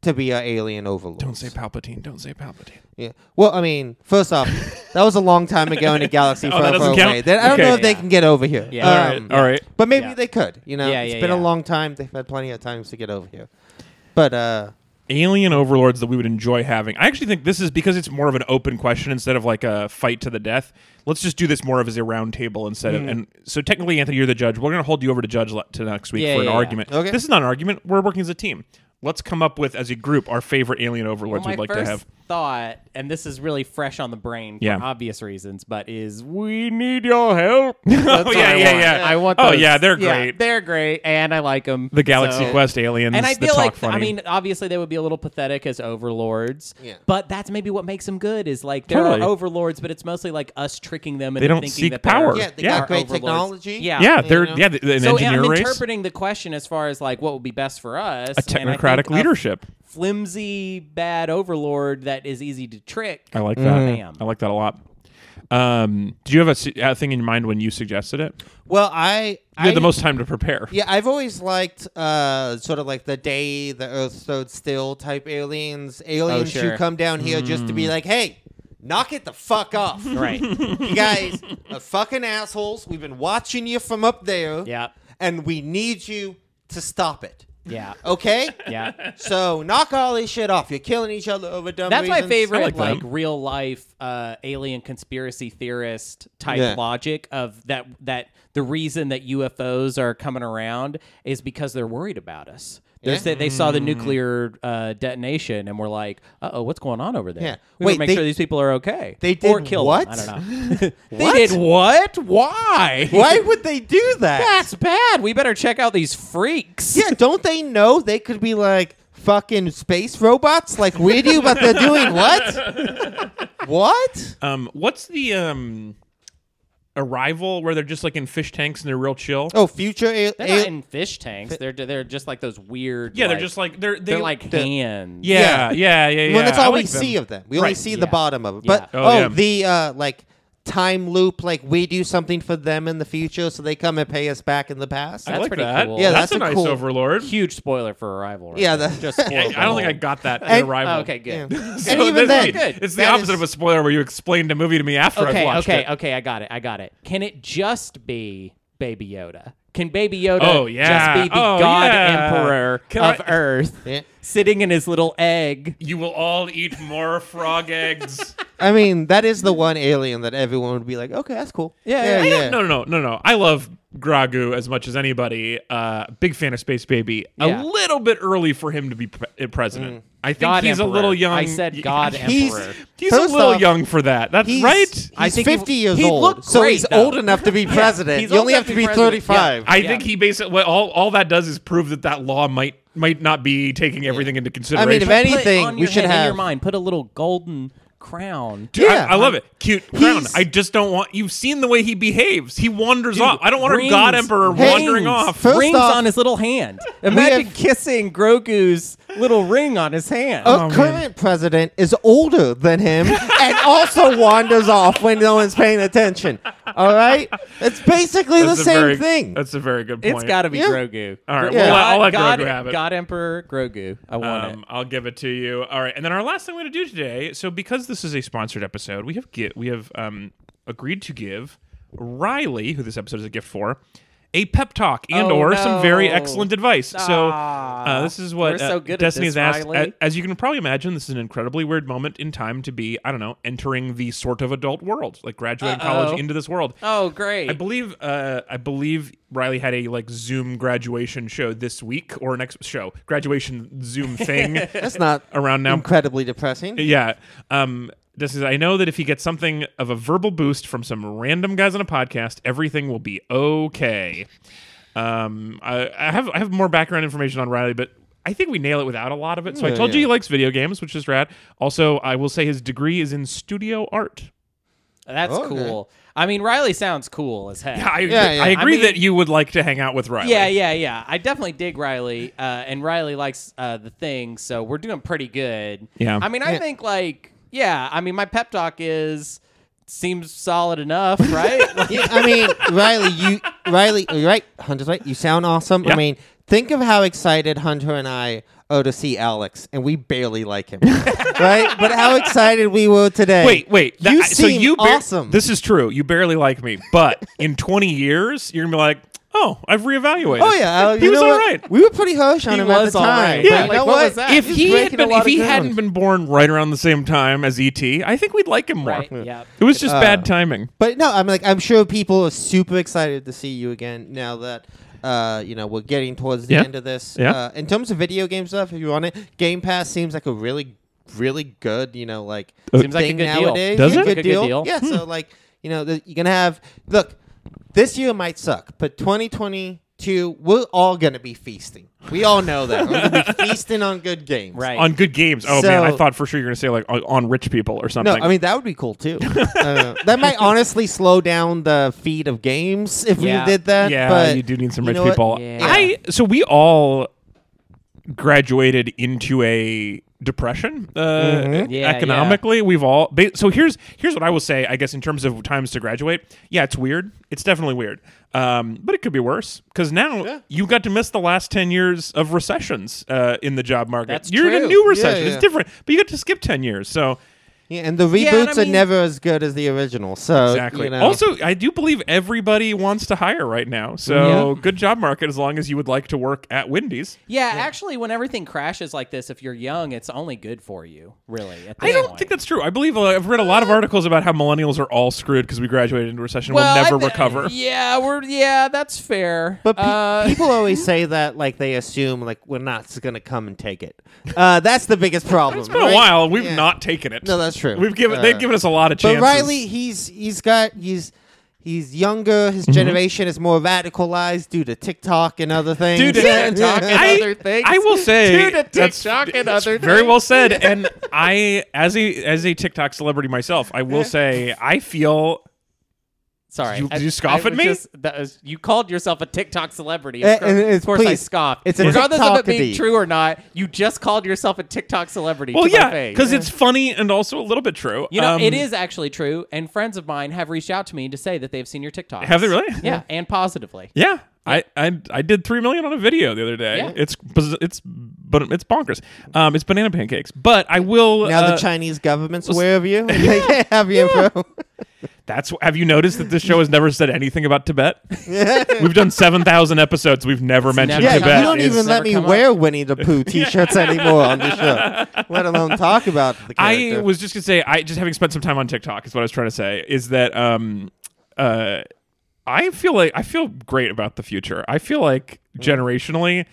Speaker 2: to be our alien overlords?
Speaker 1: Don't say Palpatine. Don't say Palpatine.
Speaker 2: Yeah. Well, I mean, first off, that was a long time ago in a galaxy
Speaker 1: Oh,
Speaker 2: far,
Speaker 1: that
Speaker 2: far
Speaker 1: doesn't count?
Speaker 2: away. Then I don't
Speaker 1: Okay.
Speaker 2: know if they
Speaker 3: Yeah.
Speaker 2: can get over here. Um,
Speaker 3: Yeah.
Speaker 1: All right, all right.
Speaker 2: But maybe
Speaker 3: Yeah.
Speaker 2: they could. You know,
Speaker 3: Yeah,
Speaker 2: it's
Speaker 3: yeah,
Speaker 2: been a
Speaker 3: yeah.
Speaker 2: long time. They've had plenty of times to get over here. But uh,
Speaker 1: alien overlords that we would enjoy having. I actually think this is because it's more of an open question instead of like a fight to the death. Let's just do this more of as a round table instead
Speaker 3: Mm.
Speaker 1: of and so technically Anthony you're the judge. We're going to hold you over to judge le- to next week
Speaker 3: Yeah,
Speaker 1: for an
Speaker 3: yeah, yeah.
Speaker 1: argument.
Speaker 2: Okay.
Speaker 1: This is not an argument. We're working as a team. Let's come up with as a group our favorite alien overlords
Speaker 3: Well,
Speaker 1: we'd
Speaker 3: Oh, my
Speaker 1: like
Speaker 3: first
Speaker 1: to have.
Speaker 3: Thought, and this is really fresh on the brain for
Speaker 1: Yeah.
Speaker 3: obvious reasons, but is we need your help. That's
Speaker 1: Oh
Speaker 3: what
Speaker 1: yeah,
Speaker 3: I
Speaker 1: yeah,
Speaker 3: want.
Speaker 1: yeah.
Speaker 3: I want.
Speaker 1: Oh
Speaker 3: those-
Speaker 1: yeah, they're great.
Speaker 3: they're great, and I like them.
Speaker 1: the Galaxy Quest aliens
Speaker 3: And I
Speaker 1: that
Speaker 3: feel
Speaker 1: talk
Speaker 3: like
Speaker 1: funny.
Speaker 3: I mean, obviously they would be a little pathetic as overlords.
Speaker 2: Yeah.
Speaker 3: But that's maybe what makes them good is like they're
Speaker 1: Totally.
Speaker 3: overlords, but it's mostly like us tricking them and
Speaker 1: They don't
Speaker 3: thinking
Speaker 1: seek
Speaker 3: that they're-
Speaker 1: power.
Speaker 2: yeah, they
Speaker 1: Yeah.
Speaker 2: got great
Speaker 3: overlords.
Speaker 2: technology.
Speaker 3: Yeah.
Speaker 1: yeah, they're
Speaker 2: you know.
Speaker 1: yeah, th- an
Speaker 3: So
Speaker 1: engineer
Speaker 3: I'm
Speaker 1: race,
Speaker 3: interpreting the question as far as like what would be best for
Speaker 1: a
Speaker 3: us. and I think uh,
Speaker 1: technocratic
Speaker 3: a
Speaker 1: leadership.
Speaker 3: flimsy bad overlord that is easy to trick.
Speaker 1: I like
Speaker 3: I
Speaker 1: that.
Speaker 3: am.
Speaker 1: I like that a lot. Um, did you have a, s- a thing in your mind when you suggested it?
Speaker 2: Well, I
Speaker 1: You had
Speaker 2: I,
Speaker 1: the most time to prepare.
Speaker 2: Yeah, I've always liked uh, sort of like the day the Earth stood still type aliens. Aliens
Speaker 3: sure. Mm.
Speaker 2: who come down here just to be like, hey, knock it the fuck off.
Speaker 3: Right.
Speaker 2: you guys are fucking assholes. We've been watching you from up there.
Speaker 3: Yep.
Speaker 2: And we need you to stop it.
Speaker 3: Yeah.
Speaker 2: Okay?
Speaker 3: Yeah.
Speaker 2: So knock all this shit off. You're killing each other over dumb
Speaker 3: That's my
Speaker 2: reasons.
Speaker 3: favorite,
Speaker 1: I
Speaker 3: like,
Speaker 1: like that.
Speaker 3: real life uh, alien conspiracy theorist type
Speaker 2: Yeah.
Speaker 3: logic of that that the reason that UFOs are coming around is because they're worried about us. They're
Speaker 2: Yeah.
Speaker 3: sa- they saw
Speaker 1: Mm.
Speaker 3: the nuclear uh, detonation and were like, "Uh oh, what's going on over there?
Speaker 2: Yeah.
Speaker 3: We Wait,
Speaker 2: Wait,
Speaker 3: make
Speaker 2: they-
Speaker 3: sure these people are okay.
Speaker 2: They
Speaker 3: or
Speaker 2: did
Speaker 3: kill
Speaker 2: what?
Speaker 3: Them. I don't know. they did what? Why?
Speaker 2: Why would they do that?
Speaker 3: That's bad. We better check out these freaks.
Speaker 2: Yeah, don't they know they could be like fucking space robots like we do, but they're doing what? what?
Speaker 1: Um, what's the um, arrival where they're just like in fish tanks and they're real chill?
Speaker 2: Oh, future. A-
Speaker 3: They're
Speaker 2: a-
Speaker 3: not in fish tanks. They're they're just like those weird.
Speaker 1: yeah, they're just like they're they,
Speaker 3: they're like hands.
Speaker 1: yeah, yeah, yeah, yeah.
Speaker 2: well, that's
Speaker 1: I
Speaker 2: all we
Speaker 1: like them.
Speaker 2: see of them. We only
Speaker 3: Right,
Speaker 2: see
Speaker 3: yeah.
Speaker 2: the bottom of it.
Speaker 3: Yeah.
Speaker 2: But
Speaker 1: Oh,
Speaker 2: oh,
Speaker 1: yeah.
Speaker 2: the uh, like time loop, like we do something for them in the future, so they come and pay us back in the past.
Speaker 1: I
Speaker 3: That's
Speaker 1: like
Speaker 3: pretty
Speaker 1: that.
Speaker 3: cool.
Speaker 1: Yeah,
Speaker 2: Yeah,
Speaker 1: that's,
Speaker 2: that's
Speaker 1: a,
Speaker 2: a
Speaker 1: nice
Speaker 2: cool-
Speaker 1: overlord.
Speaker 3: huge spoiler for Arrival. Right
Speaker 2: Yeah,
Speaker 3: there.
Speaker 2: that-
Speaker 3: just
Speaker 1: I,
Speaker 3: spoiled
Speaker 1: I don't think I
Speaker 3: the
Speaker 1: got that in
Speaker 2: And-
Speaker 1: arrival.
Speaker 3: whole- Okay,
Speaker 2: Yeah.
Speaker 3: good.
Speaker 1: So
Speaker 2: and
Speaker 1: that's
Speaker 2: even then,
Speaker 1: neat.
Speaker 3: good.
Speaker 1: it's the
Speaker 2: that
Speaker 1: opposite
Speaker 2: is-
Speaker 1: of a spoiler where you explained a movie to me after I've
Speaker 3: Okay,
Speaker 1: watched
Speaker 3: okay,
Speaker 1: it.
Speaker 3: okay. I got it. I got it. Can it just be Baby Yoda? Can Baby Yoda
Speaker 1: Oh, yeah.
Speaker 3: just be the
Speaker 1: Oh,
Speaker 3: God
Speaker 1: yeah.
Speaker 3: Emperor
Speaker 1: Can
Speaker 3: of
Speaker 1: I-
Speaker 3: Earth,
Speaker 2: Yeah.
Speaker 3: sitting in his little egg?
Speaker 1: You will all eat more frog eggs.
Speaker 2: I mean, that is the one alien that everyone would be like, okay, that's cool.
Speaker 3: Yeah, yeah,
Speaker 2: yeah,
Speaker 1: I
Speaker 2: yeah.
Speaker 1: don't- No, no, no, no, no. I love Gragu as much as anybody. Uh, big fan of Space Baby.
Speaker 3: Yeah.
Speaker 1: A little bit early for him to be pre- uh, president. I think
Speaker 3: God
Speaker 1: he's
Speaker 3: Emperor.
Speaker 1: a little young.
Speaker 3: I said God
Speaker 1: he's,
Speaker 3: Emperor.
Speaker 1: He's a
Speaker 2: First
Speaker 1: little
Speaker 2: off,
Speaker 1: young for that. That's
Speaker 2: He's,
Speaker 1: right.
Speaker 3: I
Speaker 2: He's
Speaker 3: think he-
Speaker 2: 50 years
Speaker 3: he
Speaker 2: old.
Speaker 3: looked
Speaker 2: so
Speaker 3: great,
Speaker 2: he's
Speaker 3: though.
Speaker 2: old enough to be president.
Speaker 3: he's
Speaker 2: you
Speaker 3: old
Speaker 2: only
Speaker 3: enough
Speaker 2: have to
Speaker 3: to
Speaker 2: be
Speaker 3: be president.
Speaker 2: 35.
Speaker 1: I
Speaker 3: Yeah.
Speaker 1: think he basically what all all that does is prove that that law might might not be taking everything into
Speaker 2: I
Speaker 1: consideration.
Speaker 2: mean, if anything,
Speaker 3: Put on
Speaker 2: we
Speaker 3: your
Speaker 2: should
Speaker 3: head, in
Speaker 2: have.
Speaker 3: your mind. Put a little golden crown.
Speaker 1: Dude, I-
Speaker 2: Yeah.
Speaker 1: I, love it. Cute crown.
Speaker 2: He's-
Speaker 1: I just don't want. You've seen the way he behaves. He wanders off. I don't want our
Speaker 3: Rings,
Speaker 1: God Emperor
Speaker 3: rings,
Speaker 1: wandering off.
Speaker 2: First
Speaker 3: rings
Speaker 2: off-
Speaker 3: on his little hand. Imagine
Speaker 2: have-
Speaker 3: kissing Grogu's little ring on his hand.
Speaker 1: Oh,
Speaker 2: Our current president is older than him and also wanders off when no one's paying attention. All right? It's basically
Speaker 1: That's
Speaker 2: the
Speaker 1: a
Speaker 2: same
Speaker 1: very-
Speaker 2: thing.
Speaker 1: That's a very good point.
Speaker 3: It's got to be
Speaker 2: Yeah.
Speaker 3: Grogu.
Speaker 1: All right,
Speaker 2: Yeah.
Speaker 1: well, I'll let
Speaker 3: God,
Speaker 1: Grogu have it.
Speaker 3: God Emperor Grogu. I want it.
Speaker 1: Um, I'll give it to you. All right, and then our last thing we're gonna do today. So because this is a sponsored episode, we have gi- we have um, agreed to give Riley, who this episode is a gift for, a pep talk and
Speaker 3: Oh,
Speaker 1: or some very
Speaker 3: no.
Speaker 1: excellent advice. so
Speaker 3: Ah,
Speaker 1: uh, this is what
Speaker 3: we're
Speaker 1: uh,
Speaker 3: so good at
Speaker 1: Destiny's
Speaker 3: this,
Speaker 1: asked.
Speaker 3: Riley.
Speaker 1: a- as you can probably imagine, this is an incredibly weird moment in time to be I don't know entering the sort of adult world, like graduating
Speaker 3: Uh-oh.
Speaker 1: college into this world.
Speaker 3: Oh, great.
Speaker 1: I believe uh, I believe Riley had a like Zoom graduation show this week or next show graduation Zoom thing
Speaker 2: That's not
Speaker 1: around now.
Speaker 2: incredibly depressing.
Speaker 1: yeah, um, this is. I know that if he gets something of a verbal boost from some random guys on a podcast, everything will be okay. Um, I, I have I have more background information on Riley, but. I think we nail it without a lot of it. So I
Speaker 2: Yeah,
Speaker 1: told you
Speaker 2: yeah.
Speaker 1: he likes video games, which is rad. Also, I will say his degree is in studio art.
Speaker 3: That's
Speaker 2: Oh, Okay.
Speaker 3: cool. I mean, Riley sounds cool as heck.
Speaker 1: Yeah, I,
Speaker 2: Yeah, yeah.
Speaker 1: I
Speaker 2: I
Speaker 1: agree
Speaker 3: mean-
Speaker 1: that you would like to hang out with Riley.
Speaker 3: yeah, yeah, yeah. I definitely dig Riley, uh, and Riley likes uh, the thing, so we're doing pretty good.
Speaker 1: Yeah.
Speaker 3: I mean, I
Speaker 2: Yeah.
Speaker 3: think like, yeah. I mean, my pep talk is seems solid enough, right? Like,
Speaker 2: Yeah, I mean, Riley, you Riley, you're right. Hunter's right. You sound awesome.
Speaker 1: Yeah.
Speaker 2: I mean, think of how excited Hunter and I are to see Alex, and we barely like him, right? But how excited we were today.
Speaker 1: Wait, wait. That-
Speaker 2: you
Speaker 1: I-
Speaker 2: seem
Speaker 1: so you bar-
Speaker 2: awesome.
Speaker 1: This is true. You barely like me, but in 20 years, you're gonna be like, oh, I've reevaluated.
Speaker 2: oh yeah, Alex,
Speaker 1: he
Speaker 2: you
Speaker 1: was
Speaker 2: know
Speaker 1: all
Speaker 2: what?
Speaker 1: right.
Speaker 2: We were pretty harsh on
Speaker 3: He
Speaker 2: him
Speaker 3: was
Speaker 2: at the
Speaker 3: all
Speaker 2: time.
Speaker 3: right,
Speaker 2: but
Speaker 1: but
Speaker 2: you
Speaker 1: like,
Speaker 2: know
Speaker 3: what
Speaker 2: what?
Speaker 3: was that?
Speaker 1: If
Speaker 2: He's
Speaker 1: he had
Speaker 2: breaking a
Speaker 1: been,
Speaker 2: lot
Speaker 1: if
Speaker 2: of
Speaker 1: he
Speaker 2: ground.
Speaker 1: hadn't been born right around the same time as ET, I think we'd like him more.
Speaker 3: Right, yeah.
Speaker 1: It was just
Speaker 2: Uh,
Speaker 1: bad timing.
Speaker 2: But no, I'm like I'm sure people are super excited to see you again now that uh, you know we're getting towards the
Speaker 1: Yeah.
Speaker 2: end of this.
Speaker 1: Yeah.
Speaker 2: Uh, in terms of video game stuff, if you want it, Game Pass seems like a really, really good you know like
Speaker 3: Seems like a
Speaker 2: thing
Speaker 3: good deal.
Speaker 2: nowadays.
Speaker 1: Uh, Does
Speaker 2: Yeah,
Speaker 1: it? Hmm.
Speaker 2: Good,
Speaker 3: Like a good
Speaker 2: deal.
Speaker 3: deal.
Speaker 2: Yeah. So like you know the, you can have look. This year might suck, but 2022 we're all gonna be feasting. We all know that we're gonna be feasting on good games.
Speaker 3: Right.
Speaker 1: On good games. Oh
Speaker 2: So-
Speaker 1: man, I thought for sure you were gonna say like on- on rich people or
Speaker 2: No,
Speaker 1: something.
Speaker 2: I mean that would be cool too. Uh, that might honestly slow down the feed of games if
Speaker 3: Yeah.
Speaker 2: we did that.
Speaker 1: yeah,
Speaker 2: but
Speaker 1: you do need some
Speaker 2: you
Speaker 1: rich
Speaker 2: know what?
Speaker 1: people.
Speaker 3: Yeah.
Speaker 1: I so we all graduated into a depression uh,
Speaker 2: Mm-hmm.
Speaker 3: Yeah,
Speaker 1: economically we've all ba- so here's here's what i will say i guess in terms of times to graduate yeah it's weird it's definitely weird um, but it could be worse because now you got to miss the last 10 years of recessions uh, in the job market
Speaker 3: That's
Speaker 1: you're in a
Speaker 3: true.
Speaker 1: new recession
Speaker 2: yeah.
Speaker 1: it's different but you got to skip 10 years so
Speaker 2: Yeah, and the reboots
Speaker 3: Yeah, and I mean-
Speaker 2: are never as good as the original. So
Speaker 1: Exactly.
Speaker 2: You know,
Speaker 1: Also, I do believe everybody wants to hire right now. So good job market as long as you would like to work at Wendy's.
Speaker 3: Yeah, actually, when everything crashes like this, if you're young, it's only good for you, really. At this
Speaker 1: I don't
Speaker 3: point.
Speaker 1: think that's true. I believe uh, I've read a lot of articles about how millennials are all screwed because we graduated into recession. We'll,
Speaker 3: I
Speaker 1: never
Speaker 3: thi-
Speaker 1: recover.
Speaker 3: Yeah, we're yeah, that's fair.
Speaker 2: But pe-
Speaker 3: uh,
Speaker 2: people always say that like they assume like we're not going to come and take it. Uh, that's the biggest problem.
Speaker 1: It's been a while. We've not taken it.
Speaker 2: No, that's true.
Speaker 1: We've given
Speaker 2: Uh,
Speaker 1: they've given us a lot of
Speaker 2: But
Speaker 1: chances.
Speaker 2: Riley, he's he's got he's he's younger.
Speaker 1: Mm-hmm.
Speaker 2: His generation is more radicalized due to TikTok and other things.
Speaker 1: Dude,
Speaker 2: And-
Speaker 4: TikTok and
Speaker 1: I,
Speaker 4: other things.
Speaker 1: I will say
Speaker 4: Due to
Speaker 1: that's-
Speaker 4: TikTok and
Speaker 1: that's
Speaker 4: other things.
Speaker 1: very well said. And I, as a as a TikTok celebrity myself, I will say I feel
Speaker 3: sorry,
Speaker 1: you-
Speaker 3: I-
Speaker 1: did you scoff
Speaker 3: I
Speaker 1: at
Speaker 3: was
Speaker 1: me?
Speaker 3: just- that was- you called yourself a TikTok celebrity.
Speaker 2: Eh,
Speaker 3: Of course,
Speaker 2: and it's-
Speaker 3: of course I
Speaker 2: please,
Speaker 3: scoffed.
Speaker 2: it's a
Speaker 3: Regardless of it being
Speaker 2: TikTokity.
Speaker 3: true or not, you just called yourself a TikTok celebrity.
Speaker 1: well,
Speaker 3: to my
Speaker 1: yeah,
Speaker 3: face.
Speaker 1: because it's funny and also a little bit true.
Speaker 3: You know,
Speaker 1: Um,
Speaker 3: it is actually true, and friends of mine have reached out to me to say that they've seen your TikTok.
Speaker 1: Have they really?
Speaker 3: Yeah, and positively.
Speaker 1: Yeah. I, I I did three million on a video the other day.
Speaker 3: Yeah.
Speaker 1: It's biz- it's but it's bonkers. Um, it's banana pancakes. But I will.
Speaker 2: now
Speaker 1: uh,
Speaker 2: the Chinese government's aware of you. They can't have your info.
Speaker 1: that's have you noticed that this show has never said anything about Tibet? we've done seven thousand episodes. We've never mentioned
Speaker 3: never
Speaker 2: Yeah,
Speaker 3: Too bad.
Speaker 2: you
Speaker 1: Tibet.
Speaker 2: don't
Speaker 1: It's-
Speaker 2: even
Speaker 3: never
Speaker 2: let me
Speaker 3: come up.
Speaker 2: wear Winnie the Pooh T-shirts anymore on the show, let alone talk about the
Speaker 1: I
Speaker 2: character.
Speaker 1: was just gonna say, I just having spent some time on TikTok is what I was trying to say. Is that um, uh, I feel like I feel great about the future. I feel like
Speaker 3: Mm.
Speaker 1: generationally,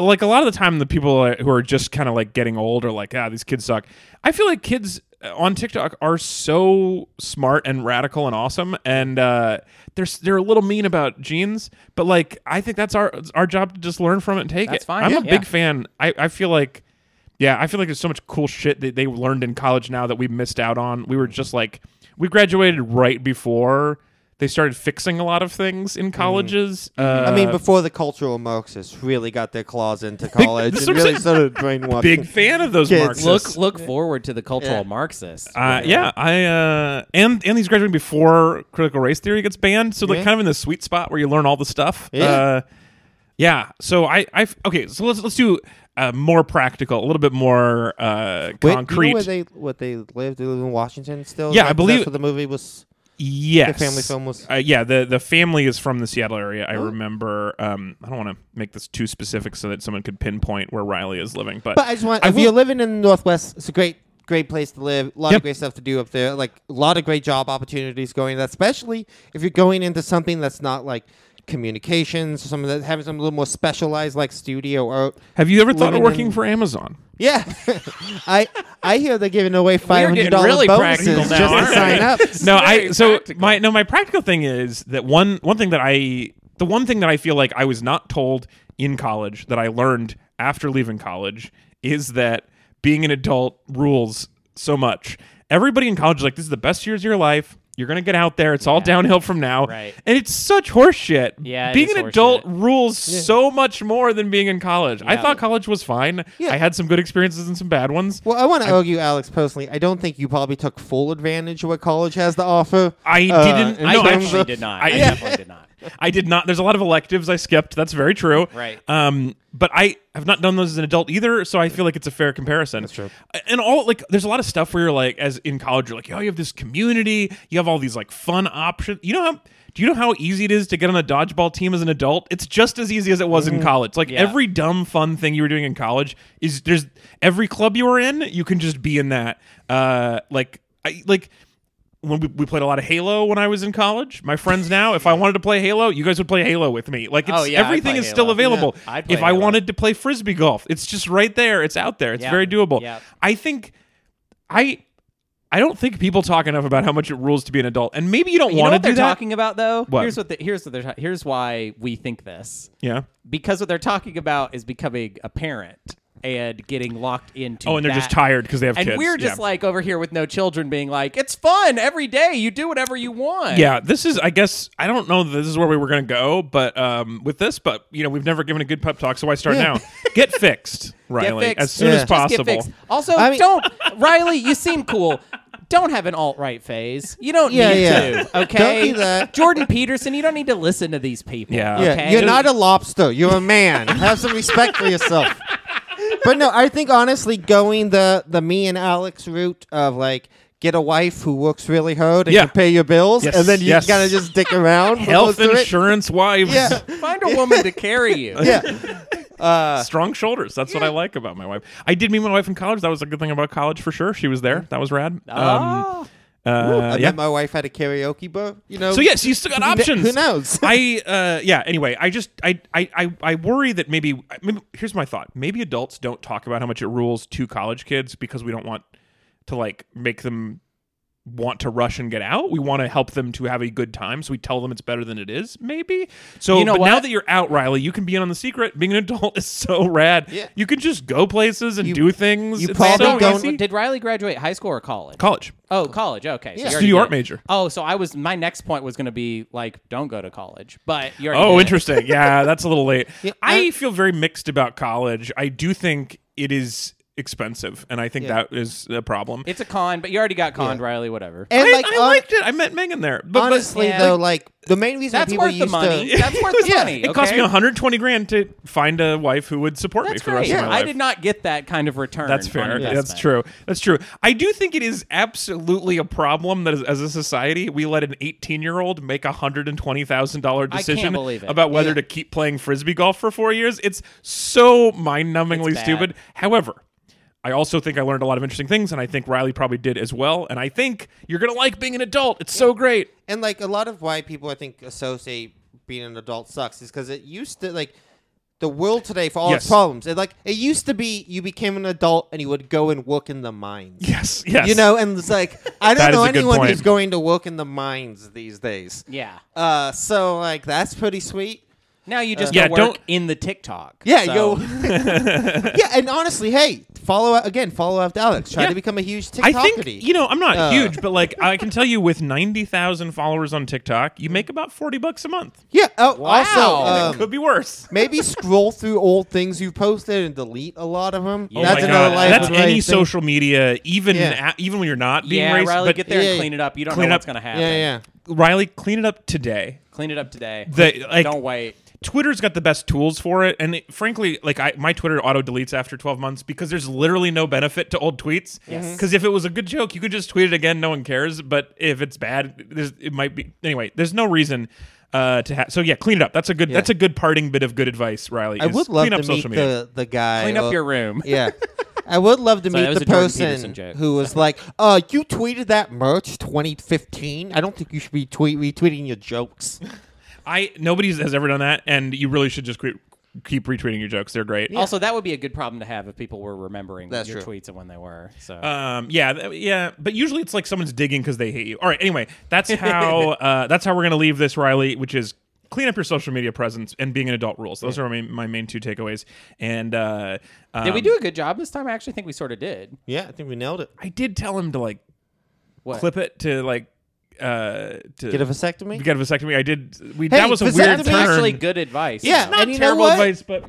Speaker 1: like a lot of the time, the people uh, who are just kind of like getting old are like, ah, these kids suck. I feel like kids uh, on TikTok are so smart and radical and awesome, and uh, they're s- they're a little mean about genes, but like I think that's our it's our job to just learn from it and take
Speaker 3: That's
Speaker 1: it.
Speaker 3: fine.
Speaker 1: I'm
Speaker 3: Yeah.
Speaker 1: a
Speaker 3: Yeah.
Speaker 1: big fan. I, I feel like, yeah, I feel like there's so much cool shit that they learned in college now that we missed out on. We were just like, we graduated right before they started fixing a lot of things in
Speaker 3: Mm-hmm.
Speaker 1: colleges. Uh,
Speaker 2: I mean, before the cultural Marxists really got their claws into
Speaker 1: Big-
Speaker 2: college
Speaker 1: this is
Speaker 2: and
Speaker 1: what I'm
Speaker 2: really started brainwashing.
Speaker 1: big fan of those
Speaker 2: Kids.
Speaker 1: marks.
Speaker 3: Look, look forward to the cultural
Speaker 2: Yeah.
Speaker 3: Marxists.
Speaker 1: Uh, yeah, I uh, and and he's graduating before critical race theory gets banned, so like
Speaker 2: Yeah.
Speaker 1: kind of in the sweet spot where you learn all the stuff.
Speaker 2: Yeah.
Speaker 1: Uh, yeah. So I, I okay. So let's let's do uh, more practical, a little bit more uh,
Speaker 2: Wait,
Speaker 1: concrete.
Speaker 2: You know where they what they lived? They live in Washington still.
Speaker 1: Yeah, I
Speaker 2: That-
Speaker 1: believe-
Speaker 2: that's what the movie was.
Speaker 1: Yes,
Speaker 2: The family film was- Oh.
Speaker 1: Uh, yeah, the the family is from the Seattle area. I remember. Um, I don't want to make this too specific so that someone could pinpoint where Riley is living, but,
Speaker 2: But I just want if
Speaker 1: will-
Speaker 2: you're living in the Northwest, it's a great great place to live. A lot
Speaker 1: Yep.
Speaker 2: of great stuff to do up there. Like a lot of great job opportunities going. That especially if you're going into something that's not like communications, some of that having some a little more specialized like studio art.
Speaker 1: have you ever thought of
Speaker 2: Living
Speaker 1: working
Speaker 2: in-
Speaker 1: for Amazon?
Speaker 2: Yeah, I I hear they're giving away five
Speaker 3: getting
Speaker 2: hundred dollars
Speaker 3: really practical
Speaker 2: bonuses
Speaker 3: now,
Speaker 2: just to
Speaker 3: aren't we?
Speaker 2: sign up.
Speaker 1: no, I
Speaker 3: very
Speaker 1: so
Speaker 3: practical.
Speaker 1: my no my practical thing is that one one thing that I the one thing that I feel like I was not told in college that I learned after leaving college is that being an adult rules so much. Everybody in college is like this is the best years of your life. You're gonna get out there. It's all downhill from now,
Speaker 3: Right.
Speaker 1: and it's such horseshit.
Speaker 3: Yeah, it
Speaker 1: being
Speaker 3: is
Speaker 1: an adult
Speaker 3: horseshit.
Speaker 1: rules so much more than being in college. I
Speaker 3: Yeah.
Speaker 1: thought college was fine.
Speaker 2: Yeah.
Speaker 1: I had some good experiences and some bad ones.
Speaker 2: Well, I want to argue, Alex. Personally, I don't think you probably took full advantage of what college has to offer.
Speaker 1: I
Speaker 2: uh,
Speaker 1: didn't.
Speaker 2: in
Speaker 1: no,
Speaker 2: terms
Speaker 1: actually
Speaker 2: of-
Speaker 3: did not.
Speaker 1: I-
Speaker 3: I,
Speaker 1: yeah.
Speaker 3: definitely did not.
Speaker 1: I did not. There's a lot of electives I skipped. That's very true.
Speaker 3: Right.
Speaker 1: Um, but I have not done those as an adult either, so I feel like it's a fair comparison. That's true. And all like, there's a lot of stuff where you're like, as in college, you're like, oh, you have this community, you have all these like fun options. You know how? Do you know how easy it is to get on a dodgeball team as an adult? It's just as easy as it was in college. Like
Speaker 3: Mm-hmm. Yeah.
Speaker 1: every dumb fun thing you were doing in college is there's every club you were in, you can just be in that. Uh, like I like when we, we played a lot of Halo when I was in college. My friends now, if I wanted to play Halo, you guys would play Halo with me. Like it's,
Speaker 3: Oh, yeah, I'd
Speaker 1: everything
Speaker 3: play
Speaker 1: is still
Speaker 3: Halo.
Speaker 1: available.
Speaker 3: Yeah, I'd play
Speaker 1: if I
Speaker 3: Halo.
Speaker 1: wanted to play frisbee golf, it's just right there. It's out there. It's
Speaker 3: Yeah.
Speaker 1: very doable.
Speaker 3: Yeah.
Speaker 1: I think I I don't think people talk enough about how much it rules to be an adult. And maybe you don't
Speaker 3: You know
Speaker 1: want to
Speaker 3: what
Speaker 1: do
Speaker 3: they're
Speaker 1: that.
Speaker 3: talking about though?
Speaker 1: What?
Speaker 3: Here's what the, here's what they're ta- here's why we think this.
Speaker 1: yeah.
Speaker 3: Because what they're talking about is becoming a parent. and getting locked into.
Speaker 1: Oh, and they're
Speaker 3: that.
Speaker 1: just tired because they have
Speaker 3: And
Speaker 1: kids.
Speaker 3: we're just
Speaker 1: yeah.
Speaker 3: like over here with no children, being like, "It's fun every day. You do whatever you want."
Speaker 1: Yeah, this is. I guess I don't know. That this is where we were going to go, but um, with this, but you know, we've never given a good pep talk, so why start now? Get fixed,
Speaker 3: Get
Speaker 1: Riley,
Speaker 3: fixed.
Speaker 1: as soon as
Speaker 2: Yeah.
Speaker 3: Just get
Speaker 1: possible.
Speaker 3: fixed. Also,
Speaker 2: I mean-
Speaker 3: don't Riley. You seem cool. Don't have an alt right phase. You don't
Speaker 2: Yeah,
Speaker 3: need
Speaker 2: yeah.
Speaker 3: to. Okay,
Speaker 2: Don't do that.
Speaker 3: Jordan Peterson. You don't need to listen to these people.
Speaker 1: Yeah.
Speaker 2: Yeah,
Speaker 3: okay?
Speaker 2: you're not a lobster. You're a man. Have some respect for yourself. But no, I think honestly, going the the me and Alex route of like get a wife who works really hard and
Speaker 1: Yeah.
Speaker 2: can pay your bills,
Speaker 1: Yes,
Speaker 2: and then you
Speaker 1: yes.
Speaker 2: kind of just dick around. for
Speaker 1: Health
Speaker 2: most of it.
Speaker 1: insurance wives,
Speaker 2: Yeah,
Speaker 3: Find a woman to carry you.
Speaker 1: Uh,
Speaker 2: yeah.
Speaker 1: strong shoulders. That's what I like about my wife. I did meet my wife in college. That was a good thing about college for sure. She was there. That was rad. Um,
Speaker 3: Ah.
Speaker 1: uh,
Speaker 2: I
Speaker 1: yeah.
Speaker 2: met my wife had a karaoke bar. You know.
Speaker 1: So yes, you still got
Speaker 2: kn-
Speaker 1: options.
Speaker 2: who knows?
Speaker 1: I uh, yeah. Anyway, I just I I I, I worry that maybe, maybe here's my thought. Maybe adults don't talk about how much it rules to college kids because we don't want to like make them want to rush and get out. We want to help them to have a good time, so we tell them it's better than it is. Maybe. So
Speaker 3: You know
Speaker 1: but now
Speaker 3: what?
Speaker 1: that you're out, Riley, you can be in on the secret. Being an adult is so rad.
Speaker 2: Yeah.
Speaker 1: You can just go places and
Speaker 2: You-
Speaker 1: do things.
Speaker 2: you
Speaker 1: It's
Speaker 2: probably
Speaker 1: so
Speaker 2: don't-
Speaker 1: easy.
Speaker 3: Did Riley graduate high school or college?
Speaker 1: college.
Speaker 3: oh, college. Okay. So
Speaker 2: Yeah.
Speaker 3: you already
Speaker 1: Studio
Speaker 3: did.
Speaker 1: art major.
Speaker 3: Oh, so I was. My next point was going to be like, don't go to college. But you already
Speaker 1: Oh,
Speaker 3: did.
Speaker 1: interesting. Yeah, that's a little late. I
Speaker 2: I-
Speaker 1: feel very mixed about college. I do think it is expensive, and I think that is a problem.
Speaker 3: It's a con, but you already got conned, Riley. Whatever.
Speaker 2: and
Speaker 1: I,
Speaker 2: like
Speaker 1: I
Speaker 2: hon-
Speaker 1: liked it. I met Megan there. But, but-
Speaker 2: honestly
Speaker 3: Yeah.
Speaker 2: though, like the main reason
Speaker 3: That's
Speaker 2: people
Speaker 3: worth the
Speaker 2: used
Speaker 3: money.
Speaker 2: to
Speaker 3: That's worth the
Speaker 1: Yeah,
Speaker 3: money.
Speaker 1: it cost me
Speaker 3: okay?
Speaker 1: 120 grand to find a wife who would support me
Speaker 3: That's
Speaker 1: for the rest
Speaker 3: great.
Speaker 1: of my
Speaker 3: I
Speaker 1: life.
Speaker 3: did not get that kind of return.
Speaker 1: That's
Speaker 3: on
Speaker 1: fair.
Speaker 3: investment.
Speaker 1: That's true. That's true. I do think it is absolutely a problem that as, as a society we let an 18 year old make a hundred and twenty thousand dollar
Speaker 3: can't
Speaker 1: decision
Speaker 3: believe it.
Speaker 1: about whether to keep playing frisbee golf for four years. It's so mind numbingly
Speaker 3: It's bad.
Speaker 1: stupid. However. I also think I learned a lot of interesting things, and I think Riley probably did as well. And I think you're gonna like being an adult. It's so great.
Speaker 2: and like a lot of why people I think associate being an adult sucks is because it used to like the world today for all
Speaker 1: Yes.
Speaker 2: its problems. It like it used to be you became an adult and you would go and work in the mines.
Speaker 1: Yes, yes.
Speaker 2: You know, and it's like I
Speaker 1: That
Speaker 2: don't know
Speaker 1: is a good
Speaker 2: anyone
Speaker 1: point.
Speaker 2: who's going to work in the mines these days.
Speaker 3: Yeah.
Speaker 2: Uh, so like that's pretty sweet.
Speaker 3: Now you just
Speaker 1: Uh, Yeah,
Speaker 3: go work
Speaker 1: don't-
Speaker 3: in the TikTok.
Speaker 2: Yeah, yo.
Speaker 3: So-
Speaker 2: yeah, and honestly, hey, follow again. Follow after Alex. Try
Speaker 1: Yeah.
Speaker 2: to become a huge
Speaker 1: I
Speaker 2: TikToker.
Speaker 1: think you know I'm not
Speaker 3: Oh.
Speaker 2: Uh.
Speaker 1: huge, but like I can tell you, with ninety thousand followers on TikTok, you make about forty bucks a month.
Speaker 2: Yeah. Oh,
Speaker 3: Wow.
Speaker 2: also, um,
Speaker 1: Could be worse.
Speaker 2: Maybe scroll through old things you posted and delete a lot of them.
Speaker 3: Oh
Speaker 2: that's
Speaker 3: my
Speaker 2: another
Speaker 3: God.
Speaker 2: life.
Speaker 1: That's
Speaker 2: advice
Speaker 1: any
Speaker 2: thing.
Speaker 1: social media, even
Speaker 2: Yeah.
Speaker 1: a- even when you're not being
Speaker 3: yeah,
Speaker 1: racist.
Speaker 3: Riley,
Speaker 1: but
Speaker 3: get there
Speaker 2: Yeah,
Speaker 3: and
Speaker 2: yeah.
Speaker 3: clean it up. You don't
Speaker 1: Clean it
Speaker 3: know what's
Speaker 1: up.
Speaker 3: going to happen.
Speaker 2: Yeah, yeah.
Speaker 1: Riley, clean it up today.
Speaker 3: Clean it up today.
Speaker 1: The like
Speaker 3: don't wait.
Speaker 1: Twitter's got the best tools for it, and it- frankly, like I, my Twitter auto deletes after 12 months because there's literally no benefit to old tweets.
Speaker 2: Mm-hmm.
Speaker 3: Yes.
Speaker 1: Because if it was a good joke, you could just tweet it again, no one cares. But if it's bad, there's it might be anyway. There's no reason. Uh, to have so yeah, clean it up. That's a good. That's a good parting bit of good advice, Riley.
Speaker 2: I
Speaker 1: is
Speaker 2: would love
Speaker 1: clean
Speaker 2: to
Speaker 1: up
Speaker 2: meet
Speaker 1: social media.
Speaker 2: the, the guy.
Speaker 3: Clean up
Speaker 2: or-
Speaker 3: your room.
Speaker 2: Yeah. I would love to
Speaker 3: Sorry, that
Speaker 2: meet
Speaker 3: was
Speaker 2: the
Speaker 3: a Jordan Peterson
Speaker 2: person
Speaker 3: joke.
Speaker 2: who was like, "Uh, you tweeted that merch 2015. I don't think you should be tweet retweeting your jokes."
Speaker 1: I nobody has ever done that, and you really should just keep, keep retweeting your jokes. They're great.
Speaker 3: Also, that would be a good problem to have if people were remembering
Speaker 2: That's
Speaker 3: your
Speaker 2: true.
Speaker 3: tweets and when they were. So
Speaker 1: Um, yeah, th- yeah, but usually it's like someone's digging because they hate you. All right, anyway, that's how uh, that's how we're gonna leave this, Riley, which is clean up your social media presence and being an adult rules. Those are my, my main two takeaways. And uh, um,
Speaker 3: did we do a good job this time? I actually think we sort of did.
Speaker 2: Yeah, I think we nailed it.
Speaker 1: I did tell him to like
Speaker 3: What?
Speaker 1: clip it to like uh, to
Speaker 2: Get a vasectomy.
Speaker 1: get a vasectomy. I did. We
Speaker 2: Hey,
Speaker 1: that was a weird
Speaker 2: vasectomy-
Speaker 1: turn.
Speaker 3: actually good advice.
Speaker 2: Yeah,
Speaker 3: though.
Speaker 1: Not
Speaker 2: And you know
Speaker 1: terrible
Speaker 2: what?
Speaker 1: advice, but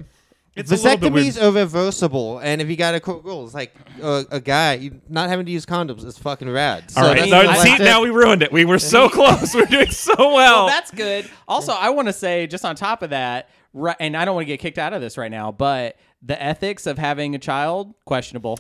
Speaker 1: it's a little bit weird.
Speaker 2: Vasectomies are reversible, and if you got a cool rule, it's like uh, a guy you, not having to use condoms is fucking rad. So
Speaker 1: All right,
Speaker 2: that's
Speaker 1: now,
Speaker 2: what I
Speaker 1: see,
Speaker 2: liked it.
Speaker 1: now we ruined it. We were so close. We're doing so well.
Speaker 3: well, that's good. Also, I want to say, just on top of that, ri- and I don't want to get kicked out of this right now, but the ethics of having a child questionable.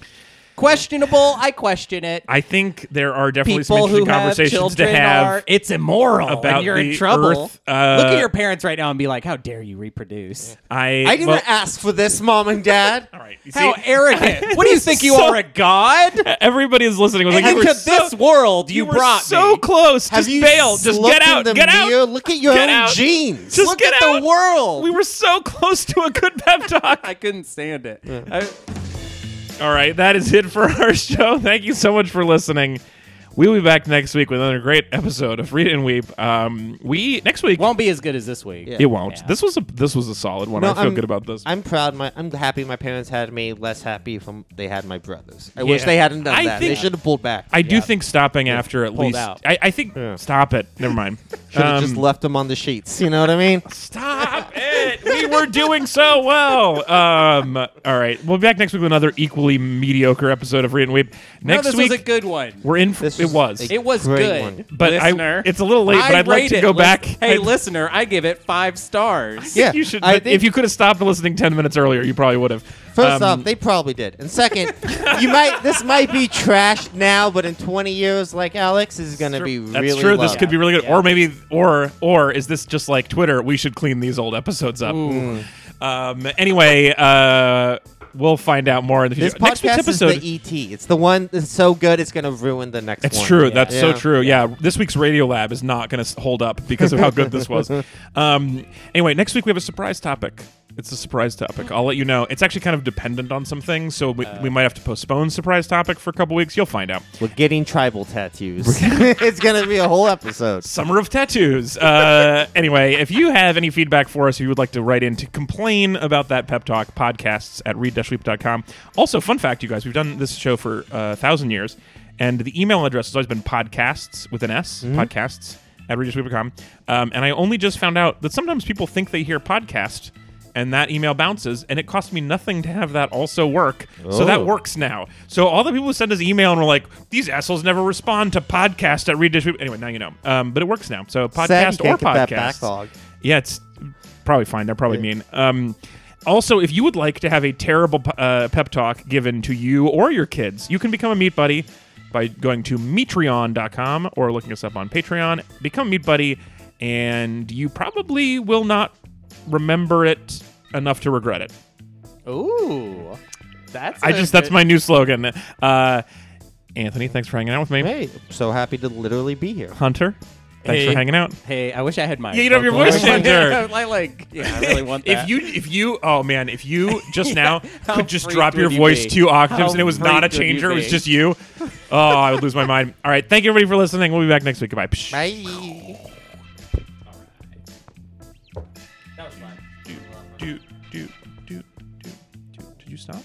Speaker 3: Questionable. I question it.
Speaker 1: I think there are definitely
Speaker 3: People
Speaker 1: some
Speaker 3: who
Speaker 1: interesting
Speaker 3: have
Speaker 1: conversations to
Speaker 3: children
Speaker 1: have.
Speaker 3: are it's immoral
Speaker 1: about
Speaker 3: and you're in
Speaker 1: the
Speaker 3: trouble.
Speaker 1: earth, uh,
Speaker 3: Look at your parents right now and be like, "How dare you reproduce?"
Speaker 1: I,
Speaker 2: I didn't
Speaker 1: well,
Speaker 2: ask for this, mom and dad.
Speaker 1: all right. You
Speaker 3: How
Speaker 1: see,
Speaker 3: arrogant! what do you think you
Speaker 1: So-
Speaker 3: are, a god?
Speaker 1: everybody is listening. Was like, you
Speaker 3: Into
Speaker 1: were so,
Speaker 3: this world, you,
Speaker 1: you were
Speaker 3: brought
Speaker 1: so
Speaker 3: me.
Speaker 1: close. Just bail. Just
Speaker 2: looked
Speaker 1: get
Speaker 2: in
Speaker 1: out.
Speaker 2: the
Speaker 1: Get
Speaker 2: mirror?
Speaker 1: out.
Speaker 2: Look at your
Speaker 1: Get
Speaker 2: own
Speaker 1: out.
Speaker 2: jeans.
Speaker 1: Just
Speaker 3: Look
Speaker 1: get
Speaker 3: at
Speaker 1: out.
Speaker 3: the world.
Speaker 1: We were so close to a good pep talk.
Speaker 3: I couldn't stand it. I-
Speaker 1: All right, that is it for our show. Thank you so much for listening. We'll be back next week with another great episode of Read It and Weep. Um, we next week
Speaker 3: Won't be as good as this week.
Speaker 2: Yeah.
Speaker 1: it won't.
Speaker 3: Yeah.
Speaker 1: This was a this was a solid one. I feel
Speaker 2: I'm-
Speaker 1: good about this.
Speaker 2: I'm proud. My I'm happy. My parents had me. Less happy from they had my brothers. I
Speaker 1: Yeah.
Speaker 2: wish they hadn't done
Speaker 1: I
Speaker 2: that. They
Speaker 1: think-
Speaker 2: should have pulled back.
Speaker 1: I do think stopping after at
Speaker 3: pulled
Speaker 1: least.
Speaker 3: out.
Speaker 1: I, I think
Speaker 2: Yeah.
Speaker 1: stop it. Never mind.
Speaker 2: should have
Speaker 1: Um,
Speaker 2: just left them on the sheets. You know what I mean?
Speaker 1: Stop it! We were doing so well. Um, all right, we'll be back next week with another equally mediocre episode of Read and Weep.
Speaker 3: No,
Speaker 1: Next
Speaker 3: this
Speaker 1: week
Speaker 3: was a good one.
Speaker 1: we're in. f-
Speaker 2: This
Speaker 1: it
Speaker 2: was
Speaker 1: was,
Speaker 2: a-
Speaker 3: It was
Speaker 2: Great
Speaker 3: good.
Speaker 2: one.
Speaker 1: but
Speaker 3: listener,
Speaker 1: I, it's a little late. But I'd like
Speaker 3: rate
Speaker 1: to
Speaker 3: it.
Speaker 1: go
Speaker 3: Lis-
Speaker 1: back.
Speaker 3: Hey,
Speaker 1: I'd-
Speaker 3: listener, I give it five stars.
Speaker 2: Yeah,
Speaker 1: you should.
Speaker 2: I
Speaker 1: but
Speaker 2: think-
Speaker 1: if you could have stopped listening ten minutes earlier, you probably would have.
Speaker 2: First
Speaker 1: Um,
Speaker 2: off, they probably did, and second, you might this might be trashed now, but in 20 years, like Alex this is gonna be
Speaker 1: That's
Speaker 2: really.
Speaker 1: true. This
Speaker 2: loved.
Speaker 1: could be really good.
Speaker 3: Yeah.
Speaker 1: Or maybe, or or is this just like Twitter? We should clean these old episodes up. Um, anyway, uh, we'll find out more in the
Speaker 2: This
Speaker 1: future. Next week's
Speaker 2: podcast
Speaker 1: episode.
Speaker 2: is the E ET. It's the one that's so good it's gonna ruin the next.
Speaker 1: It's
Speaker 2: one.
Speaker 1: true. That's so
Speaker 2: Yeah.
Speaker 1: true. Yeah. This week's Radio Lab is not going to hold up because of how good this was. Um, anyway, next week we have a surprise topic. It's a surprise topic. I'll let you know. It's actually kind of dependent on some things, so we,
Speaker 2: Uh.
Speaker 1: we might have to postpone surprise topic for a couple weeks. You'll find out.
Speaker 2: We're getting tribal tattoos. it's gonna be a whole episode.
Speaker 1: Summer of tattoos. Uh, anyway, if you have any feedback for us, if you would like to write in to complain about that pep talk, podcasts at read-weep.com. Also, fun fact, you guys, we've done this show for uh, a thousand years, and the email address has always been podcasts with an S, podcasts at read-weep.com. Um, and I only just found out that sometimes people think they hear podcast, and that email bounces, and it cost me nothing to have that also work. So that
Speaker 2: Oh.
Speaker 1: works now. So all the people who send us email and were like, these assholes never respond to podcast at read Distrib-" Anyway, now you know. Um, but it works now. So podcast
Speaker 2: Sad you
Speaker 1: or
Speaker 2: can't get that
Speaker 1: podcast.
Speaker 2: backlog.
Speaker 1: Yeah, it's probably fine. They're probably mean. Um, also, if you would like to have a terrible uh, pep talk given to you or your kids, you can become a meat buddy by going to metreon.com or looking us up on Patreon. Become a meat buddy, and you probably will not remember it enough to regret it.
Speaker 3: Ooh, that's.
Speaker 1: I
Speaker 3: a
Speaker 1: just that's
Speaker 3: good-
Speaker 1: my new slogan. Uh, Anthony, thanks for hanging out with me.
Speaker 2: Hey, so happy to literally be here.
Speaker 1: Hunter, thanks
Speaker 3: Hey.
Speaker 1: for hanging out.
Speaker 3: Hey, I wish I had my.
Speaker 1: Yeah, you don't have your
Speaker 3: vocal
Speaker 1: voice
Speaker 3: recording.
Speaker 1: changer.
Speaker 3: I like. Yeah, I really want that.
Speaker 1: If you, if you, oh man, if you just now
Speaker 3: how
Speaker 1: could just
Speaker 3: freaked
Speaker 1: drop your
Speaker 3: would you
Speaker 1: voice
Speaker 3: be?
Speaker 1: two octaves
Speaker 3: How
Speaker 1: and it was not a
Speaker 3: freaked would you
Speaker 1: changer, it was
Speaker 3: be?
Speaker 1: just you. Oh, I would lose my mind. All right, thank you everybody for listening. We'll be back next week. Goodbye. Psh.
Speaker 2: Bye.
Speaker 1: Do, do, do, do, do, do. Did you stop?